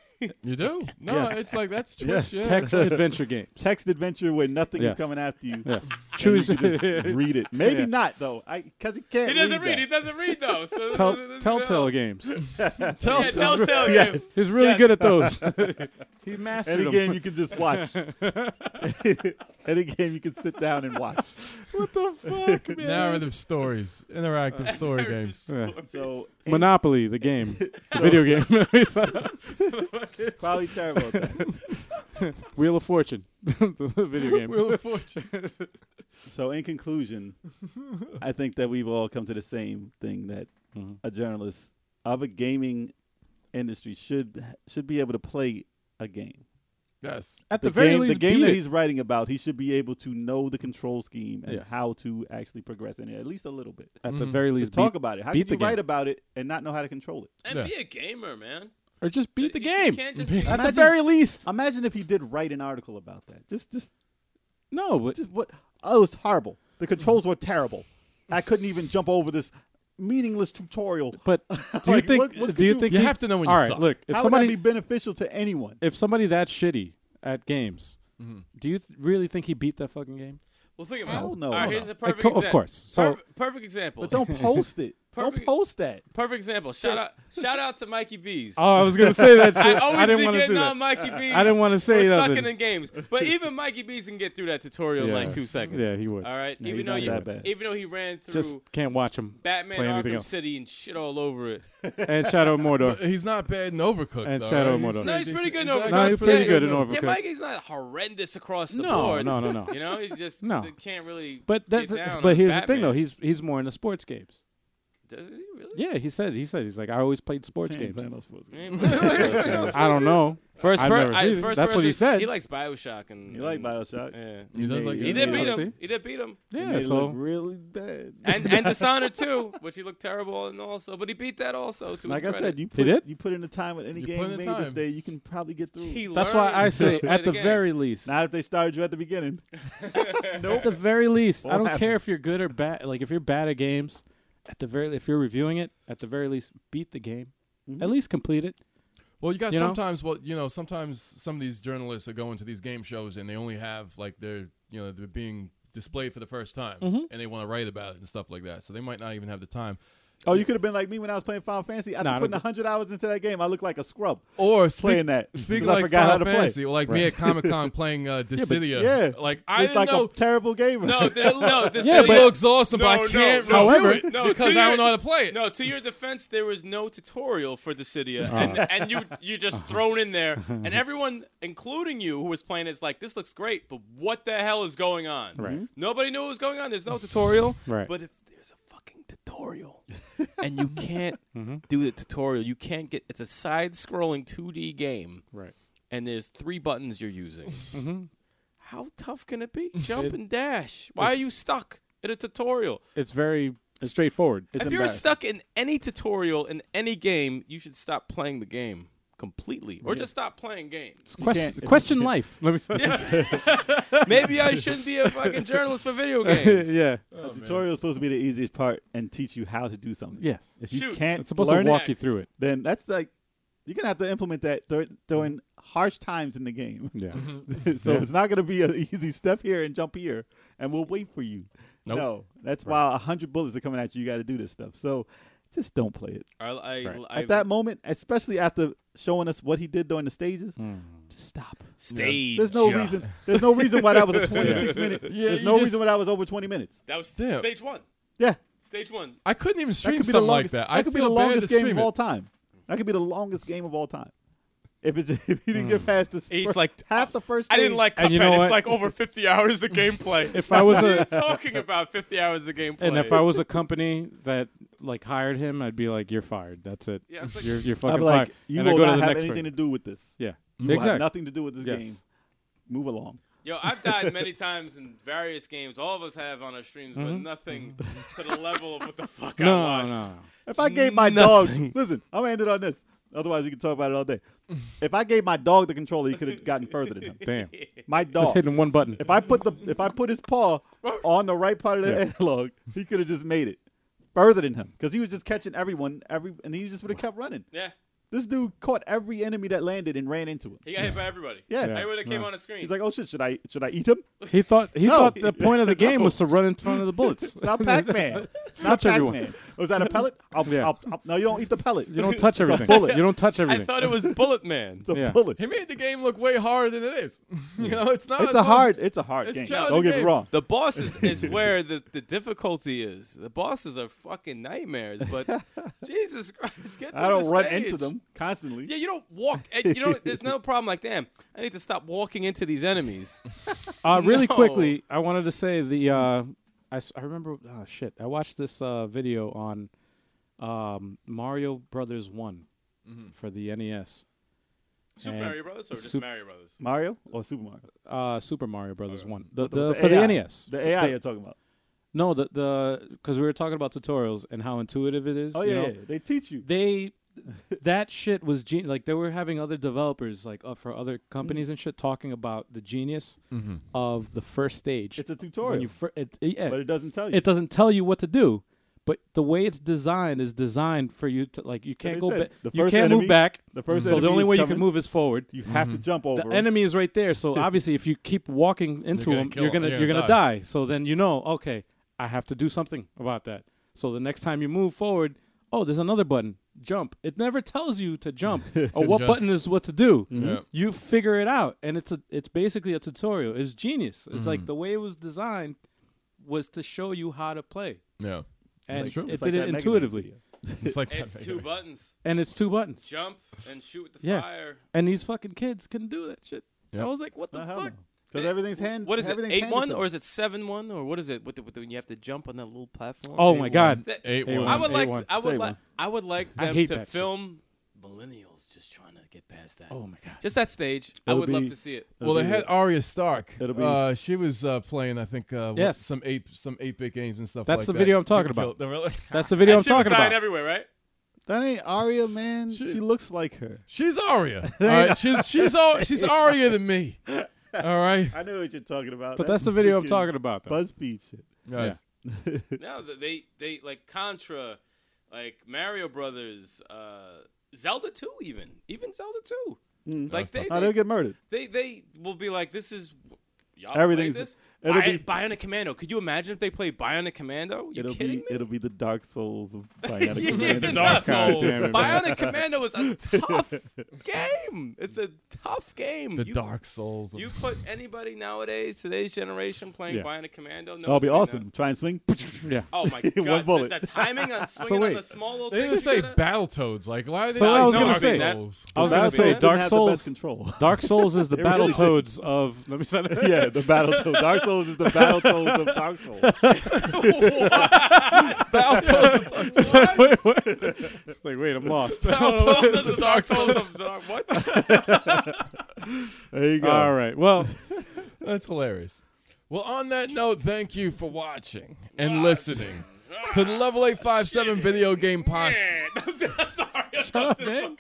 [SPEAKER 1] You do? No,
[SPEAKER 2] Yes.
[SPEAKER 1] it's like that's Twitch.
[SPEAKER 2] Yes.
[SPEAKER 1] Yeah.
[SPEAKER 4] Text adventure games.
[SPEAKER 2] Text adventure where nothing is
[SPEAKER 4] Yes.
[SPEAKER 2] coming after you.
[SPEAKER 3] <laughs>
[SPEAKER 4] Yes.
[SPEAKER 2] And you
[SPEAKER 4] Choose.
[SPEAKER 2] can <laughs> just read it. Maybe
[SPEAKER 4] Yeah.
[SPEAKER 2] not though. I because it can't.
[SPEAKER 3] He doesn't read. He
[SPEAKER 2] that.
[SPEAKER 3] doesn't read though. So this
[SPEAKER 4] Tell,
[SPEAKER 3] is- this is-
[SPEAKER 4] telltale games.
[SPEAKER 3] Yeah, telltale.
[SPEAKER 2] Yes.
[SPEAKER 3] games.
[SPEAKER 4] He's really
[SPEAKER 3] Yes.
[SPEAKER 4] good
[SPEAKER 3] <laughs>
[SPEAKER 4] at those. he mastered
[SPEAKER 2] Any
[SPEAKER 4] them.
[SPEAKER 2] game you can just watch. <laughs> Any game you can sit down and watch.
[SPEAKER 4] <laughs>
[SPEAKER 3] <laughs>
[SPEAKER 4] what the fuck, man?
[SPEAKER 1] Narrative stories,
[SPEAKER 4] <laughs>
[SPEAKER 1] interactive story games.
[SPEAKER 3] Stories. <laughs>
[SPEAKER 2] So
[SPEAKER 4] Monopoly,
[SPEAKER 2] <laughs>
[SPEAKER 4] the game, the video game, <laughs> It's a-
[SPEAKER 2] probably terrible. At that.
[SPEAKER 4] Wheel of Fortune, <laughs> the video game.
[SPEAKER 1] Wheel of Fortune.
[SPEAKER 2] So in conclusion, I think that we've all come to the same thing that
[SPEAKER 4] Mhm.
[SPEAKER 2] a journalist of a gaming industry should should be able to play a game.
[SPEAKER 1] Yes.
[SPEAKER 4] At the, very
[SPEAKER 2] game,
[SPEAKER 4] least,
[SPEAKER 2] the game
[SPEAKER 4] beat
[SPEAKER 2] that
[SPEAKER 4] it.
[SPEAKER 2] he's writing about, he should be able to know the control scheme and
[SPEAKER 4] Yes.
[SPEAKER 2] how to actually progress in it, at least a little bit.
[SPEAKER 4] At
[SPEAKER 3] Mm.
[SPEAKER 4] the
[SPEAKER 1] Mhm.
[SPEAKER 4] very
[SPEAKER 2] To
[SPEAKER 4] least,
[SPEAKER 2] talk
[SPEAKER 4] beat,
[SPEAKER 2] about it. How
[SPEAKER 4] beat
[SPEAKER 2] can you
[SPEAKER 4] the game.
[SPEAKER 2] write about it and not know how to control it?
[SPEAKER 3] And
[SPEAKER 1] Yeah.
[SPEAKER 3] be a gamer, man.
[SPEAKER 4] or just beat the
[SPEAKER 3] You- You
[SPEAKER 4] game.
[SPEAKER 3] can't just.
[SPEAKER 4] At the
[SPEAKER 2] Imagine-
[SPEAKER 4] very least,
[SPEAKER 2] Imagine if he did write an article about that. Just, just,
[SPEAKER 4] no. But
[SPEAKER 2] just what? Oh, it's horrible. The controls were terrible. I couldn't even jump over this meaningless tutorial.
[SPEAKER 4] but <laughs> do you
[SPEAKER 2] Like,
[SPEAKER 4] think?
[SPEAKER 2] what- what could
[SPEAKER 4] do you
[SPEAKER 2] you-
[SPEAKER 4] think?
[SPEAKER 1] You
[SPEAKER 4] he-
[SPEAKER 1] have to know when
[SPEAKER 4] All
[SPEAKER 1] you
[SPEAKER 4] right,
[SPEAKER 1] suck.
[SPEAKER 4] look. If
[SPEAKER 2] how
[SPEAKER 4] somebody,
[SPEAKER 2] would that be beneficial to anyone?
[SPEAKER 4] if somebody that shitty at games, do you th- really think he beat that fucking game?
[SPEAKER 3] <laughs> Well, think about
[SPEAKER 2] Hell
[SPEAKER 3] it.
[SPEAKER 2] no.
[SPEAKER 3] All right, here's
[SPEAKER 2] No.
[SPEAKER 3] a perfect
[SPEAKER 4] co- of
[SPEAKER 3] example.
[SPEAKER 4] course. So-
[SPEAKER 3] perfect, perfect example.
[SPEAKER 2] But
[SPEAKER 4] <laughs>
[SPEAKER 2] don't post it. don't
[SPEAKER 3] Perfect-
[SPEAKER 2] post that.
[SPEAKER 3] perfect example. Shout out, shout out to Mikey
[SPEAKER 4] <laughs>
[SPEAKER 3] Bees.
[SPEAKER 4] <laughs> Oh, I was gonna say that shit.
[SPEAKER 3] I always
[SPEAKER 4] didn't
[SPEAKER 3] be
[SPEAKER 4] want to do
[SPEAKER 3] getting on
[SPEAKER 4] that.
[SPEAKER 3] Mikey B's.
[SPEAKER 4] I didn't wanna say
[SPEAKER 3] for
[SPEAKER 4] nothing.
[SPEAKER 3] sucking in games,
[SPEAKER 4] <laughs>
[SPEAKER 3] but even Mikey B's can get through that tutorial in
[SPEAKER 4] Yeah.
[SPEAKER 3] like two seconds.
[SPEAKER 4] Yeah, he would.
[SPEAKER 3] All right,
[SPEAKER 4] Yeah,
[SPEAKER 3] even
[SPEAKER 4] he's
[SPEAKER 3] though
[SPEAKER 4] not
[SPEAKER 3] you,
[SPEAKER 4] that
[SPEAKER 2] bad.
[SPEAKER 3] even though he ran through
[SPEAKER 4] Just can't watch him.
[SPEAKER 3] Batman
[SPEAKER 4] play anything
[SPEAKER 3] Arkham
[SPEAKER 4] else.
[SPEAKER 3] City and shit all over it.
[SPEAKER 4] and Shadow <laughs> of Mordor.
[SPEAKER 1] He's not bad in Overcooked.
[SPEAKER 4] And
[SPEAKER 1] though,
[SPEAKER 4] Shadow
[SPEAKER 1] right?
[SPEAKER 4] Mordor.
[SPEAKER 3] No, he's pretty good in Overcooked.
[SPEAKER 4] No, he's pretty good in
[SPEAKER 1] Yeah,
[SPEAKER 4] Overcooked.
[SPEAKER 3] Yeah, Mikey's not horrendous across the
[SPEAKER 4] No,
[SPEAKER 3] board.
[SPEAKER 4] no, no, no.
[SPEAKER 3] You know, he just
[SPEAKER 4] No.
[SPEAKER 3] he can't really.
[SPEAKER 4] But
[SPEAKER 3] get
[SPEAKER 4] that's
[SPEAKER 3] down
[SPEAKER 4] but
[SPEAKER 3] on
[SPEAKER 4] here's the
[SPEAKER 3] Batman.
[SPEAKER 4] thing though. He's he's more into sports games.
[SPEAKER 3] does he really?
[SPEAKER 4] Yeah, he said he said he's like I always played sports
[SPEAKER 3] <laughs>
[SPEAKER 4] games. I
[SPEAKER 3] I
[SPEAKER 4] don't know.
[SPEAKER 3] First,
[SPEAKER 4] I've
[SPEAKER 3] per-
[SPEAKER 4] never
[SPEAKER 3] I,
[SPEAKER 4] seen it.
[SPEAKER 3] first
[SPEAKER 4] That's what
[SPEAKER 3] person-
[SPEAKER 4] he said.
[SPEAKER 3] He likes Mm. Bioshock and
[SPEAKER 2] You like
[SPEAKER 3] and-
[SPEAKER 2] Bioshock?
[SPEAKER 3] Yeah,
[SPEAKER 1] He does like
[SPEAKER 2] He
[SPEAKER 3] he
[SPEAKER 1] it.
[SPEAKER 3] did beat
[SPEAKER 4] I'll
[SPEAKER 3] him.
[SPEAKER 4] see.
[SPEAKER 3] He did beat him.
[SPEAKER 2] You
[SPEAKER 4] Yeah,
[SPEAKER 2] made it look
[SPEAKER 4] so
[SPEAKER 2] really bad.
[SPEAKER 3] and and Dishonored too, which he looked terrible in also, but he beat that also. To
[SPEAKER 2] like I
[SPEAKER 3] his
[SPEAKER 2] said,
[SPEAKER 3] credit.
[SPEAKER 2] you put,
[SPEAKER 4] did?
[SPEAKER 2] you put in the time with any
[SPEAKER 1] You put in
[SPEAKER 2] game
[SPEAKER 1] the
[SPEAKER 2] made this
[SPEAKER 1] time.
[SPEAKER 2] day, you can probably get through.
[SPEAKER 3] He
[SPEAKER 4] that's why I
[SPEAKER 3] learned
[SPEAKER 4] say
[SPEAKER 3] to
[SPEAKER 4] at
[SPEAKER 3] play
[SPEAKER 4] the
[SPEAKER 3] game.
[SPEAKER 4] very least.
[SPEAKER 2] Not if they started you at the beginning.
[SPEAKER 4] At the very least, I
[SPEAKER 2] Won't
[SPEAKER 4] don't
[SPEAKER 2] happen.
[SPEAKER 4] care if you're good or bad. Like if you're bad at games, at the very if you're reviewing it, at the very least, beat the game.
[SPEAKER 2] Mm-hmm.
[SPEAKER 4] At least complete it.
[SPEAKER 1] Well, you got
[SPEAKER 4] You know?
[SPEAKER 1] sometimes. Well, you know, sometimes some of these journalists are going to these game shows and they only have like they're you know they're being displayed for the first time
[SPEAKER 2] Mm-hmm.
[SPEAKER 1] and they want to write about it and stuff like that. So they might not even have the time.
[SPEAKER 2] Oh, you could have been like me when I was playing Final Fantasy. After
[SPEAKER 4] Nah, I don't
[SPEAKER 2] putting
[SPEAKER 4] think-
[SPEAKER 2] 100 hours into that game, I look like a scrub.
[SPEAKER 1] Or speak-
[SPEAKER 2] Playing that,
[SPEAKER 1] Speaking
[SPEAKER 2] 'cause I
[SPEAKER 1] like
[SPEAKER 2] forgot how
[SPEAKER 1] Final
[SPEAKER 2] to play.
[SPEAKER 1] Fantasy, or like me at Comic
[SPEAKER 2] <laughs>
[SPEAKER 1] Con playing uh, Dissidia.
[SPEAKER 2] yeah.
[SPEAKER 1] like I
[SPEAKER 2] It's
[SPEAKER 1] didn't
[SPEAKER 2] like
[SPEAKER 1] know.
[SPEAKER 2] a terrible gamer. <laughs>
[SPEAKER 3] <laughs> No, this, no, this
[SPEAKER 4] Yeah,
[SPEAKER 1] it
[SPEAKER 4] but-
[SPEAKER 1] looks awesome, but I
[SPEAKER 3] No, no,
[SPEAKER 1] can't
[SPEAKER 3] no.
[SPEAKER 1] review
[SPEAKER 4] However-
[SPEAKER 1] it
[SPEAKER 3] No,
[SPEAKER 1] because
[SPEAKER 3] to
[SPEAKER 1] I don't
[SPEAKER 3] your-
[SPEAKER 1] know how to play it.
[SPEAKER 3] No, to your defense, there was no tutorial for Dissidia,
[SPEAKER 2] Uh.
[SPEAKER 3] and, and you you just thrown in there, and everyone, including you, who was playing, it, is like, "This looks great, but what the hell is going on?"
[SPEAKER 4] Right.
[SPEAKER 3] Nobody knew what was going on. There's no tutorial.
[SPEAKER 4] Mm-hmm. Right.
[SPEAKER 3] But if there's a fucking
[SPEAKER 2] <laughs>
[SPEAKER 3] tutorial, and you can't
[SPEAKER 4] Mm-hmm.
[SPEAKER 3] do the tutorial, you can't get. It's a side-scrolling 2D game,
[SPEAKER 4] Right.
[SPEAKER 3] and there's three buttons you're using.
[SPEAKER 4] Mm-hmm.
[SPEAKER 3] How tough can it be? Jump and dash. Why are you stuck in a tutorial?
[SPEAKER 4] It's very straightforward.
[SPEAKER 2] It's
[SPEAKER 3] if you're
[SPEAKER 2] embarrassing.
[SPEAKER 3] stuck in any tutorial in any game, you should stop playing the game completely, or just stop playing
[SPEAKER 4] <laughs>
[SPEAKER 3] games.
[SPEAKER 4] question
[SPEAKER 2] can't-
[SPEAKER 4] question life. Let me.
[SPEAKER 3] Maybe I shouldn't be a fucking journalist for
[SPEAKER 4] <laughs>
[SPEAKER 3] video games.
[SPEAKER 4] yeah.
[SPEAKER 2] a tutorial is supposed to be the easiest part and teach you how to do something.
[SPEAKER 4] Yes.
[SPEAKER 2] If you
[SPEAKER 3] Shoot.
[SPEAKER 2] can't
[SPEAKER 4] It's supposed
[SPEAKER 2] learn
[SPEAKER 4] to walk
[SPEAKER 2] it,
[SPEAKER 4] you
[SPEAKER 2] <laughs>
[SPEAKER 4] through it.
[SPEAKER 2] then that's like you're gonna have to implement that dur- during harsh times in the game.
[SPEAKER 4] Yeah.
[SPEAKER 2] <laughs> so
[SPEAKER 4] Yeah.
[SPEAKER 2] it's not going to be an easy step here and jump here, and we'll wait for you.
[SPEAKER 1] Nope.
[SPEAKER 2] No, that's why a hundred bullets are coming at you. You got to do this stuff. So just don't play it
[SPEAKER 3] I, I, I,
[SPEAKER 2] at that moment, especially after showing us what he did during the stages.
[SPEAKER 4] Hmm.
[SPEAKER 2] Just stop.
[SPEAKER 3] stage.
[SPEAKER 2] There's no reason. There's no reason why that was
[SPEAKER 4] <laughs>
[SPEAKER 2] a 26 minute.
[SPEAKER 1] Yeah,
[SPEAKER 2] there's
[SPEAKER 1] you
[SPEAKER 2] no
[SPEAKER 1] just-
[SPEAKER 2] reason why that was over 20 minutes.
[SPEAKER 3] That was
[SPEAKER 1] Yeah.
[SPEAKER 3] stage one.
[SPEAKER 2] Yeah,
[SPEAKER 3] Stage one.
[SPEAKER 1] I couldn't even stream
[SPEAKER 2] that could be the
[SPEAKER 1] something
[SPEAKER 2] longest.
[SPEAKER 1] like that.
[SPEAKER 2] That
[SPEAKER 1] I
[SPEAKER 2] could be
[SPEAKER 1] feel
[SPEAKER 2] the
[SPEAKER 1] bad to
[SPEAKER 2] longest game
[SPEAKER 1] stream
[SPEAKER 2] of
[SPEAKER 1] it.
[SPEAKER 2] all time. That could be the longest game of all time. If it's <laughs> if you didn't
[SPEAKER 1] Hmm.
[SPEAKER 2] get past this,
[SPEAKER 3] He's
[SPEAKER 2] first-
[SPEAKER 3] like,
[SPEAKER 2] half the first.
[SPEAKER 3] I
[SPEAKER 2] stage.
[SPEAKER 3] didn't like Cuphead.
[SPEAKER 4] And you know
[SPEAKER 3] it's
[SPEAKER 4] what?
[SPEAKER 3] like over 50 hours
[SPEAKER 4] <laughs>
[SPEAKER 3] of gameplay.
[SPEAKER 4] If
[SPEAKER 2] <laughs>
[SPEAKER 4] I was
[SPEAKER 3] <laughs> what are you
[SPEAKER 4] a
[SPEAKER 3] talking about 50 hours of gameplay?
[SPEAKER 4] and if I was a company that like hired him, I'd be like, "You're fired. That's it.
[SPEAKER 3] Yeah, it's like-
[SPEAKER 4] you're you're fucking
[SPEAKER 2] I'm like,
[SPEAKER 4] fired."
[SPEAKER 2] you
[SPEAKER 4] and I
[SPEAKER 2] will
[SPEAKER 4] go
[SPEAKER 2] not
[SPEAKER 4] to the
[SPEAKER 2] have
[SPEAKER 4] next
[SPEAKER 2] anything
[SPEAKER 4] person.
[SPEAKER 2] to do with this.
[SPEAKER 4] yeah.
[SPEAKER 2] You will have
[SPEAKER 4] exactly.
[SPEAKER 2] nothing to do with this
[SPEAKER 4] Yes.
[SPEAKER 2] game. Move along.
[SPEAKER 3] Yo, I've died many times in various games. All of us have on our streams, but nothing to the level of what the fuck I
[SPEAKER 4] Mm-hmm. No,
[SPEAKER 3] watched.
[SPEAKER 4] no, no.
[SPEAKER 2] If I gave my dog, listen, I'm gonna end it on this. Otherwise, we can talk about it all day. If I gave my dog the controller, he could have gotten further than him.
[SPEAKER 4] Damn.
[SPEAKER 2] My
[SPEAKER 4] Just
[SPEAKER 2] dog.
[SPEAKER 4] hitting one button.
[SPEAKER 2] "Oh." If I put the if I put his
[SPEAKER 3] <laughs>
[SPEAKER 2] paw on the right part of the analog, he could have just made it further than him because he was just catching everyone every and he just would have kept running.
[SPEAKER 3] Yeah.
[SPEAKER 2] This dude caught every enemy that landed and ran into him.
[SPEAKER 3] He got hit by everybody.
[SPEAKER 2] Yeah.
[SPEAKER 3] everybody that came
[SPEAKER 4] Yeah.
[SPEAKER 3] on the screen.
[SPEAKER 2] He's like, "Oh shit, should I should I eat him? <laughs>
[SPEAKER 4] He thought he
[SPEAKER 2] No.
[SPEAKER 4] thought the point
[SPEAKER 3] <laughs>
[SPEAKER 4] of the game
[SPEAKER 2] No.
[SPEAKER 4] was to run in front of the bullets.
[SPEAKER 2] It's
[SPEAKER 4] <laughs>
[SPEAKER 2] not Pac-Man. It's not
[SPEAKER 4] Touch everyone.
[SPEAKER 2] Pac-Man. Was that a
[SPEAKER 4] <laughs>
[SPEAKER 2] pellet? I'll,
[SPEAKER 4] Yeah.
[SPEAKER 2] I'll, I'll, no, you don't eat the pellet.
[SPEAKER 4] You don't
[SPEAKER 3] <laughs>
[SPEAKER 4] touch everything.
[SPEAKER 2] bullet.
[SPEAKER 4] You don't touch
[SPEAKER 3] I
[SPEAKER 4] everything.
[SPEAKER 3] thought it was Bullet Man.
[SPEAKER 2] <laughs> It's a
[SPEAKER 4] Yeah.
[SPEAKER 2] bullet.
[SPEAKER 1] He made the game look way harder than it is. <laughs> you know, it's not.
[SPEAKER 2] It's
[SPEAKER 1] not-
[SPEAKER 2] a hard. It's a hard
[SPEAKER 1] It's
[SPEAKER 2] game.
[SPEAKER 1] challenging
[SPEAKER 2] Don't get me
[SPEAKER 1] game.
[SPEAKER 2] wrong.
[SPEAKER 3] The bosses is where the, the difficulty is. The bosses are fucking nightmares.
[SPEAKER 2] <laughs>
[SPEAKER 3] But Jesus Christ, get
[SPEAKER 2] I
[SPEAKER 3] through
[SPEAKER 2] don't
[SPEAKER 3] the
[SPEAKER 2] run
[SPEAKER 3] stage.
[SPEAKER 2] into them constantly.
[SPEAKER 3] Yeah, you don't walk. and You know, there's no problem. Like, damn, I need to stop walking into these
[SPEAKER 4] <laughs>
[SPEAKER 3] enemies.
[SPEAKER 4] Uh, really
[SPEAKER 3] No.
[SPEAKER 4] quickly, I wanted to say the uh, I, s- I remember oh shit I watched this uh, video on um, Mario Brothers One
[SPEAKER 2] Mm-hmm.
[SPEAKER 4] for the E NES,
[SPEAKER 3] Super
[SPEAKER 4] And
[SPEAKER 3] Mario Brothers or just
[SPEAKER 4] Sup-
[SPEAKER 3] Mario
[SPEAKER 4] <laughs>
[SPEAKER 3] Brothers?
[SPEAKER 2] Mario or Super Mario?
[SPEAKER 4] uh, Super Mario Brothers One, the,
[SPEAKER 2] The-
[SPEAKER 4] the,
[SPEAKER 2] the
[SPEAKER 4] for
[SPEAKER 2] AI.
[SPEAKER 4] the NES.
[SPEAKER 2] The AI you're talking about.
[SPEAKER 4] no, the the because we were talking about tutorials and how intuitive it is.
[SPEAKER 2] Oh
[SPEAKER 4] you
[SPEAKER 2] yeah,
[SPEAKER 4] know?
[SPEAKER 2] yeah. they teach you. <laughs>
[SPEAKER 4] they that shit was gen- like they were having other developers like uh, for other
[SPEAKER 2] Mm.
[SPEAKER 4] companies and shit talking about the genius of the first stage.
[SPEAKER 2] It's a
[SPEAKER 4] when you
[SPEAKER 2] tutorial,
[SPEAKER 4] fir- it, yeah,
[SPEAKER 2] but it doesn't tell you.
[SPEAKER 4] it doesn't tell you what to do but the way it's designed is designed for you to like you can't
[SPEAKER 2] they
[SPEAKER 4] go
[SPEAKER 2] said,
[SPEAKER 4] back
[SPEAKER 2] the
[SPEAKER 4] you
[SPEAKER 2] first
[SPEAKER 4] can't
[SPEAKER 2] enemy-
[SPEAKER 4] move back
[SPEAKER 2] the first
[SPEAKER 4] so the
[SPEAKER 2] enemy
[SPEAKER 4] only
[SPEAKER 2] is
[SPEAKER 4] way you
[SPEAKER 2] coming.
[SPEAKER 4] can move is forward
[SPEAKER 2] You have
[SPEAKER 3] Mm-hmm.
[SPEAKER 2] to jump over.
[SPEAKER 4] the
[SPEAKER 2] 'em.
[SPEAKER 4] enemy is right there so obviously if you keep walking into
[SPEAKER 1] gonna
[SPEAKER 4] him
[SPEAKER 1] kill
[SPEAKER 4] you're gonna
[SPEAKER 1] 'em. Yeah,
[SPEAKER 4] you're gonna
[SPEAKER 1] die.
[SPEAKER 4] die so then you know okay i have to do something about that so the next time you move forward oh there's another button jump it never tells you to jump or what
[SPEAKER 1] Just-
[SPEAKER 4] button is what to do
[SPEAKER 1] Yeah.
[SPEAKER 4] you figure it out and it's a it's basically a tutorial it's genius it's like the way it was designed was to show you how to play
[SPEAKER 1] Yeah.
[SPEAKER 4] and
[SPEAKER 1] It's true.
[SPEAKER 4] it
[SPEAKER 1] It's
[SPEAKER 2] like
[SPEAKER 4] did it
[SPEAKER 2] that Mega Man
[SPEAKER 4] intuitively.
[SPEAKER 2] video.
[SPEAKER 1] It's
[SPEAKER 2] <laughs>
[SPEAKER 1] like
[SPEAKER 3] It's two buttons.
[SPEAKER 4] And it's two buttons.
[SPEAKER 3] Jump and shoot with the
[SPEAKER 4] Yeah.
[SPEAKER 3] fire.
[SPEAKER 4] And these fucking kids can do that shit.
[SPEAKER 1] Yep.
[SPEAKER 4] I was like, what the
[SPEAKER 2] No, hell
[SPEAKER 4] fuck?
[SPEAKER 2] Because everything's hand.
[SPEAKER 3] What is it?
[SPEAKER 2] everything's
[SPEAKER 3] Eight
[SPEAKER 2] handed
[SPEAKER 3] one
[SPEAKER 2] to
[SPEAKER 3] or
[SPEAKER 2] you.
[SPEAKER 3] is it seven one or what is it? With the, with the, when you have to jump on that little platform.
[SPEAKER 4] Oh my god.
[SPEAKER 3] That-
[SPEAKER 1] Eight
[SPEAKER 4] Hey,
[SPEAKER 1] one.
[SPEAKER 3] I would like.
[SPEAKER 4] A1.
[SPEAKER 3] I would
[SPEAKER 2] Say
[SPEAKER 3] like.
[SPEAKER 2] one.
[SPEAKER 3] I would like
[SPEAKER 4] I
[SPEAKER 3] them
[SPEAKER 4] hate
[SPEAKER 3] to
[SPEAKER 4] that shit.
[SPEAKER 3] film millennials just trying to get past that.
[SPEAKER 4] Oh my god.
[SPEAKER 3] Just that stage. I
[SPEAKER 2] It'll
[SPEAKER 3] would love
[SPEAKER 2] be-
[SPEAKER 3] to see it.
[SPEAKER 1] Well, they had Arya Stark.
[SPEAKER 2] It'll be-
[SPEAKER 1] uh, she was uh, playing, I think, uh, what-
[SPEAKER 4] Yes.
[SPEAKER 1] some ape, some eight bit games and stuff.
[SPEAKER 4] That's
[SPEAKER 1] like
[SPEAKER 4] the
[SPEAKER 1] that.
[SPEAKER 4] video I'm talking
[SPEAKER 1] People
[SPEAKER 4] about.
[SPEAKER 1] killed- they were like-
[SPEAKER 4] That's the video I'm
[SPEAKER 3] That shit was
[SPEAKER 4] talking
[SPEAKER 3] dying
[SPEAKER 4] about.
[SPEAKER 3] everywhere,
[SPEAKER 4] <laughs>
[SPEAKER 3] right?
[SPEAKER 2] That ain't Aria, man.
[SPEAKER 1] Shit.
[SPEAKER 2] She looks like her.
[SPEAKER 1] <laughs> she's Arya. All right, she's she's all, she's Arya to me. All right.
[SPEAKER 2] I know what you're talking about.
[SPEAKER 4] but that's the video I'm
[SPEAKER 2] freaking
[SPEAKER 4] talking about. Though.
[SPEAKER 2] Buzzfeed shit.
[SPEAKER 1] Guys,
[SPEAKER 3] No, th- they they like Contra, like Mario Brothers, uh, Zelda Two, even even Zelda Two.
[SPEAKER 4] Hmm.
[SPEAKER 3] Like they
[SPEAKER 2] Oh, they'll
[SPEAKER 3] they,
[SPEAKER 2] get murdered.
[SPEAKER 3] they they will be like, this is y'all
[SPEAKER 2] Everything's-
[SPEAKER 3] Play this?
[SPEAKER 2] it'll
[SPEAKER 3] Bi-
[SPEAKER 2] be-
[SPEAKER 3] Bionic Commando. Could you imagine if they played Bionic Commando? You
[SPEAKER 2] It'll be
[SPEAKER 3] kidding me?
[SPEAKER 2] it'll be the Dark Souls
[SPEAKER 3] <laughs>
[SPEAKER 2] of Bionic
[SPEAKER 3] Yeah,
[SPEAKER 2] Commando.
[SPEAKER 3] the
[SPEAKER 1] Dark
[SPEAKER 4] God
[SPEAKER 1] Souls.
[SPEAKER 4] damn it, man.
[SPEAKER 3] Bionic Commando is a tough game. It's a tough game.
[SPEAKER 1] the
[SPEAKER 3] you,
[SPEAKER 1] Dark Souls. Of,
[SPEAKER 3] You put anybody nowadays, today's generation, playing
[SPEAKER 4] Yeah.
[SPEAKER 3] Bionic Commando? No,
[SPEAKER 2] That'll be
[SPEAKER 3] it's gonna-
[SPEAKER 2] awesome. Try and swing.
[SPEAKER 4] Yeah.
[SPEAKER 3] Oh my
[SPEAKER 2] One
[SPEAKER 3] god! the-
[SPEAKER 2] bullet.
[SPEAKER 3] The, timing on swinging on
[SPEAKER 4] wait.
[SPEAKER 3] the small little
[SPEAKER 1] they
[SPEAKER 3] thing.
[SPEAKER 1] didn't say Battletoads. Like, why are they
[SPEAKER 4] So
[SPEAKER 1] saying
[SPEAKER 4] I was
[SPEAKER 1] Dark
[SPEAKER 4] gonna
[SPEAKER 3] say-
[SPEAKER 1] Souls?
[SPEAKER 4] I
[SPEAKER 3] Dark
[SPEAKER 4] was gonna
[SPEAKER 3] Souls
[SPEAKER 4] say
[SPEAKER 3] didn't
[SPEAKER 2] have
[SPEAKER 4] Dark
[SPEAKER 2] the best
[SPEAKER 4] Souls.
[SPEAKER 2] control. <laughs>
[SPEAKER 4] Dark Souls is the
[SPEAKER 2] It really
[SPEAKER 4] battle
[SPEAKER 2] did.
[SPEAKER 4] toads of. <laughs> Let me say that.
[SPEAKER 2] yeah, the battle <laughs> toads. Dark Souls is the battle toads of Dark Souls.
[SPEAKER 1] <laughs>
[SPEAKER 4] <laughs>
[SPEAKER 1] Battletoads.
[SPEAKER 4] wait, wait. It's like wait, I'm
[SPEAKER 3] <laughs>
[SPEAKER 4] lost. I <laughs> don't know what
[SPEAKER 3] Souls
[SPEAKER 4] this
[SPEAKER 3] is the
[SPEAKER 4] is.
[SPEAKER 3] Dark Souls of Dark. What?
[SPEAKER 2] There you go.
[SPEAKER 4] All right. Well,
[SPEAKER 1] That's hilarious. Well, on that note, thank you for watching and listening to the Level 857 Video Game Posse.
[SPEAKER 3] I'm sorry. I'm
[SPEAKER 4] up,
[SPEAKER 3] just-
[SPEAKER 4] man.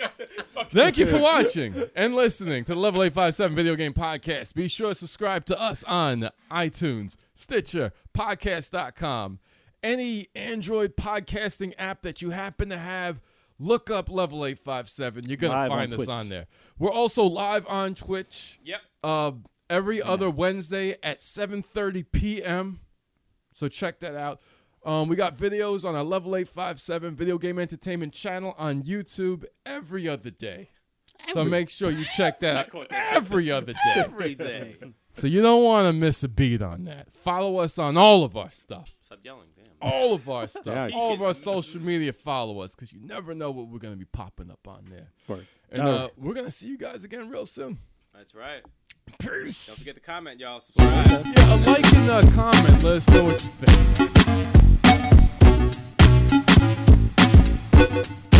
[SPEAKER 1] Thank you for watching and listening to the Level 857 Video Game Podcast. Be sure to subscribe to us on iTunes, Stitcher, Podcast.com, any Android podcasting app that you happen to have. Look up Level 857. You're going
[SPEAKER 2] Live
[SPEAKER 1] to
[SPEAKER 2] on
[SPEAKER 1] find us
[SPEAKER 2] Twitch.
[SPEAKER 1] on there. We're also live on Twitch
[SPEAKER 3] Yep.
[SPEAKER 1] uh, every other Wednesday at 7:30 p.m. So check that out. Um, we got videos on our Level 857 Video Game Entertainment channel on YouTube every other day. So make sure you check that out
[SPEAKER 3] caught that.
[SPEAKER 1] every other day.
[SPEAKER 3] Every day.
[SPEAKER 1] So you don't want to miss a beat on that. Follow us on all of our stuff.
[SPEAKER 3] Stop yelling, damn.
[SPEAKER 1] All of our stuff.
[SPEAKER 4] Yeah.
[SPEAKER 1] All of our social media follow us because you never know what we're going to be popping up on there. And
[SPEAKER 4] All
[SPEAKER 1] uh,
[SPEAKER 4] right.
[SPEAKER 1] we're going to see you guys again real soon.
[SPEAKER 3] That's right.
[SPEAKER 1] Peace.
[SPEAKER 3] Don't forget to comment, y'all. Subscribe.
[SPEAKER 1] Yeah, a like and a comment. Let us know what you think.